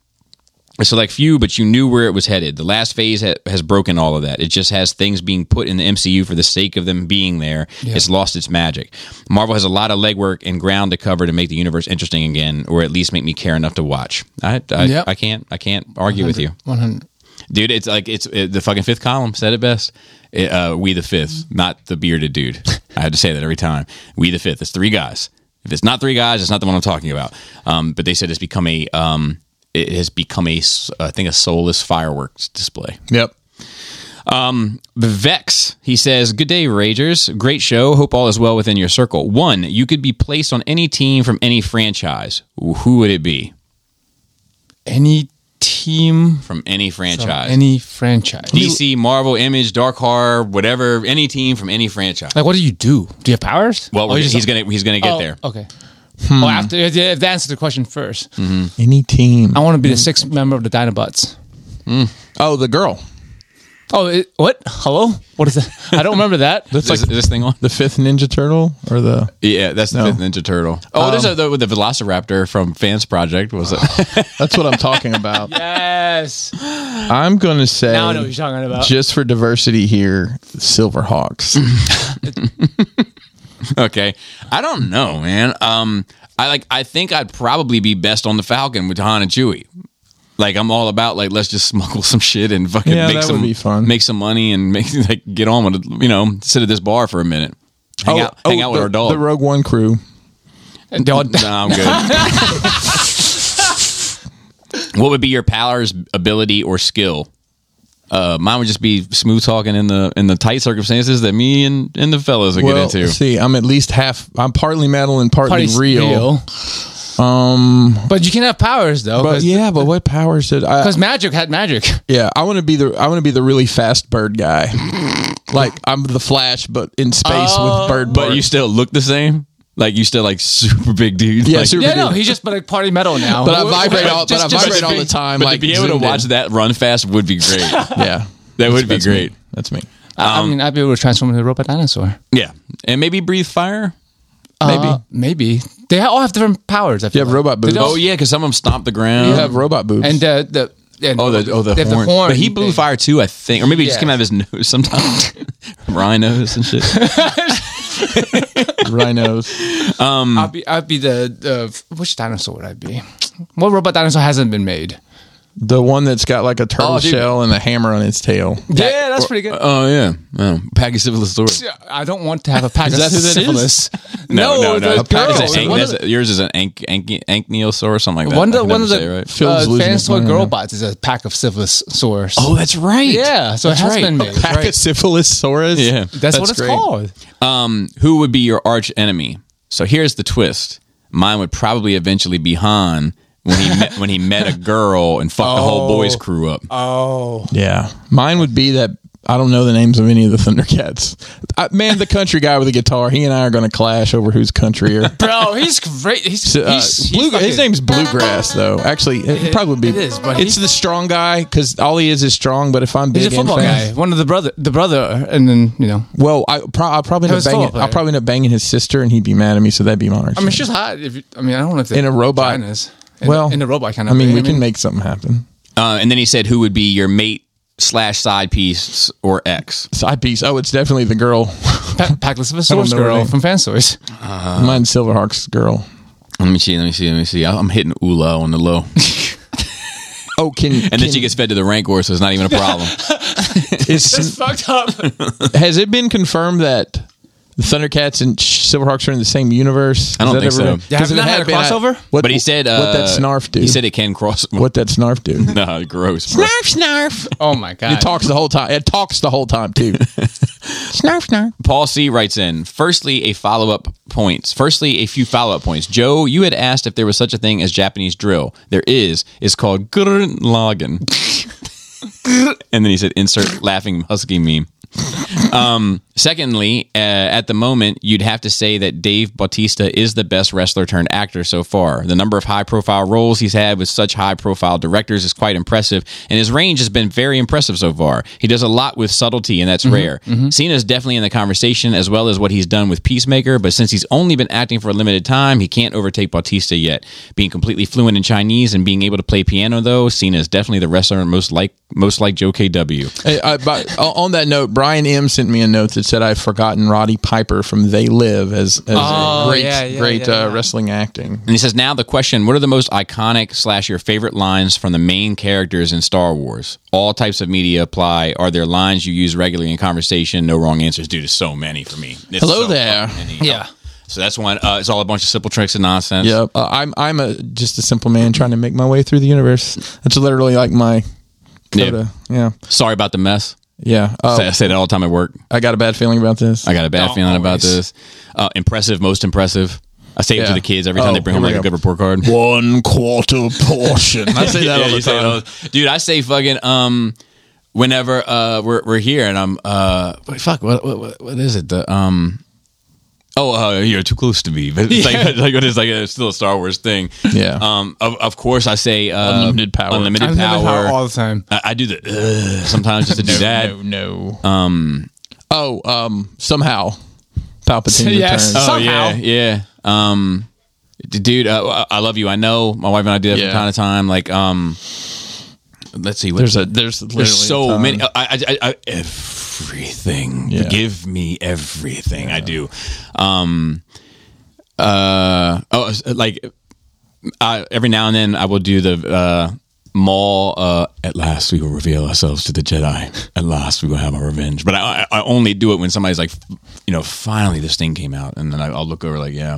A: a select few, but you knew where it was headed. The last phase ha- has broken all of that. It just has things being put in the MCU for the sake of them being there. It's lost its magic. Marvel has a lot of legwork and ground to cover to make the universe interesting again, or at least make me care enough to watch. I I,
C: Yep.
A: I can't I can't argue with you,
C: 100.
A: dude. It's like it's it, the fucking fifth column said it best. It, uh, we the fifth, not the bearded dude. I had to say that every time. We the fifth. It's three guys. If it's not three guys, it's not the one I'm talking about. Um, but they said it's become a um, it has become a s- I think a soulless fireworks display. Um,
B: Yep.
A: Vex, he says, Good day, Ragers. Great show. Hope all is well within your circle. One, you could be placed on any team from any franchise. Who would it be?
C: Any team,
A: From any
C: from
A: franchise.
C: any franchise.
A: DC, Marvel, Image, Dark Horror, whatever, any team from any franchise.
C: Like, what do you do? Do you have powers?
B: Oh,
A: Well,
C: Or
A: we're gonna-
C: you just-
A: he's gonna he's gonna get
C: Oh,
A: there.
C: Okay.
B: Hmm.
C: Well, after you have to answer the question first,
B: Any team.
C: I want to be the
B: Hmm.
C: sixth member of the Dinobots.
B: Oh, the girl.
C: Oh, it, what? Hello? What is that? I don't remember that.
A: Is, this- is this thing on?
B: The fifth Ninja Turtle or the
A: Yeah, that's the
B: No.
A: fifth Ninja Turtle. Oh, there's
B: Um,
A: a, the, with the Velociraptor from Fans Project. Was it?
B: That's what I'm talking about.
C: Yes.
B: I'm gonna say
C: Now I know what you're talking about.
B: just for diversity here, Silverhawks.
A: okay i don't know man um i like i think i'd probably be best on the falcon with han and chewie like i'm all about like let's just smuggle some shit and fucking
B: Yeah,
A: make
B: that would
A: some
B: be fun.
A: make some money and make like get on with it, you know sit at this bar for a minute hang out hang out with
B: Oh, the,
A: our dog
B: The Rogue One crew.
A: Nah, i'm good what would be your powers ability or skill uh, mine would just be smooth talking in the in the tight circumstances that me and, and the fellas would
B: Well,
A: get into.
B: let's see, I'm at least half. I'm partly metal and partly,
C: Party's
B: real.
C: Um, but you can have powers though,
B: But
C: because
B: yeah, but what powers did I?
C: magic had magic.
B: Yeah, I want to be the I want to be the really fast bird guy. like I'm the Flash, but in space
C: Oh.
B: with bird.
A: But
B: bark.
A: you still look the same. Like you still like super big dude.
B: Yeah,
A: like,
B: super-
C: Yeah, no, he's just but like party metal now.
B: But I vibrate all. But
C: Just-
B: I
C: just
B: vibrate all
C: be-
B: the time.
A: But
B: like
A: to be able to
B: zoomed in.
A: watch that run fast would be great. that
B: Yeah,
A: would be
B: That's me.
A: great.
B: That's me.
C: I I mean, I'd be able to transform into a robot dinosaur.
A: Yeah, and maybe breathe fire.
C: Maybe, Uh, maybe they all have different powers. I
B: You
C: feel
B: have
C: like.
B: robot
C: They
B: boobs.
A: Oh
C: don't-
A: yeah, because some of them stomp the ground.
B: You have robot boobs.
C: and uh, the and
A: oh the oh the,
C: they have
A: horn. But he blew
C: thing.
A: fire too, I think, or maybe it just
C: Yeah.
A: came out of his nose sometimes. Rhinos and shit.
B: rhinos.
C: I'd be I'd be the, the which dinosaur would I be? What robot dinosaur hasn't been made?
B: The one that's got like a turtle
A: Oh, dude.
B: shell and a hammer on its tail.
C: yeah, that's pretty good.
A: Oh yeah, oh, Pachycephalosaurus.
C: uh, I don't want to have a pack of
B: that who that
C: syphilis.
A: no, no, no.
C: the
A: It's an
C: girl.
A: ank-
C: One of
A: that's- yours is an ank, ank, ankylosaurus, something like that.
C: One
A: I
C: of the
A: can
C: one of
A: never
C: the
A: say it
C: right?
A: right.
B: Phil's
C: uh,
B: losing his
C: fans for
B: mind
C: girl
B: now.
C: bots is a pack of syphilosaurs.
A: Oh, that's right.
C: yeah, so it
A: that's
C: has
A: right.
C: been made.
B: Pack
C: right?
B: of syphilisaurus.
A: Yeah.
C: That's, what it's
B: great.
C: called.
A: who would be your arch enemy? So here's the twist. Mine would probably eventually be Han when he met, when he met a girl and fucked the whole boys
C: Oh.
A: crew up.
C: Uh.
B: Yeah, mine would be that. I don't know the names of any of the Thundercats. I, man, the country guy with the guitar. He and I are going to clash over who's country
C: Bro, he's great. He's,
B: So, uh,
C: he's, he's
B: Blue-
C: fucking-
B: his name's Bluegrass, though. Actually, it, it probably would be.
C: it is, but
B: it's
C: he-
B: the strong guy because all he is is strong. But if I'm big
C: He's a football
B: and
C: guy.
B: fast-
C: One of the brother, the brother, and then you know.
B: well, I pro- I'll probably end
C: He
B: up
C: was a football
B: banging.
C: player.
B: I'll probably end up banging his sister, and he'd be mad at me. So that'd be my.
C: I mean, she's hot. If you, I mean, I don't know if they
B: In a robot.
C: vaginas. In,
B: well
C: in a robot kind
B: I
C: of.
B: mean,
C: thing.
B: we can make something happen.
A: Uh, and then he said, "Who would be your mate slash side piece or ex?"
B: Side piece. Oh, it's definitely the girl.
C: pa- packless of a source
B: know her
C: girl
B: name.
C: from Fansource. Uh.
B: Mine's Silverhawk's girl.
A: Let me see. Let me see. Let me see. I'm hitting Ula on the low,
B: Oh, can
A: and then
B: can,
A: she gets fed to the Rancor, so it's not even a problem.
B: is,
C: fucked up.
B: has it been confirmed that the Thundercats and Silverhawks are in the same universe?
A: I don't
B: Has that
A: think so.
B: ever been-
C: Yeah,
B: 'cause
C: haven't
B: if
C: that
B: it
C: had a
B: been, I-
C: crossover?
B: What,
A: But he said, uh,
B: "What that snarf do?
A: He said it can cross.
B: what that snarf do?
A: Nah, gross. bro.
B: snarf.
C: Oh my god.
B: It talks the whole time. It talks the whole time too. snarf, snarf.
A: Paul C writes in, firstly, a follow up points. Firstly, a few follow up points. Joe, you had asked if there was such a thing as Japanese drill. There is. It's called Gurren Lagann. and then he said, insert laughing husky meme. Secondly, uh, at the moment, you'd have to say that Dave Bautista is the best wrestler turned actor so far. The number of high profile roles he's had with such high profile directors is quite impressive, and his range has been very impressive so far. He does a lot with subtlety, and that's rare. Cena's definitely in the conversation, as well as what he's done with Peacemaker, but since he's only been acting for a limited time, he can't overtake Bautista yet. Being completely fluent in Chinese and being able to play piano, though, Cena is definitely the wrestler most like, most like Joe KW.
B: Hey, I, but o- on that note, Brian M sent me a note that said I've forgotten Roddy Piper from They Live as, as a
C: Oh,
B: great,
C: yeah, yeah,
B: great
C: yeah,
B: uh,
C: yeah.
B: wrestling acting.
A: And he says, now the question: What are the most iconic slash your favorite lines from the main characters in Star Wars? All types of media apply. Are there lines you use regularly in conversation? No wrong answers. Dude, there's so many for me. It's
B: Hello
A: so
B: there.
A: fucking many.
C: Yeah.
A: So that's one. Uh, it's all a bunch of simple tricks and nonsense.
B: Yep, uh, I'm I'm a just a simple man trying to make my way through the universe. That's literally like my coda. Yeah,
A: Sorry about the mess.
B: yeah.
A: I say- I
B: Uh,
A: say that all the time at work.
B: I got a bad feeling about this.
A: I got a bad feeling about
C: always.
A: this. Uh, impressive, most impressive. I say it to
B: Yeah.
A: the kids every time
B: Oh,
A: they bring
B: here
A: home
B: we
A: like a
B: go.
A: good report card.
B: One quarter portion. I say that
A: Yeah,
B: all the
A: you say it
B: time.
A: all- dude. I say fucking um, whenever uh we're we're here and I'm uh wait, fuck what what what- what is it the um. Oh, uh, you're too close to me. But it's like, like it's like it's still a Star Wars thing.
B: Yeah.
A: Um. Of, of course, I say uh,
B: Unlimited power.
A: Unlimited
C: I'm having
A: power.
C: power all the time.
A: I, I do the uh, sometimes just to do that.
B: No, no. Um. Oh. Um. Somehow, Palpatine
C: Yes.
B: returns.
A: Oh
C: Somehow.
A: yeah, yeah. Um, d- dude, uh, I I love you. I know my wife and I do that
B: Yeah.
A: from time to time. Like, um, let's see. What,
B: There's a there's
A: Uh,
B: literally a
A: There's so
B: ton.
A: many. I, I, I, I, everything.
B: Yeah.
A: Give me everything. I do. Um. Uh. Oh, it's like, I, every now and then I will do the uh, mall. Uh, at last, we will reveal ourselves to the Jedi. At last, we will have our revenge. But I, I I only do it when somebody's like, you know, finally this thing came out, and then I, I'll look over like, yeah.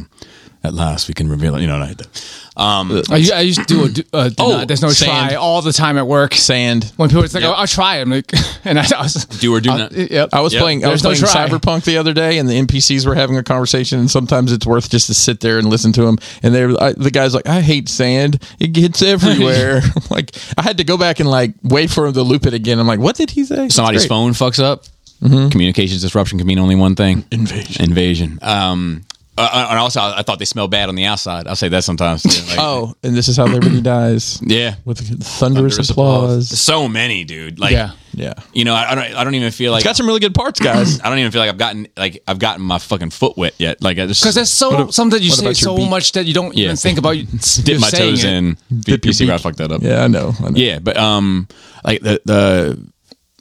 A: At last, we can reveal it. You know, and I hit the-
B: Uh,
A: um,
C: I, u- I used to do a do, uh, do
B: Oh,
C: not- there's no
B: sand.
C: try all the time at work.
B: sand.
C: When people are like, "Oh, I'll, I'll try. I'm like, and I, I was,
A: do or do not.
C: yep.
B: I was
A: Yep.
B: playing. I was
C: There's
B: playing
C: no try.
B: Cyberpunk the other day, and the NPCs were having a conversation. And sometimes it's worth just to sit there and listen to them. And they, I, the guy's like, "I hate sand. It gets everywhere." like I had to go back and like wait for him to loop it again. I'm like, "What did he say?" It's
A: somebody's
B: great. Mm-hmm.
A: phone fucks up, communications disruption can mean only one thing: invasion. Invasion. Um, uh, and also, I I thought they smell bad on the outside. I'll say that sometimes. Too. Like,
B: Oh, and this is how Liberty dies
A: yeah,
B: with thunderous, applause.
A: So many, dude. Like,
C: Yeah.
B: Yeah,
A: you know, I, I don't. I don't even feel like
B: it's got some really good parts, guys.
A: I don't even feel like I've gotten like I've gotten my fucking foot wet yet. Like, I just
C: Because there's so something that you
B: what
C: say
B: about your
C: so
B: beak?
C: much that you don't
A: Yeah.
C: even think about. You,
A: dip
C: you're
A: my
C: saying
A: toes
C: it.
A: in. You,
B: Dip your
A: you see where I
B: beak.
A: fucked that up?
B: yeah, I know. I know.
A: yeah, but um, like the the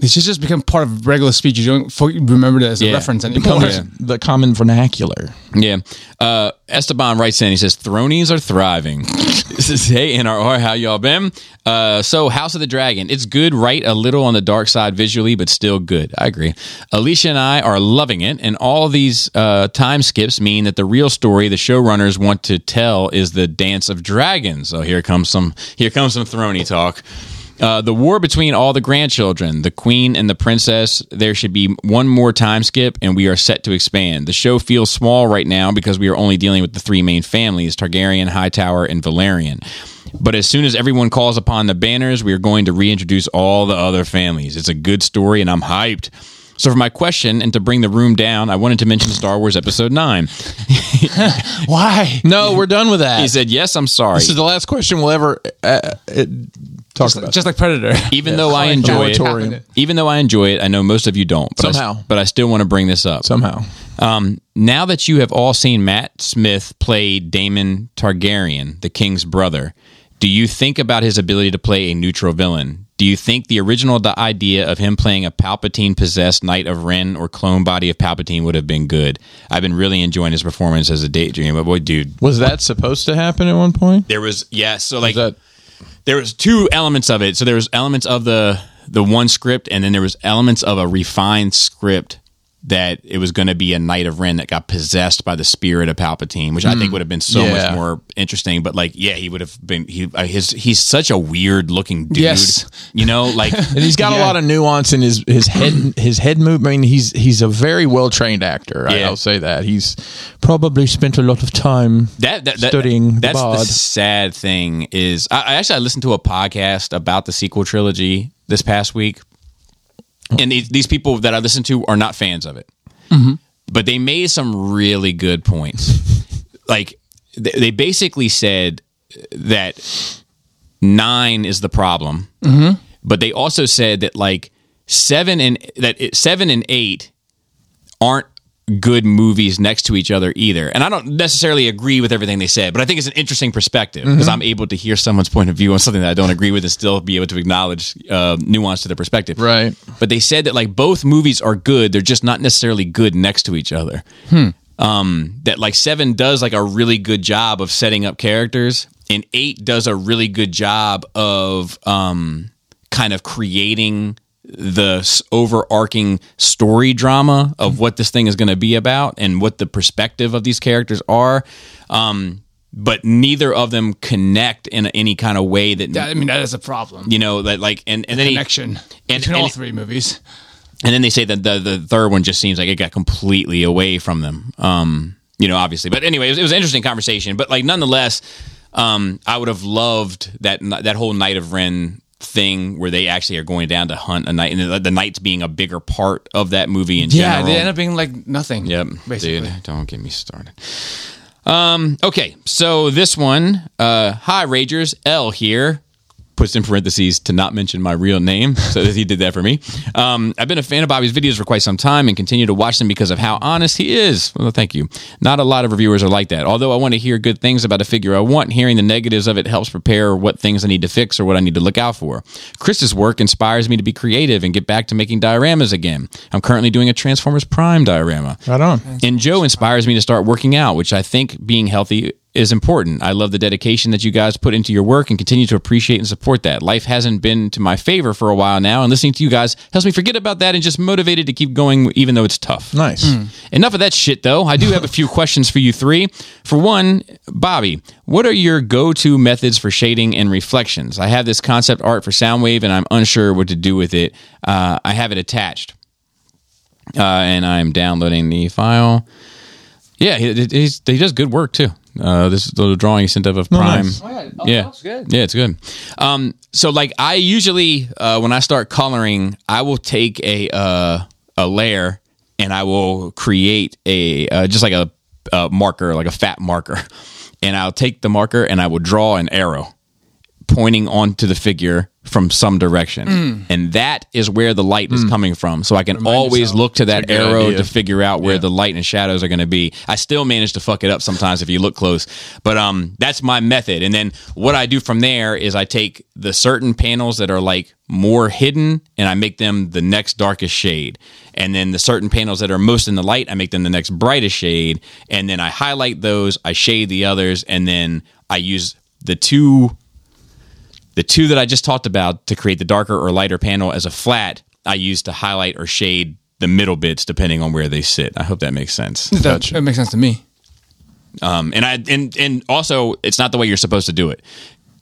C: It's just, just become part of regular speech. You don't for, remember that as a
A: Yeah.
C: reference anymore.
B: Becomes the common vernacular.
A: Yeah. Uh, Esteban writes in, he says, Thronies are thriving. this is, hey, NRR, how y'all been? Uh, so, House of the Dragon. It's good, right? A little on the dark side visually, but still good. I agree. Alicia and I are loving it, and all these uh, time skips mean that the real story the showrunners want to tell is the Dance of Dragons. So, here comes some, here comes some Throny talk. Uh, the war between all the grandchildren, the queen and the princess. There should be one more time skip, and we are set to expand. The show feels small right now because we are only dealing with the three main families Targaryen, Hightower, and Valerian. But as soon as everyone calls upon the banners, we are going to reintroduce all the other families. It's a good story, and I'm hyped. So, for my question, and to bring the room down, I wanted to mention Star Wars Episode 9.
C: Why?
B: No, we're done with that.
A: He said, Yes, I'm sorry.
B: This is the last question we'll ever uh, it, talk about.
C: Just like Predator.
A: Even though I enjoy
B: Moratorium.
A: it, even though I enjoy it, I know most of you don't. But I,
B: Somehow.
A: but I still want to bring this up.
B: somehow.
A: Um, now that you have all seen Matt Smith play Damon Targaryen, the king's brother, do you think about his ability to play a neutral villain? Do you think the original the idea of him playing a Palpatine possessed Knight of Ren or clone body of Palpatine would have been good? I've been really enjoying his performance as a daydream, but boy, dude,
B: Was that supposed to happen at one point?
A: there was yeah. So like
B: Is that
A: there was two elements of it. So there was elements of the the one script, and then there was elements of a refined script that it was going to be a Knight of Ren that got possessed by the spirit of Palpatine, which I think would have been so
B: Hmm. Yeah.
A: much more interesting. But like, yeah, he would have been he uh, his he's such a weird looking dude.
C: Yes.
A: you know, like
B: and he's got a lot of nuance in his his head his head movement. I mean, he's he's a very well trained actor. I-
A: Yeah.
B: I'll say that he's probably spent a lot of time.
A: that, that, that
B: Studying the
A: that's the
B: bard.
A: sad thing is I, I actually I listened to a podcast about the sequel trilogy this past week and these, these people that I listen to are not fans of it, but they made some really good points. like they, they basically said that nine is the problem, but they also said that like seven and that it, seven and eight aren't good movies next to each other either. And I don't necessarily agree with everything they said, but I think it's an interesting perspective because I'm able to hear someone's point of view on something that I don't agree with and still be able to acknowledge uh, nuance to their perspective.
B: Right.
A: But they said that like both movies are good, they're just not necessarily good next to each other. Um, that like seven does like a really good job of setting up characters, and eight does a really good job of um, kind of creating the s- overarching story drama of what this thing is going to be about and what the perspective of these characters are. Um, but neither of them connect in any kind of way that,
C: I mean, that is a problem.
A: you know that like and, and then he-
C: Connection
A: and-
C: between all
A: and-
C: three movies.
A: and then they say that the, the third one just seems like it got completely away from them. Um, you know, obviously, but anyway, it was, it was an interesting conversation. But like, nonetheless, um, I would have loved that n- that whole Night of Ren thing where they actually are going down to hunt a night, and the, the nights being a bigger part of that movie in
C: Yeah,
A: general.
C: they end up being like nothing.
A: Yep.
C: basically.
A: Dude, don't get me started. Um, okay, so this one, uh, hi Ragers, L here. Puts in parentheses to not mention my real name, so that he did that for me. Um, I've been a fan of Bobby's videos for quite some time and continue to watch them because of how honest he is. Well, thank you. Not a lot of reviewers are like that. Although I want to hear good things about a figure I want, hearing the negatives of it helps prepare what things I need to fix or what I need to look out for. Chris's work inspires me to be creative and get back to making dioramas again. I'm currently doing a Transformers Prime diorama.
B: Right on.
A: And Joe inspires me to start working out, which I think being healthy is important. I love the dedication that you guys put into your work and continue to appreciate and support that. Life hasn't been to my favor for a while now, and listening to you guys helps me forget about that and just motivated to keep going even though it's tough.
B: Nice.
A: Hmm. Enough of that shit, though. I do have a few questions for you three. For one, Bobby, what are your go to methods for shading and reflections? I have this concept art for Soundwave and I'm unsure what to do with it. Uh, I have it attached uh, and I'm downloading the file. Yeah, he, he's, he does good work, too. Uh, this is the drawing he sent up of Prime.
B: nice.
C: Oh, yeah.
A: yeah,
C: that's good.
A: yeah, it's good. Um, so like I usually uh, when I start coloring, I will take a uh, a layer and I will create a uh, just like a, a marker, like a fat marker, and I'll take the marker and I will draw an arrow pointing onto the figure from some direction,
B: Mm.
A: and that is where the light is coming from. So I can always look to that
B: good
A: arrow
B: idea.
A: to figure out where the light and shadows are going to be. I still manage to fuck it up sometimes if you look close, but um, that's my method. And then what I do from there is I take the certain panels that are like more hidden, and I make them the next darkest shade. And then the certain panels that are most in the light, I make them the next brightest shade. And then I highlight those, I shade the others, and then I use the two the two that I just talked about to create the darker or lighter panel as a flat, I use to highlight or shade the middle bits depending on where they sit. I hope that makes sense.
C: That, that makes sense to me.
A: Um, and I and and also it's not the way you're supposed to do it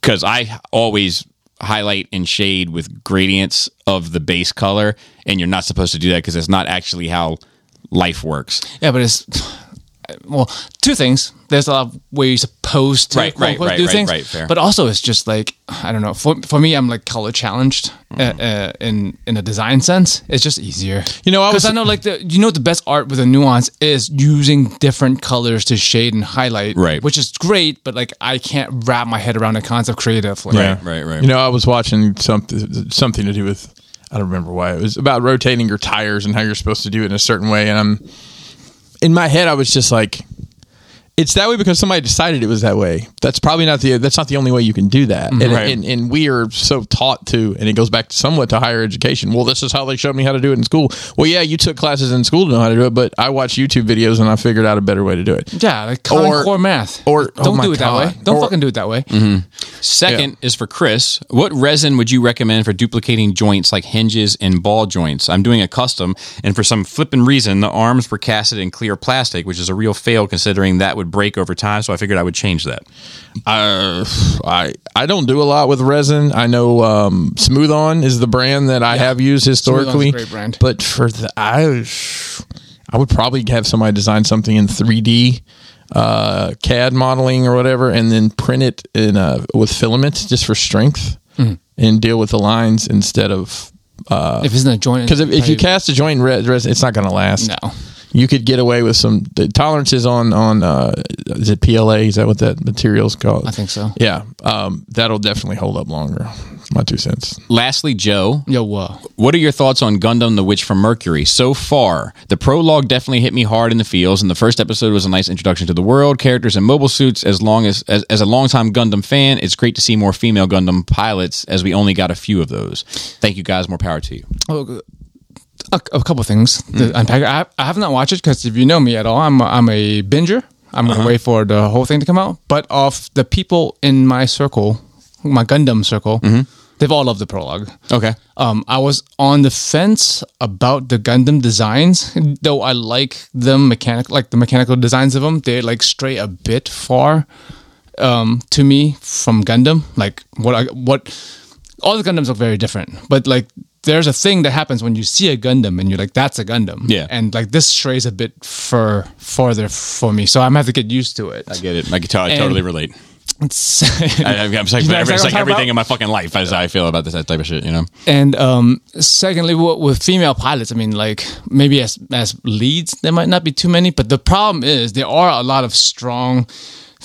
A: because I always highlight and shade with gradients of the base color, and you're not supposed to do that because it's not actually how life works.
C: Yeah, but it's well, two things. There's a lot of way you're supposed to
A: Right,
C: quote,
A: right,
C: unquote,
A: right,
C: do
A: right,
C: things,
A: right, fair.
C: but also it's just like I don't know. For for me, I'm like color challenged uh, uh, in in a design sense. It's just easier.
B: Mm-hmm. You know, I
C: because
B: was-
C: I know like the you know the best art with a nuance is using different colors to shade and highlight,
A: Right.
C: Which is great, but like I can't wrap my head around the concept creatively.
A: right, right.
B: You know, I was watching something something to do with I don't remember why. It was about rotating your tires and how you're supposed to do it in a certain way. And I'm in my head, I was just like, it's that way because somebody decided it was that way. That's probably not the that's not the only way you can do that. And,
A: Right.
B: and and we are so taught to, and it goes back somewhat to higher education. Well, this is how they showed me how to do it in school. Well, yeah, you took classes in school to know how to do it, but I watched YouTube videos and I figured out a better way to do it.
C: Yeah, like common
B: Or-
C: core math.
B: or- oh
C: don't
B: my
C: do it
B: God.
C: that way. Don't
B: Or- Mm-hmm.
C: fucking do it that way.
A: Second is for Chris. What resin would you recommend for duplicating joints like hinges and ball joints? I'm doing a custom, and for some flippin' reason, the arms were casted in clear plastic, which is a real fail considering that would break over time. So I figured I would change that.
B: Uh, I I don't do a lot with resin. I know um, Smooth On is the brand that I have used historically.
C: Smooth On's a great brand.
B: But for the I, I would probably have somebody design something in 3D uh, CAD modeling or whatever, and then print it
C: Hmm.
B: in uh, with filament just for strength, and deal with the lines instead of
C: if it's not joint,
B: Because Mm-hmm. if, if you cast a joint res, res it's not going to last.
C: No.
B: You could get away with some the tolerances on on uh, is it PLA? Is that what that material's called?
C: I think so.
B: Yeah, um, that'll definitely hold up longer. My two cents.
A: Lastly, Joe,
C: Yo, whoa.
A: What are your thoughts on Gundam the Witch from Mercury so far? The prologue definitely hit me hard in the feels, and the first episode was a nice introduction to the world, characters, and mobile suits. As long as as, as a longtime Gundam fan, it's great to see more female Gundam pilots, as we only got a few of those. Thank you guys, more power to you.
C: Oh, a, a couple things to unpack. I, I have not watched it because if you know me at all, I'm a, I'm a binger. I'm gonna wait for the whole thing to come out. But of the people in my circle, my Gundam circle, they've all loved the prologue.
A: Okay,
C: Um, I was on the fence about the Gundam designs, though I like them mechanic, like the mechanical designs of them. They like stray a bit far um, to me from Gundam. Like what I what all the Gundams look very different, but like there's a thing that happens when you see a Gundam and you're like, that's a Gundam.
A: Yeah.
C: and like this strays a bit fur farther for me, so I'm gonna have to get used to it.
A: get it. I can t- I
C: And-
A: totally relate.
C: It's-
A: I, am like,
C: You know exactly
A: it's
C: what I'm
A: like
C: talking
A: everything
C: about?
A: in my fucking life as I feel about this that type of shit. You know,
C: And um, secondly, w- with female pilots, I mean, like maybe as as leads, there might not be too many. But the problem is there are a lot of strong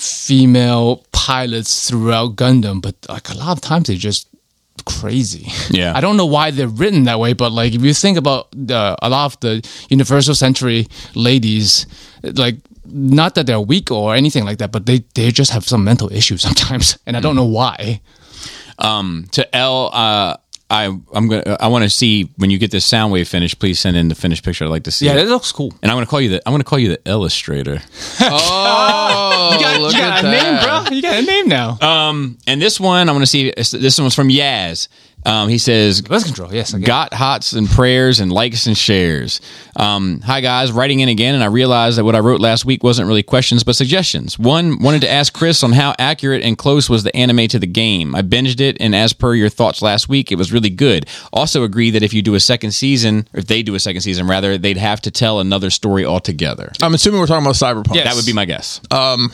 C: female pilots throughout Gundam, but like a lot of times they're just crazy.
A: Yeah.
C: I don't know why they're written that way, but like if you think about the, a lot of the Universal Century ladies, like not that they're weak or anything like that, but they they just have some mental issues sometimes, and I don't know why.
A: to L, uh, I I'm gonna uh, I want to see when you get this sound wave finished. Please send in the finished picture. I'd like to see.
C: Yeah,
A: it.
C: that looks cool.
A: and I'm gonna call you the I'm gonna call you the illustrator.
B: Oh,
C: you got a name, bro. You got a name now.
A: And this one, I'm going to see. This one's from Yaz. Um, he says,
C: Buzz control, yes. I get it.
A: Got hots and prayers and likes and shares. Um, hi guys, writing in again, and I realized that what I wrote last week wasn't really questions but suggestions. One wanted to ask Chris on how accurate and close was the anime to the game. I binged it, and as per your thoughts last week, it was really good. Also, agree that if you do a second season, or if they do a second season rather, they'd have to tell another story altogether.
B: I'm assuming we're talking about Cyberpunk.
A: That would be my guess.
B: Uh,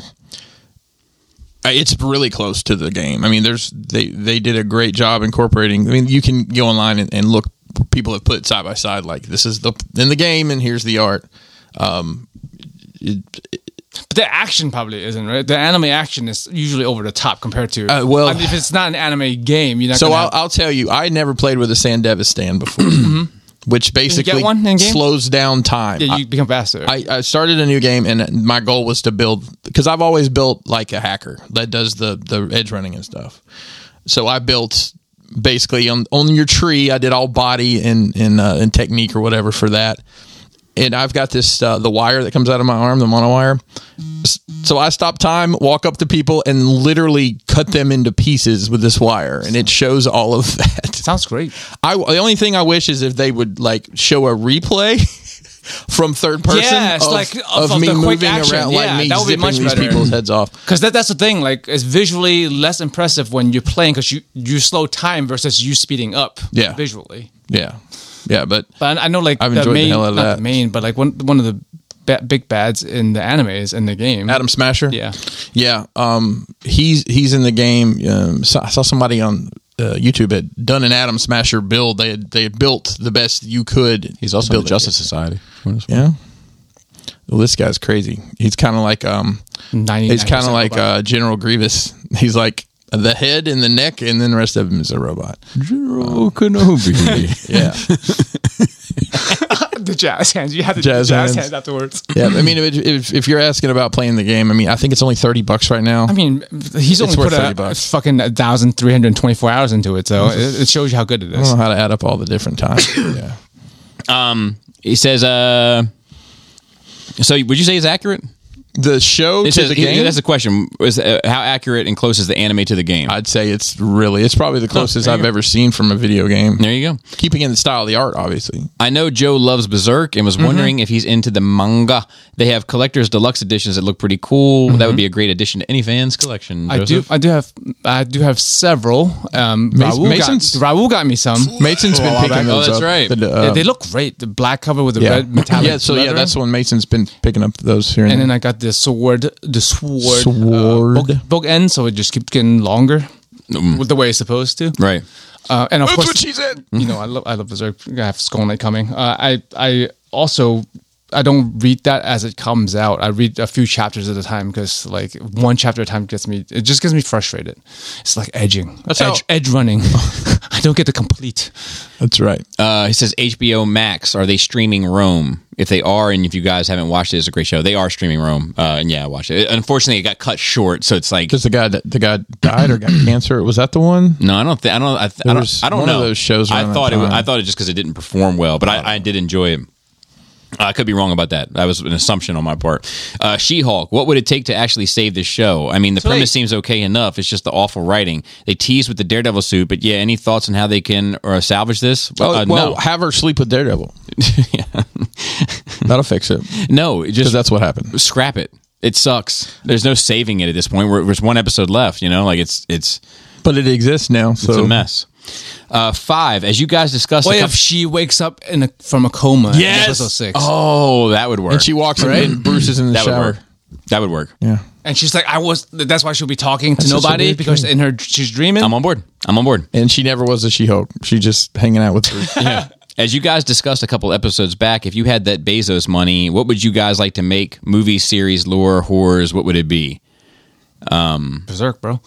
B: it's really close to the game. I mean, there's they they did a great job incorporating. I mean, you can go online and, and look. People have put side by side like this is the in the game and here's the art.
C: But the action probably isn't right. The anime action is usually over the top compared to.
B: Uh, well-
C: I mean, if it's not an anime game, you're not.
B: So
C: gonna
B: I'll,
C: have-
B: I'll tell you, I never played with a Sandevis stand before, which basically
C: one in game?
B: slows down time.
C: yeah, you become faster.
B: I, I started a new game and my goal was to build because I've always built like a hacker that does the the edge running and stuff. So I built basically on on your tree. I did all body and and, uh, and technique or whatever for that. And I've got this uh, the wire that comes out of my arm, the monowire. S- So I stop time, walk up to people, and literally cut them into pieces with this wire, and it shows all of that.
C: Sounds great.
B: I the only thing I wish is if they would like show a replay from third person
C: Yes,
B: of,
C: like,
B: of,
C: of- of
B: me
C: the
B: moving
C: quick action.
B: around,
C: Yeah,
B: like me
C: that would be
B: zipping
C: much
B: these
C: better.
B: people's heads off.
C: Because that, that's the thing. Like, it's visually less impressive when you're playing because you you slow time versus you speeding up.
B: Yeah.
C: Visually.
B: Yeah, yeah, but
C: But I, I know, like,
B: I've
C: the
B: enjoyed the
C: main,
B: hell out of
C: not
B: that.
C: the main, but like one one of the ba- big bads in the animes in the game.
B: Adam Smasher,
C: Yeah.
B: yeah, um, he's he's in the game. Um, so, I saw somebody on uh, YouTube had done an Adam Smasher build. They had, they had built the best you could.
A: He's also in the Justice Society.
B: Yeah. Well, this guy's crazy. He's kind of like um,
C: 99%
B: he's kind of like
C: robot.
B: uh, General Grievous. He's like the head and the neck, and then the rest of him is a robot.
A: General Kenobi.
B: Yeah,
C: the jazz hands. You have the
B: uh, Jazz hands.
C: jazz, hands afterwards.
B: yeah. I mean, if, if, if you're asking about playing the game, I mean, I think it's only thirty bucks right now.
C: I mean, he's only
B: worth
C: put
B: 30
C: a,
B: bucks.
C: fucking 1,324 hours into it, so it, it shows you how good it
B: I
C: is.
B: don't know how to add up all the different times. yeah.
A: he says, uh, so would you say it's accurate?
B: The show
A: It
B: to
A: says,
B: the game.
A: That's the question. Is, uh, how accurate and close is the anime to the game?
B: I'd say it's really it's probably the closest I've ever seen from a video game.
A: there you go.
B: Keeping in the style of the art, obviously.
A: I know Joe loves Berserk and was
B: Mm-hmm.
A: wondering if he's into the manga. They have collector's deluxe editions that look pretty cool.
B: Mm-hmm.
A: That would be a great addition to any fan's collection.
C: I do,
A: Joseph.
C: I do have, I do have several. Um, Raul
B: Mason's?
C: got, Raul got me some.
B: Mason's been picking
A: Oh,
B: those
A: that's
B: up.
A: right.
B: The, uh,
C: Yeah, they look great. The black cover with the
B: yeah.
C: red metallic.
B: Yeah, so yeah,
C: leather.
B: that's when Mason's been picking up those here and,
C: And
B: there.
C: then I got the sword, the sword, uh,
B: Sword.
C: book, book end, so it just keeps getting longer.
B: Mm.
C: with the way it's supposed to.
A: Right.
C: Uh, and of
B: That's
C: course,
B: what she said.
C: you know, I love I love Berserk. I have Skull Knight coming. Uh, I I also I don't read that as it comes out. I read a few chapters at a time because like one chapter at a time gets me. It just gets me frustrated. It's like edging,
B: That's how-
C: edge, edge running. I don't get the complete.
B: That's right.
A: Uh, he says HBO Max. Are they streaming Rome? If they are, and if you guys haven't watched it, it's a great show. They are streaming Rome. Uh, and yeah, I watched it. Unfortunately, it got cut short, so it's like
B: Because the guy the guy died or got cancer. Was that the one?
A: no, I don't think I don't I, th- I
B: was
A: don't I don't
B: one of
A: know
B: those shows around
A: I
B: that
A: thought it was,
B: time.
A: I thought it just because it didn't perform well, but I, I did enjoy it. I could be wrong about that. That was an assumption on my part. Uh, she Hulk. What would it take to actually save this show? I mean, the premise seems okay enough. It's just the awful writing. They tease with the Daredevil suit, but yeah. Any thoughts on how they can or salvage this?
B: Oh,
A: Uh,
B: well,
A: no.
B: have her sleep with Daredevil. That'll fix it.
A: no, it
B: Because
A: just
B: that's what happened.
A: scrap it. It sucks. There's no saving it at this point. We're, there's one episode left. You know, like it's it's
B: But it exists now. So
A: it's a mess. Uh, five, as you guys discussed. a
C: What if
A: couple-
C: she wakes up in a, from a coma? Yes. In episode six.
A: oh, that would work.
B: And she walks in and Bruce is in the
A: that
B: shower.
A: would work. That would work.
B: Yeah.
C: And she's like, I was. That's why she'll be talking to
B: That's such a
C: nobody
B: weird
C: because
B: dream.
C: in her she's dreaming.
A: I'm on board. I'm on board.
B: And she never was a She Hulk. She just hanging out with Bruce.
A: As you guys discussed a couple episodes back, if you had that Bezos money, what would you guys like to make? Movie, series, lore, horrors, what would it be?
C: Berserk, bro.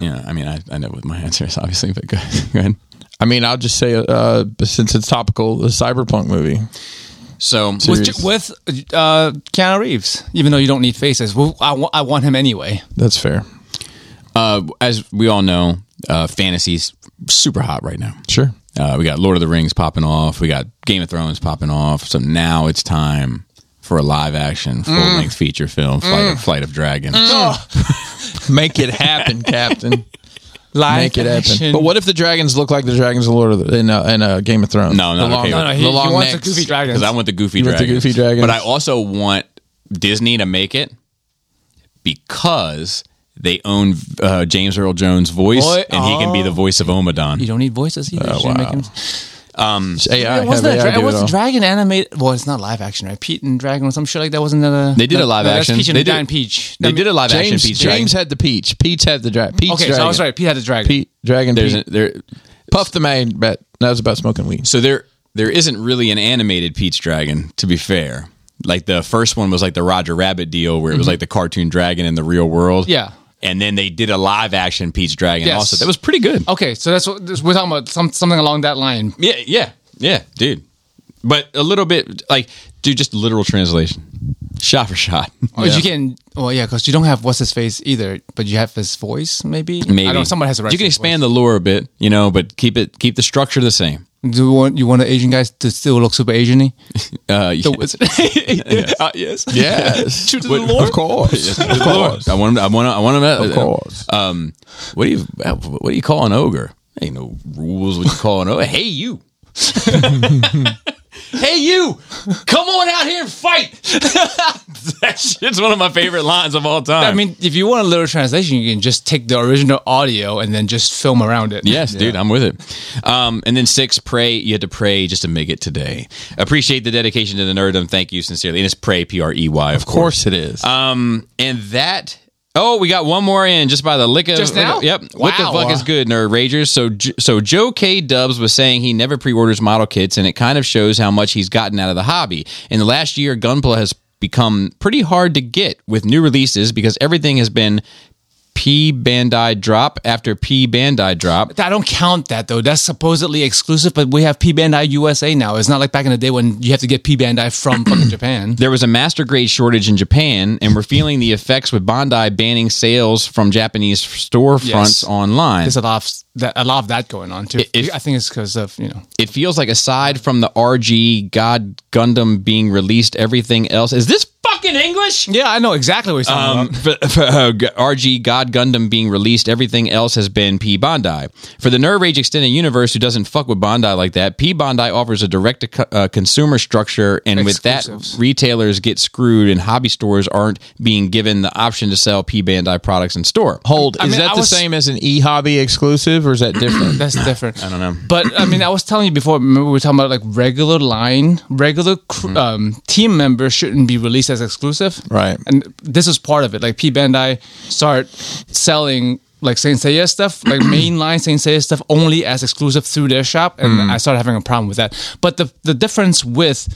A: Yeah, I mean, I, I know what my answer is, obviously, but go ahead. Go ahead.
B: I mean, I'll just say, uh, since it's topical, the cyberpunk movie.
A: So,
B: Serious.
C: with uh, Keanu Reeves, even though you don't need faces, well, I wa- I want him anyway.
B: That's fair.
A: uh, as we all know, uh, fantasy's super hot right now.
B: Sure.
A: Uh, we got Lord of the Rings popping off. We got Game of Thrones popping off. So now it's time for a live action full
B: Mm.
A: length feature film, Flight, of, Flight of Dragons.
B: Make it happen, Captain.
C: Live
B: Make it happen.
C: action.
B: But what if the dragons look like the dragons of Lord of the, in, uh, in uh, Game of Thrones?
A: No,
B: the
A: not
B: long,
A: okay with
C: No,
A: it.
C: he,
B: the
C: he
B: long
C: wants the
B: necks.
C: goofy dragons.
A: Because I want the goofy
B: You want
A: dragons.
B: the goofy dragons.
A: But I also want Disney to make it because they own uh, James Earl Jones' voice,
C: Boy- oh.
A: and he can be the voice of
C: you
A: Omadon.
C: don't need voices
A: Oh,
C: either. You should make him-
B: It's AI.
C: It
B: Have
C: wasn't that
B: AI
C: dra-
B: do
C: it
B: it
C: was
B: all.
C: the dragon animated. Well, it's not live action, right? Pete and Dragon or some shit like that. Wasn't that a?
A: They did a
C: no,
A: live
C: no,
A: action.
C: That's Peach and
A: They
C: the
A: did-
C: Giant Peach.
A: They did a live action
B: James,
A: Peach
B: James
A: Dragon.
B: had the peach. Pete's had the dragon. Pete's
C: Okay,
B: dragon.
C: so I was right. Pete had a dragon.
B: Pete, dragon.
A: There's
B: Pete.
A: a, there,
B: Puff the man bet. That was about smoking weed.
A: so there, there isn't really an animated Peach Dragon. To be fair, like the first one was like the Roger Rabbit deal, where it was like the cartoon dragon in the real world.
C: Mm-hmm. Yeah.
A: and then they did a live action Peach Dragon.
C: Yes.
A: Also, that was pretty good.
C: Okay, so that's what this- we're talking about. Some, something along that line.
A: Yeah, yeah, yeah, dude. But a little bit like, dude, just literal translation, shot for shot.
C: Or You can. Well, yeah, because you don't have what's his face either, but you have his voice. Maybe.
A: Maybe
C: I don't. Someone has a.
A: You can expand the lore a bit, you know, but keep it keep the structure the same.
C: Do you want you want the Asian guys to still look super Asian-y?
A: Uh, yeah.
C: yes. Uh, yes.
B: Yes.
C: True to the Lord.
B: Of course. of course.
A: I want him. I want. I want him.
B: Of course.
A: Um, what do you what do you call an ogre? Ain't no rules. What you call an ogre? Hey you. hey you, come on out here and fight. that shit's one of my favorite lines of all time.
C: I mean, if you want a literal translation, you can just take the original audio and then just film around it.
A: Yes, dude, I'm with it. Um, and then six, pray. You had to pray just to make it today. Appreciate the dedication to the nerdom. Thank you sincerely. And it's pray, P R E Y, of,
B: Of course it is.
A: Um, and that. Oh, we got one more in just by the lick of
C: Just now?
A: Yep. What the
C: Wow.
A: fuck is good, nerd ragers? So, J- so Joe K Dubs was saying he never pre-orders model kits, and it kind of shows how much he's gotten out of the hobby. In the last year, Gunpla has become pretty hard to get with new releases because everything has been P Bandai drop after P Bandai drop.
C: I don't count that though. That's supposedly exclusive, but we have P Bandai USA now. It's not like back in the day when you have to get P Bandai from fucking Japan.
A: There was a master grade shortage in Japan, and we're feeling the effects with Bandai banning sales from Japanese storefronts
C: Yes.
A: online.
C: There's a lot of that, a lot of that going on too.
A: If-
C: I think it's because of you know.
A: It feels like aside from the RG God Gundam being released, everything else is this fucking English.
C: Yeah, I know exactly what you're talking about.
A: Um, for,
B: Uh-huh.
A: for, uh, G- RG God Gundam being released, everything else has been P Bandai. For the Nerve Rage Extended Universe, who doesn't fuck with Bandai like that, P Bandai offers a direct to co- uh, consumer structure, and with
C: Exclusives.
A: that, retailers get screwed, and hobby stores aren't being given the option to sell P Bandai products in store.
B: Hold. Is
C: mean,
B: that
C: I
B: the
C: was-
B: same as an e hobby exclusive or is that different?
C: That's different. I
A: don't know.
C: But I mean, I was telling you before. Remember, we were talking about like regular line, regular cr- um, team members shouldn't be released as exclusive,
B: Right.
C: And this is part of it. Like P Bandai start selling like Saint Seiya stuff, like mainline Saint Seiya stuff, only as exclusive through their shop, and I started having a problem with that. But the the difference with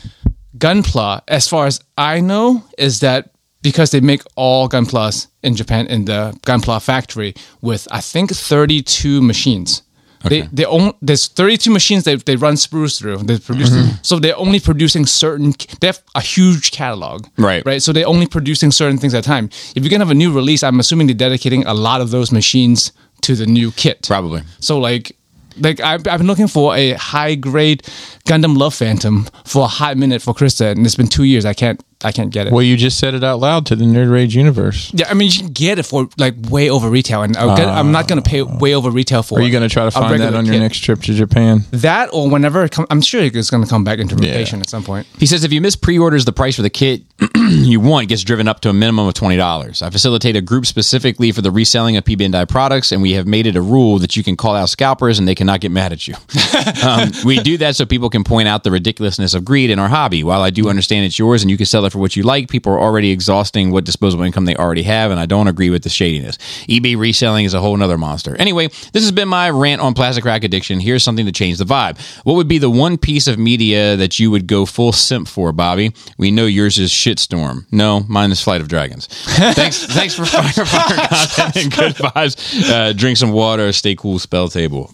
C: Gunpla, as far as I know, is that because they make all Gunplas in Japan in the Gunpla factory with I think 32 machines. They they own there's 32 machines they they run sprues through. They produce so they're only producing certain. They have a huge catalog,
A: Right.
C: Right. So they're only producing certain things at a time. If you're gonna have a new release, I'm assuming they're dedicating a lot of those machines to the new kit,
A: Probably.
C: So like. Like I've, I've been looking for a high grade Gundam Love Phantom for a hot minute for Krista, and it's been two years. I can't I can't get it.
B: Well, you just said it out loud to the Nerd Rage universe.
C: Yeah, I mean, you can get it for like way over retail, and I'll get, I'm not going to pay way over retail for.
B: Uh, Are you going to try to find that on your next trip to Japan?
C: That or whenever it come, I'm sure it's going to come back into rotation at some point.
A: He says if you miss pre-orders, the price for the kit you want gets driven up to a minimum of twenty dollars. I facilitate a group specifically for the reselling of P Bandai products, and we have made it a rule that you can call out scalpers and they cannot get mad at you. um, we do that so people can point out the ridiculousness of greed in our hobby. While I do understand it's yours and you can sell it for what you like, people are already exhausting what disposable income they already have, and I don't agree with the shadiness. EB reselling is a whole nother monster. Anyway, this has been my rant on plastic rack addiction. Here's something to change the vibe. What would be the one piece of media that you would go full simp for, Bobby? We know yours is shitstorm. No, mine is Flight of Dragons. thanks, thanks for fire, fire content and good vibes. Uh, drink some water, stay cool, spell table.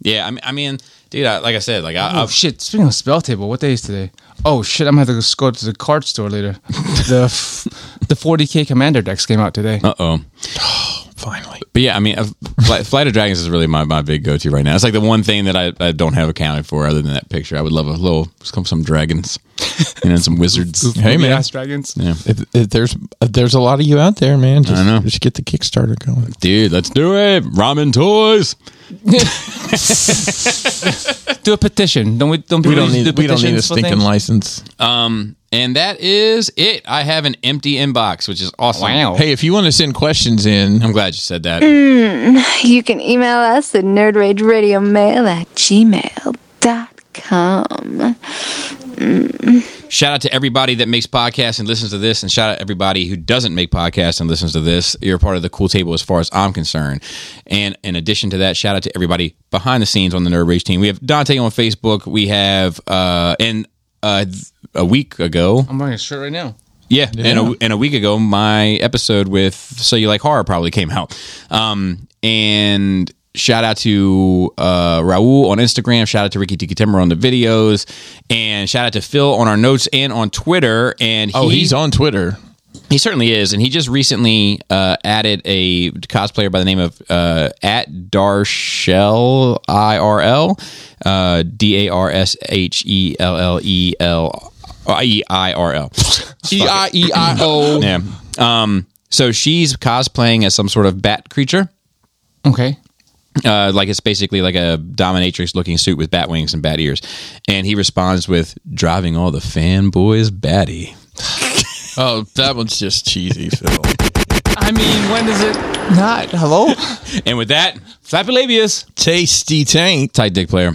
A: yeah, I mean, I mean dude, I, like I said, like I,
C: Oh
A: I've,
C: shit! Speaking of spell table, what day is today? Oh shit! I'm gonna have to just go to the card store later. the f- the 40k commander decks came out today.
A: uh oh.
B: Finally.
A: But yeah, I mean, uh, Flight, Flight of Dragons is really my, my big go to right now. It's like the one thing that I, I don't have accounted for other than that picture. I would love a little some, some dragons and then some wizards.
B: Hey, man.
C: Ass dragons.
B: If, if there's if there's a lot of you out there, man. Just,
A: know.
B: just get the Kickstarter going.
A: Dude, let's do it. Ramen toys.
C: Do a petition. Don't we? Don't
B: We don't need
C: do
B: we don't need a
C: petitions for
B: stinking
C: things?
B: license.
A: And that is it. I have an empty inbox, which is awesome.
C: Wow.
B: Hey, if you want to send questions in,
A: I'm glad you said that.
G: You can email us at nerdrageradiomail at gmail.com.
A: Shout out to everybody that makes podcasts and listens to this, and shout out everybody who doesn't make podcasts and listens to this. You're a part of the cool table as far as I'm concerned. And in addition to that, shout out to everybody behind the scenes on the Nerd Rage team. We have Dante on Facebook. We have uh, and uh, a week ago,
C: I'm wearing a shirt right now.
A: yeah, And, a, and a week ago, my episode with So You Like Horror probably came out. Um, and shout out to uh, Raul on Instagram. Shout out to Ricky Tiki Timber on the videos. And shout out to Phil on our notes and on Twitter. And
B: oh,
A: he-
B: he's on Twitter.
A: he certainly is, and he just recently uh, added a cosplayer by the name of uh, at Darshell I R L uh, D A R S H E L L E L E I R L E I E I O. Yeah. Um. So she's cosplaying as some sort of bat creature.
C: Okay.
A: Uh, like it's basically like a dominatrix looking suit with bat wings and bat ears, and he responds with driving all the fanboys batty.
B: Oh, that one's just cheesy, Phil.
C: I mean, when is it not? Hello,
A: And with that,
C: Flappy Labius.
B: Tasty taint.
A: tight dick player.